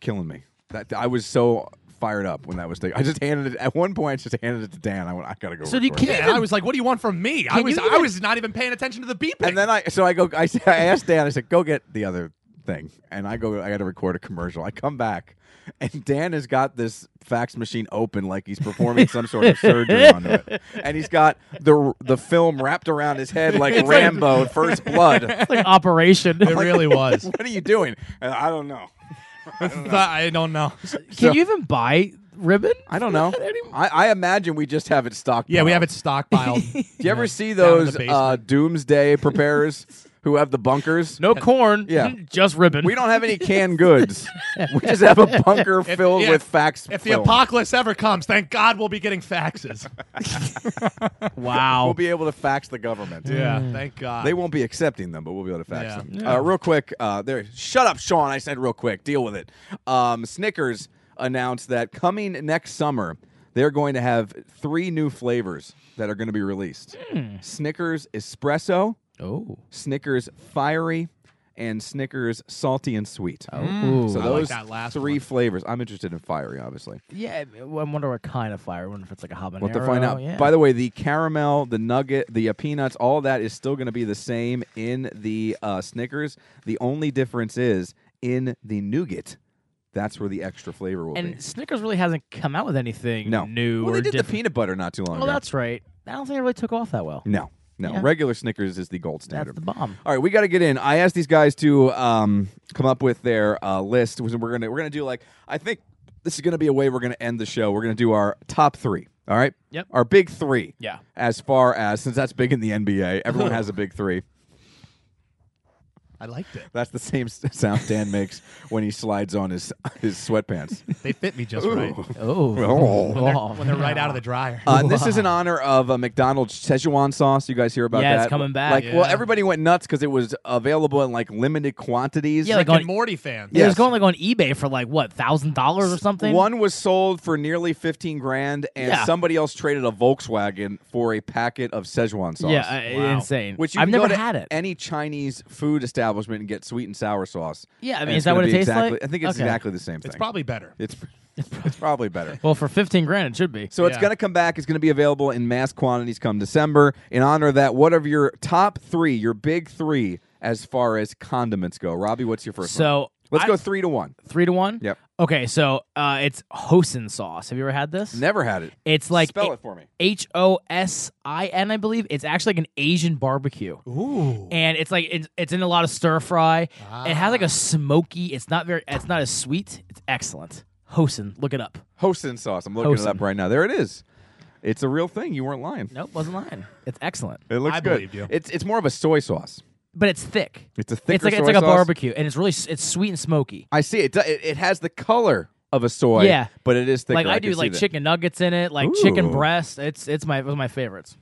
[SPEAKER 1] killing me. That I was so fired up when that was. taken. I just handed it at one point. I just handed it to Dan. I went. I gotta go.
[SPEAKER 2] So do you
[SPEAKER 1] record."
[SPEAKER 2] can't
[SPEAKER 3] Yeah,
[SPEAKER 2] even-
[SPEAKER 3] I was like, "What do you want from me?" I
[SPEAKER 2] Can
[SPEAKER 3] was
[SPEAKER 2] you
[SPEAKER 3] I
[SPEAKER 2] even-
[SPEAKER 3] was not even paying attention to the beeping. (laughs)
[SPEAKER 1] And then I. So I go. I, (laughs) s- I asked Dan. I said, "Go get the other thing." And I go. I got to record a commercial. I come back, and Dan has got this fax machine open like he's performing some sort
[SPEAKER 2] (laughs)
[SPEAKER 1] of surgery onto it, and he's got the the film wrapped around his head
[SPEAKER 2] (laughs)
[SPEAKER 1] like Rambo in First Blood. (laughs)
[SPEAKER 2] It's like Operation.
[SPEAKER 3] it
[SPEAKER 2] (laughs)
[SPEAKER 3] really was.
[SPEAKER 1] what are you doing? And I don't know.
[SPEAKER 3] I don't know.
[SPEAKER 2] Can you even buy ribbon?
[SPEAKER 1] I don't know. I, I imagine we just have it stocked.
[SPEAKER 3] Yeah, we have it
[SPEAKER 2] (laughs)
[SPEAKER 3] stockpiled.
[SPEAKER 1] Do you ever see
[SPEAKER 3] down in the
[SPEAKER 1] those uh,
[SPEAKER 3] basement. (laughs)
[SPEAKER 1] doomsday preparers who have the bunkers?
[SPEAKER 2] No corn.
[SPEAKER 1] Yeah.
[SPEAKER 2] (laughs) just ribbon.
[SPEAKER 1] We don't have any canned goods. We just
[SPEAKER 3] (laughs)
[SPEAKER 1] have a bunker filled
[SPEAKER 3] yeah,
[SPEAKER 1] with fax.
[SPEAKER 3] if the
[SPEAKER 1] film.
[SPEAKER 3] apocalypse ever comes, thank God we'll be
[SPEAKER 1] (laughs)
[SPEAKER 3] getting faxes.
[SPEAKER 2] Wow.
[SPEAKER 1] we'll be able to fax the government. Mm.
[SPEAKER 3] yeah,
[SPEAKER 2] Mm.
[SPEAKER 3] thank God.
[SPEAKER 1] They won't be accepting them, but we'll be able to fax
[SPEAKER 3] Yeah.
[SPEAKER 1] them. Uh, real quick, uh, there. Shut up, Sean. I said real quick. Deal with it. Um, Snickers announced that coming next summer, they're going to have three new flavors that are going to be released.
[SPEAKER 3] Hmm.
[SPEAKER 1] Snickers Espresso,
[SPEAKER 2] oh.
[SPEAKER 1] Snickers Fiery, and Snickers Salty and Sweet.
[SPEAKER 2] Oh.
[SPEAKER 1] So
[SPEAKER 3] like
[SPEAKER 1] those
[SPEAKER 3] that last
[SPEAKER 1] three
[SPEAKER 3] one.
[SPEAKER 1] flavors. I'm interested in fiery, obviously.
[SPEAKER 2] Yeah, I I wonder what kind of fire. I wonder if it's like a habanero.
[SPEAKER 1] We'll have to find out.
[SPEAKER 2] Yeah.
[SPEAKER 1] By the way, the caramel, the nugget, the uh, peanuts, all that is still going to be the same in the uh, Snickers. The only difference is in the nougat. That's where the extra flavor will
[SPEAKER 2] and Snickers really hasn't come out with anything
[SPEAKER 1] be. No,
[SPEAKER 2] new
[SPEAKER 1] Well,
[SPEAKER 2] or
[SPEAKER 1] they did
[SPEAKER 2] different.
[SPEAKER 1] the peanut butter not too long
[SPEAKER 2] well,
[SPEAKER 1] ago.
[SPEAKER 2] that's right. I don't think it really took off that well.
[SPEAKER 1] no, no.
[SPEAKER 2] Yeah.
[SPEAKER 1] Regular Snickers is the gold standard.
[SPEAKER 2] That's the bomb.
[SPEAKER 1] All right, we got to get in. I asked these guys to um, come up with their uh, list. We're gonna we're gonna do like I think this is gonna be a way we're gonna end the show. We're gonna do our top three. All right.
[SPEAKER 2] Yep.
[SPEAKER 1] Our big three.
[SPEAKER 2] Yeah.
[SPEAKER 1] As far as since that's big in the NBA,
[SPEAKER 2] (laughs)
[SPEAKER 1] everyone has a big three.
[SPEAKER 3] I liked it.
[SPEAKER 1] That's the same s- sound Dan makes when he slides on his his sweatpants.
[SPEAKER 3] They fit me just right
[SPEAKER 2] Oh.
[SPEAKER 1] Oh.
[SPEAKER 2] Oh,
[SPEAKER 1] (laughs)
[SPEAKER 3] when they're right out of the dryer.
[SPEAKER 1] Uh, and this is in honor of a McDonald's Szechuan sauce. You guys hear about
[SPEAKER 2] Yeah,
[SPEAKER 1] that?
[SPEAKER 2] it's coming back.
[SPEAKER 1] Like, well,
[SPEAKER 3] Yeah.
[SPEAKER 1] everybody went nuts because it was available in like limited quantities.
[SPEAKER 2] Yeah,
[SPEAKER 3] Rick
[SPEAKER 2] like
[SPEAKER 3] and
[SPEAKER 2] on-
[SPEAKER 3] Morty fans.
[SPEAKER 2] It
[SPEAKER 1] Yes.
[SPEAKER 2] was going like on eBay for like what thousand dollars or something.
[SPEAKER 1] One was sold for nearly fifteen grand, and
[SPEAKER 2] Yeah.
[SPEAKER 1] somebody else traded a Volkswagen for a packet of Szechuan sauce.
[SPEAKER 2] Yeah, uh,
[SPEAKER 3] Wow.
[SPEAKER 2] insane.
[SPEAKER 1] which you
[SPEAKER 2] I've
[SPEAKER 1] can go
[SPEAKER 2] never
[SPEAKER 1] to
[SPEAKER 2] had it.
[SPEAKER 1] Any Chinese food establishment and get sweet and sour sauce.
[SPEAKER 2] Yeah, I
[SPEAKER 1] And
[SPEAKER 2] mean,
[SPEAKER 1] it's
[SPEAKER 2] is that
[SPEAKER 1] gonna
[SPEAKER 2] what it
[SPEAKER 1] be
[SPEAKER 2] tastes
[SPEAKER 1] exactly-
[SPEAKER 2] like?
[SPEAKER 1] I think it's
[SPEAKER 2] Okay.
[SPEAKER 1] exactly the same thing.
[SPEAKER 3] It's probably better.
[SPEAKER 1] it's it's probably
[SPEAKER 2] (laughs)
[SPEAKER 1] better.
[SPEAKER 2] well, for fifteen grand, it should be.
[SPEAKER 1] So it's
[SPEAKER 3] Yeah.
[SPEAKER 1] going to come back. It's going to be available in mass quantities come December. In honor of that, what are your top three, your big three, as far as condiments go? Robbie, what's your first one?
[SPEAKER 2] So
[SPEAKER 1] Let's
[SPEAKER 2] I-
[SPEAKER 1] go three to one.
[SPEAKER 2] three to one.
[SPEAKER 1] Yep.
[SPEAKER 2] Okay, so uh, it's hosin sauce. Have you ever had this?
[SPEAKER 1] Never had it.
[SPEAKER 2] It's like
[SPEAKER 1] Spell it for me.
[SPEAKER 2] H O S I N, I believe. It's actually like an Asian barbecue.
[SPEAKER 3] Ooh.
[SPEAKER 2] And it's like it's, it's in a lot of stir fry. It has like a smoky. It's not very. It's not as sweet. It's excellent. Hosen, look it up.
[SPEAKER 1] Hosin sauce. I'm looking it
[SPEAKER 2] Hosin.
[SPEAKER 1] up right now. There it is. It's a real thing. You weren't lying.
[SPEAKER 2] Nope, wasn't lying. It's excellent,
[SPEAKER 1] It looks
[SPEAKER 3] I
[SPEAKER 1] good.
[SPEAKER 3] believed you.
[SPEAKER 1] It's it's more of a soy sauce.
[SPEAKER 2] but it's thick.
[SPEAKER 1] It's a thicker
[SPEAKER 2] It's like
[SPEAKER 1] soy
[SPEAKER 2] it's like a
[SPEAKER 1] sauce.
[SPEAKER 2] barbecue, and it's really s- it's sweet and smoky.
[SPEAKER 1] I see it. do- It, it has the color of a soy.
[SPEAKER 2] Yeah.
[SPEAKER 1] but it is thicker.
[SPEAKER 2] Like I,
[SPEAKER 1] can
[SPEAKER 2] do
[SPEAKER 1] see
[SPEAKER 2] like
[SPEAKER 1] that.
[SPEAKER 2] chicken nuggets in it, like chicken
[SPEAKER 1] Ooh.
[SPEAKER 2] breast. It's it's my one of my favorites.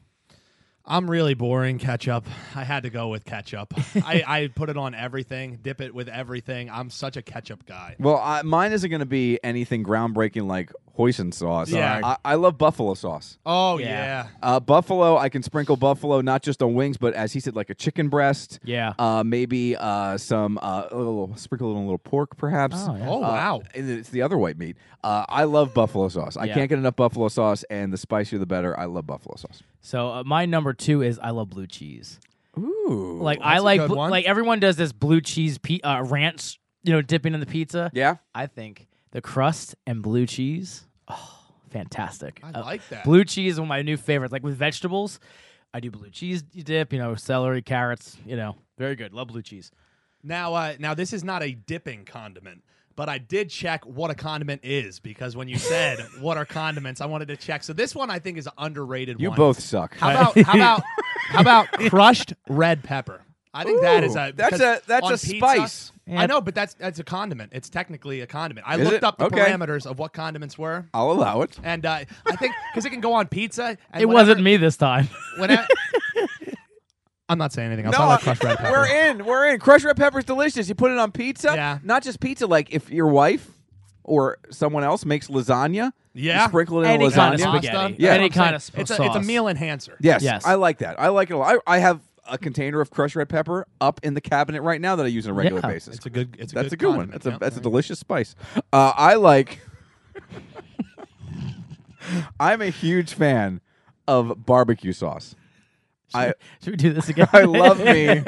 [SPEAKER 3] I'm really boring ketchup. I had to go
[SPEAKER 1] (laughs)
[SPEAKER 3] with ketchup. I, I put it on everything, dip it with everything. I'm such a ketchup guy.
[SPEAKER 1] Well, I, mine isn't going to be anything groundbreaking like hoisin sauce.
[SPEAKER 3] Yeah.
[SPEAKER 1] I, I love buffalo sauce.
[SPEAKER 3] Oh
[SPEAKER 2] Yeah.
[SPEAKER 3] yeah.
[SPEAKER 1] Uh, buffalo, I can sprinkle buffalo not just on wings, but as he said, like a chicken breast.
[SPEAKER 2] Yeah.
[SPEAKER 1] Uh, maybe uh, some uh, a little sprinkle it on a little pork, perhaps.
[SPEAKER 2] Oh, yeah.
[SPEAKER 3] Oh
[SPEAKER 1] Uh,
[SPEAKER 3] wow.
[SPEAKER 1] and it's the other white meat. Uh, I love buffalo sauce. I
[SPEAKER 2] Yeah.
[SPEAKER 1] can't get enough buffalo sauce, and the spicier the better. I love buffalo sauce.
[SPEAKER 2] So uh, my number two is I love blue cheese.
[SPEAKER 1] Ooh.
[SPEAKER 2] Like
[SPEAKER 3] that's
[SPEAKER 2] I
[SPEAKER 3] a
[SPEAKER 2] like
[SPEAKER 3] good
[SPEAKER 2] bl-
[SPEAKER 3] one.
[SPEAKER 2] like everyone does this blue cheese pe- uh, ranch, you know, dipping in the pizza.
[SPEAKER 1] Yeah.
[SPEAKER 2] I think the crust and blue cheese, oh, fantastic.
[SPEAKER 3] I
[SPEAKER 2] Uh,
[SPEAKER 3] like that.
[SPEAKER 2] Blue cheese is one of my new favorites. Like with vegetables, I do blue cheese dip. You know, celery, carrots. You know, very good. Love blue cheese.
[SPEAKER 3] Now, uh, now this is not a dipping condiment, but I did check what a condiment is because when you said
[SPEAKER 1] (laughs)
[SPEAKER 3] what are condiments, I wanted to check. So this one I think is an underrated.
[SPEAKER 1] You
[SPEAKER 3] one.
[SPEAKER 1] both suck.
[SPEAKER 3] How about how about how about crushed red pepper? I think that is a
[SPEAKER 1] Ooh, that's
[SPEAKER 3] because
[SPEAKER 1] a- that's
[SPEAKER 3] on
[SPEAKER 1] a
[SPEAKER 3] pizza-
[SPEAKER 1] spice.
[SPEAKER 2] Yeah.
[SPEAKER 3] I know, but that's that's a condiment. It's technically a condiment. I
[SPEAKER 1] Is
[SPEAKER 3] looked
[SPEAKER 1] it?
[SPEAKER 3] up the
[SPEAKER 1] Okay.
[SPEAKER 3] parameters of what condiments were,
[SPEAKER 1] (laughs) I'll allow it.
[SPEAKER 3] and uh, I think because it can go on pizza. And
[SPEAKER 2] it
[SPEAKER 3] whenever-
[SPEAKER 2] wasn't me this time. (laughs)
[SPEAKER 3] whenever- (laughs) I'm not saying anything else. I
[SPEAKER 1] No, uh,
[SPEAKER 3] like crushed red pepper.
[SPEAKER 1] We're in. We're in. Crushed red pepper's delicious. You put it on pizza.
[SPEAKER 3] Yeah.
[SPEAKER 1] Not just pizza. Like if your wife or someone else makes lasagna.
[SPEAKER 3] Yeah.
[SPEAKER 1] You sprinkle it in
[SPEAKER 2] Any
[SPEAKER 1] a
[SPEAKER 2] kind
[SPEAKER 1] lasagna.
[SPEAKER 2] of
[SPEAKER 3] Pasta.
[SPEAKER 2] spaghetti.
[SPEAKER 1] Yeah.
[SPEAKER 2] Any
[SPEAKER 1] I'm
[SPEAKER 2] kind of
[SPEAKER 3] it's
[SPEAKER 2] sauce.
[SPEAKER 3] a, it's a meal enhancer.
[SPEAKER 1] yes.
[SPEAKER 2] Yes.
[SPEAKER 1] I like that. I like it a lot. I, I have a container of crushed red pepper up in the cabinet right now that I use on a regular
[SPEAKER 2] Yeah.
[SPEAKER 1] basis.
[SPEAKER 3] It's a good. It's a
[SPEAKER 1] that's
[SPEAKER 3] good
[SPEAKER 1] a good one.
[SPEAKER 3] condiment,
[SPEAKER 1] That's a
[SPEAKER 3] yeah.
[SPEAKER 1] that's a delicious spice. Uh, I like. (laughs) I'm a huge fan of barbecue sauce. I
[SPEAKER 2] Should we do
[SPEAKER 3] (laughs)
[SPEAKER 2] this again?
[SPEAKER 1] I love me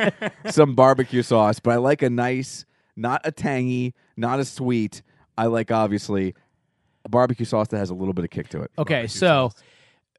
[SPEAKER 1] some barbecue sauce, but I like a nice, not a tangy, not a sweet. I like obviously a barbecue sauce that has a little bit of kick to it.
[SPEAKER 2] (laughs) Okay, so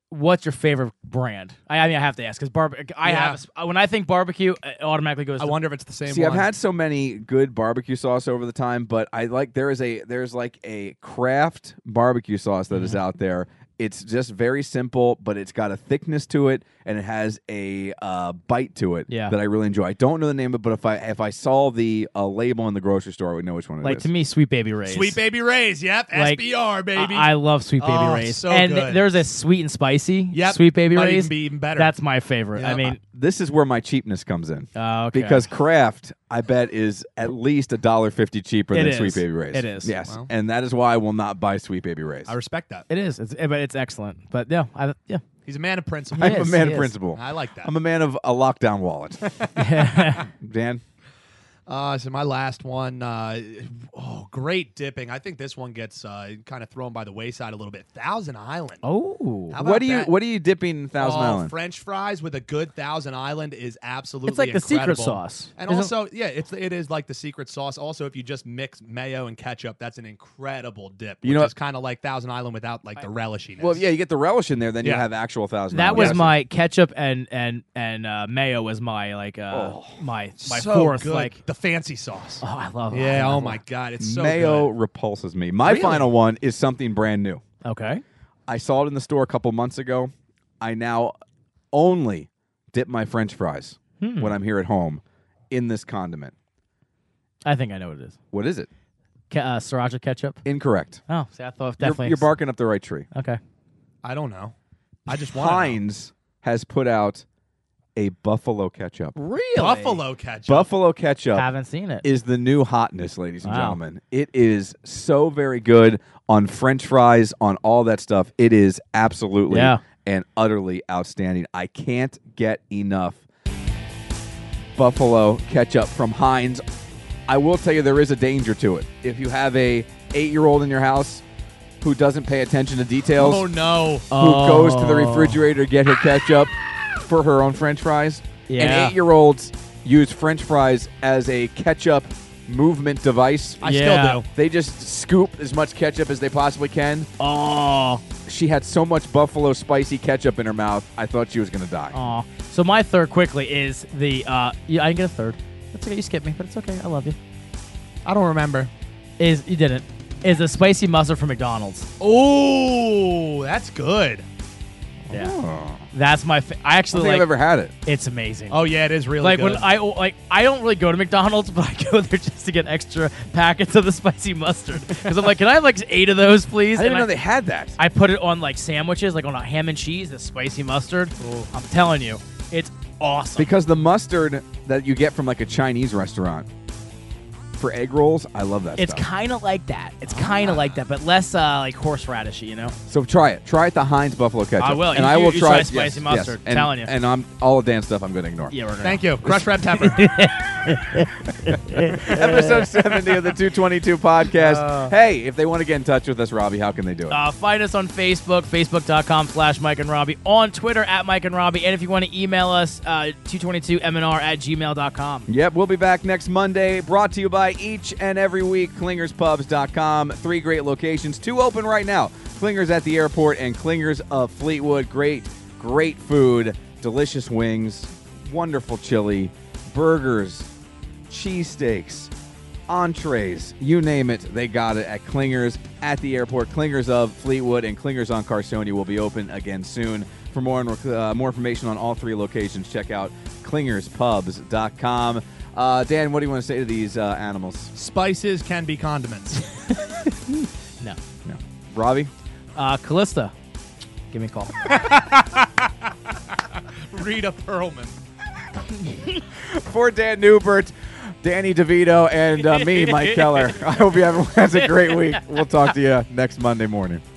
[SPEAKER 2] what's your favorite brand? I, I mean, I have to ask because barbecue. I
[SPEAKER 3] Yeah.
[SPEAKER 2] have a sp- uh, when I think barbecue, it automatically goes.
[SPEAKER 3] I
[SPEAKER 2] to-
[SPEAKER 3] wonder if it's the same.
[SPEAKER 1] See,
[SPEAKER 3] one.
[SPEAKER 1] I've had so many good barbecue sauce over the time, but I like there is a there's like a craft barbecue sauce that is
[SPEAKER 2] Mm-hmm.
[SPEAKER 1] out there. It's just very simple, but it's got a thickness to it and it has a uh, bite to it
[SPEAKER 2] Yeah.
[SPEAKER 1] that I really enjoy. I don't know the name of it, but if I if I saw the uh, label in the grocery store, I would know which one it
[SPEAKER 2] like
[SPEAKER 1] is.
[SPEAKER 2] to me, Sweet Baby Ray's.
[SPEAKER 3] Sweet Baby Ray's. Yep,
[SPEAKER 2] Like,
[SPEAKER 3] SBR baby.
[SPEAKER 2] I, I love Sweet Baby
[SPEAKER 3] Oh,
[SPEAKER 2] Ray's.
[SPEAKER 3] so
[SPEAKER 2] and th-
[SPEAKER 3] good.
[SPEAKER 2] there's a sweet and spicy.
[SPEAKER 3] Yep,
[SPEAKER 2] Sweet Baby
[SPEAKER 3] might even
[SPEAKER 2] Ray's.
[SPEAKER 3] be even better.
[SPEAKER 2] That's my favorite. I
[SPEAKER 3] Yep.
[SPEAKER 2] mean,
[SPEAKER 1] this is where my cheapness comes in.
[SPEAKER 2] Oh, okay.
[SPEAKER 1] Because Kraft, I bet, is at least a dollar fifty cheaper
[SPEAKER 2] It
[SPEAKER 1] than
[SPEAKER 2] is.
[SPEAKER 1] Sweet Baby Ray's.
[SPEAKER 2] It is.
[SPEAKER 1] Yes,
[SPEAKER 3] Wow.
[SPEAKER 1] and that is why I will not buy Sweet Baby Ray's.
[SPEAKER 3] I respect that.
[SPEAKER 2] it is. It's, eh, but it's excellent. But yeah, I, yeah.
[SPEAKER 3] He's a man of principle.
[SPEAKER 2] I-
[SPEAKER 1] I'm a
[SPEAKER 2] Yes,
[SPEAKER 1] man of
[SPEAKER 2] yes.
[SPEAKER 1] principle.
[SPEAKER 3] I like that.
[SPEAKER 1] I'm a man of a lockdown
[SPEAKER 2] (laughs)
[SPEAKER 1] wallet. (laughs) Dan,
[SPEAKER 3] Uh, so my last one. Uh, oh, great dipping. I think this one gets uh, kind of thrown by the wayside a little bit. Thousand Island.
[SPEAKER 2] Oh,
[SPEAKER 3] How about
[SPEAKER 1] what do you
[SPEAKER 3] that?
[SPEAKER 1] what are you dipping in Thousand
[SPEAKER 3] oh,
[SPEAKER 1] Island?
[SPEAKER 3] French fries with a good Thousand Island is absolutely
[SPEAKER 2] it's like the secret
[SPEAKER 3] incredible.
[SPEAKER 2] sauce.
[SPEAKER 3] And
[SPEAKER 2] Isn't-
[SPEAKER 3] also, yeah, it's it is like the secret sauce. Also, if you just mix mayo and ketchup, that's an incredible dip.
[SPEAKER 1] You
[SPEAKER 3] which
[SPEAKER 1] know-
[SPEAKER 3] is kind of like Thousand Island without like the relishiness.
[SPEAKER 1] well, yeah, you get the relish in there, then you
[SPEAKER 3] Yeah.
[SPEAKER 1] have actual Thousand.
[SPEAKER 2] that
[SPEAKER 1] Island.
[SPEAKER 2] was
[SPEAKER 1] Yes.
[SPEAKER 2] my ketchup and and and uh, mayo was my like uh, my my
[SPEAKER 3] Oh. so
[SPEAKER 2] fourth
[SPEAKER 3] good.
[SPEAKER 2] like.
[SPEAKER 3] the fancy sauce.
[SPEAKER 2] Oh, I love.
[SPEAKER 3] yeah.
[SPEAKER 2] I
[SPEAKER 3] Oh
[SPEAKER 2] love
[SPEAKER 3] my God, it's so
[SPEAKER 1] mayo
[SPEAKER 3] good.
[SPEAKER 1] repulses me. My
[SPEAKER 3] Really?
[SPEAKER 1] final one is something brand new.
[SPEAKER 2] it. Okay.
[SPEAKER 1] I saw it in the store a couple months ago. I now only dip my French fries
[SPEAKER 2] Hmm.
[SPEAKER 1] when I'm here at home in this condiment.
[SPEAKER 2] I think I know what it is.
[SPEAKER 1] What is it?
[SPEAKER 2] Ke- uh, sriracha ketchup.
[SPEAKER 1] Incorrect.
[SPEAKER 2] Oh, see, I thought
[SPEAKER 1] You're-
[SPEAKER 2] definitely.
[SPEAKER 1] You're, barking up the right tree.
[SPEAKER 2] Okay.
[SPEAKER 3] I don't know. I just want
[SPEAKER 1] Heinz has put out a buffalo ketchup.
[SPEAKER 2] Really?
[SPEAKER 3] buffalo ketchup.
[SPEAKER 1] Buffalo ketchup
[SPEAKER 2] Haven't seen it.
[SPEAKER 1] is the new hotness, ladies and
[SPEAKER 2] Wow.
[SPEAKER 1] gentlemen. It is so very good on French fries, on all that stuff. It is absolutely
[SPEAKER 2] Yeah.
[SPEAKER 1] and utterly outstanding. I can't get enough buffalo ketchup from Heinz. I will tell you there is a danger to it. If you have a eight year old in your house who doesn't pay attention to details,
[SPEAKER 3] oh no.
[SPEAKER 1] who goes to the
[SPEAKER 2] Oh.
[SPEAKER 1] refrigerator to get her ketchup for her own french fries.
[SPEAKER 2] Yeah.
[SPEAKER 1] And eight year olds use french fries as a ketchup movement device.
[SPEAKER 3] I
[SPEAKER 2] Yeah.
[SPEAKER 3] still do.
[SPEAKER 1] They just scoop as much ketchup as they possibly can.
[SPEAKER 2] Oh,
[SPEAKER 1] She had so much buffalo spicy ketchup in her mouth, I thought she was going to die.
[SPEAKER 2] oh. So my third quickly is the. uh yeah, I didn't get a third. That's okay. You skipped me, but it's okay. I love you.
[SPEAKER 3] I don't remember.
[SPEAKER 2] Is you didn't. Is the spicy mustard from McDonald's?
[SPEAKER 3] Oh, that's good.
[SPEAKER 2] Yeah. That's my. Fa-
[SPEAKER 1] Oh.
[SPEAKER 2] I
[SPEAKER 1] I don't
[SPEAKER 2] actually
[SPEAKER 1] think
[SPEAKER 2] like.
[SPEAKER 1] I've ever had it.
[SPEAKER 2] It's amazing.
[SPEAKER 3] Oh yeah, it is really
[SPEAKER 2] like
[SPEAKER 3] good.
[SPEAKER 2] when I like I don't really go to McDonald's, (laughs) but I go there just to get extra packets of the spicy mustard because I'm like, can I have like eight of those, please?
[SPEAKER 1] I didn't
[SPEAKER 2] And
[SPEAKER 1] know they had that.
[SPEAKER 2] I put it on like sandwiches, like on a ham and cheese, the spicy mustard. I'm telling you, it's awesome.
[SPEAKER 1] because the mustard that you get from like a Chinese restaurant for egg rolls. I love that.
[SPEAKER 2] It's
[SPEAKER 1] stuff.
[SPEAKER 2] kind of like that. It's kind of like that, but less uh, like horseradishy, you know.
[SPEAKER 1] so try it. Try it the Heinz buffalo ketchup.
[SPEAKER 2] I will.
[SPEAKER 1] And
[SPEAKER 2] You-
[SPEAKER 1] I
[SPEAKER 2] you-
[SPEAKER 1] will
[SPEAKER 2] you
[SPEAKER 1] try,
[SPEAKER 2] try
[SPEAKER 1] it.
[SPEAKER 2] spicy
[SPEAKER 1] Yes, yes.
[SPEAKER 2] mustard,
[SPEAKER 1] And-
[SPEAKER 2] telling you.
[SPEAKER 1] And I'm all of Dan's stuff. I'm going to ignore.
[SPEAKER 2] Yeah, we're gonna.
[SPEAKER 3] Thank you. Crush red
[SPEAKER 2] (laughs)
[SPEAKER 3] pepper.
[SPEAKER 1] (laughs) Episode 70 of the 222
[SPEAKER 2] (laughs)
[SPEAKER 1] podcast. hey, if they want to get in touch with us, Robbie, how can they do it?
[SPEAKER 2] Uh, find us on Facebook, facebook.com slash Mike and Robbie, on Twitter at Mike and Robbie, and if you want to email us, uh, 222mnr at gmail.com.
[SPEAKER 1] Yep, we'll be back next Monday. Brought to you by each and every week, clingerspubs.com. Three great locations, two open right now Clingers at the airport and Clingers of Fleetwood. Great, great food, delicious wings, wonderful chili, burgers, cheesesteaks, entrees, you name it, they got it at Clingers at the airport. Clingers of Fleetwood and Clingers on Carsonia will be open again soon. For more and uh, more information on all three locations, check out clingerspubs.com. Uh, Dan, what do you want to say to these uh, animals?
[SPEAKER 3] Spices can be condiments. (laughs)
[SPEAKER 2] No.
[SPEAKER 1] Robbie?
[SPEAKER 2] Uh, Callista, give me a call.
[SPEAKER 3] Rita Perlman.
[SPEAKER 1] For Dan Newbert, Danny (laughs) DeVito, and uh, me, Mike Keller, I hope everyone has a great week. We'll talk to you next Monday morning.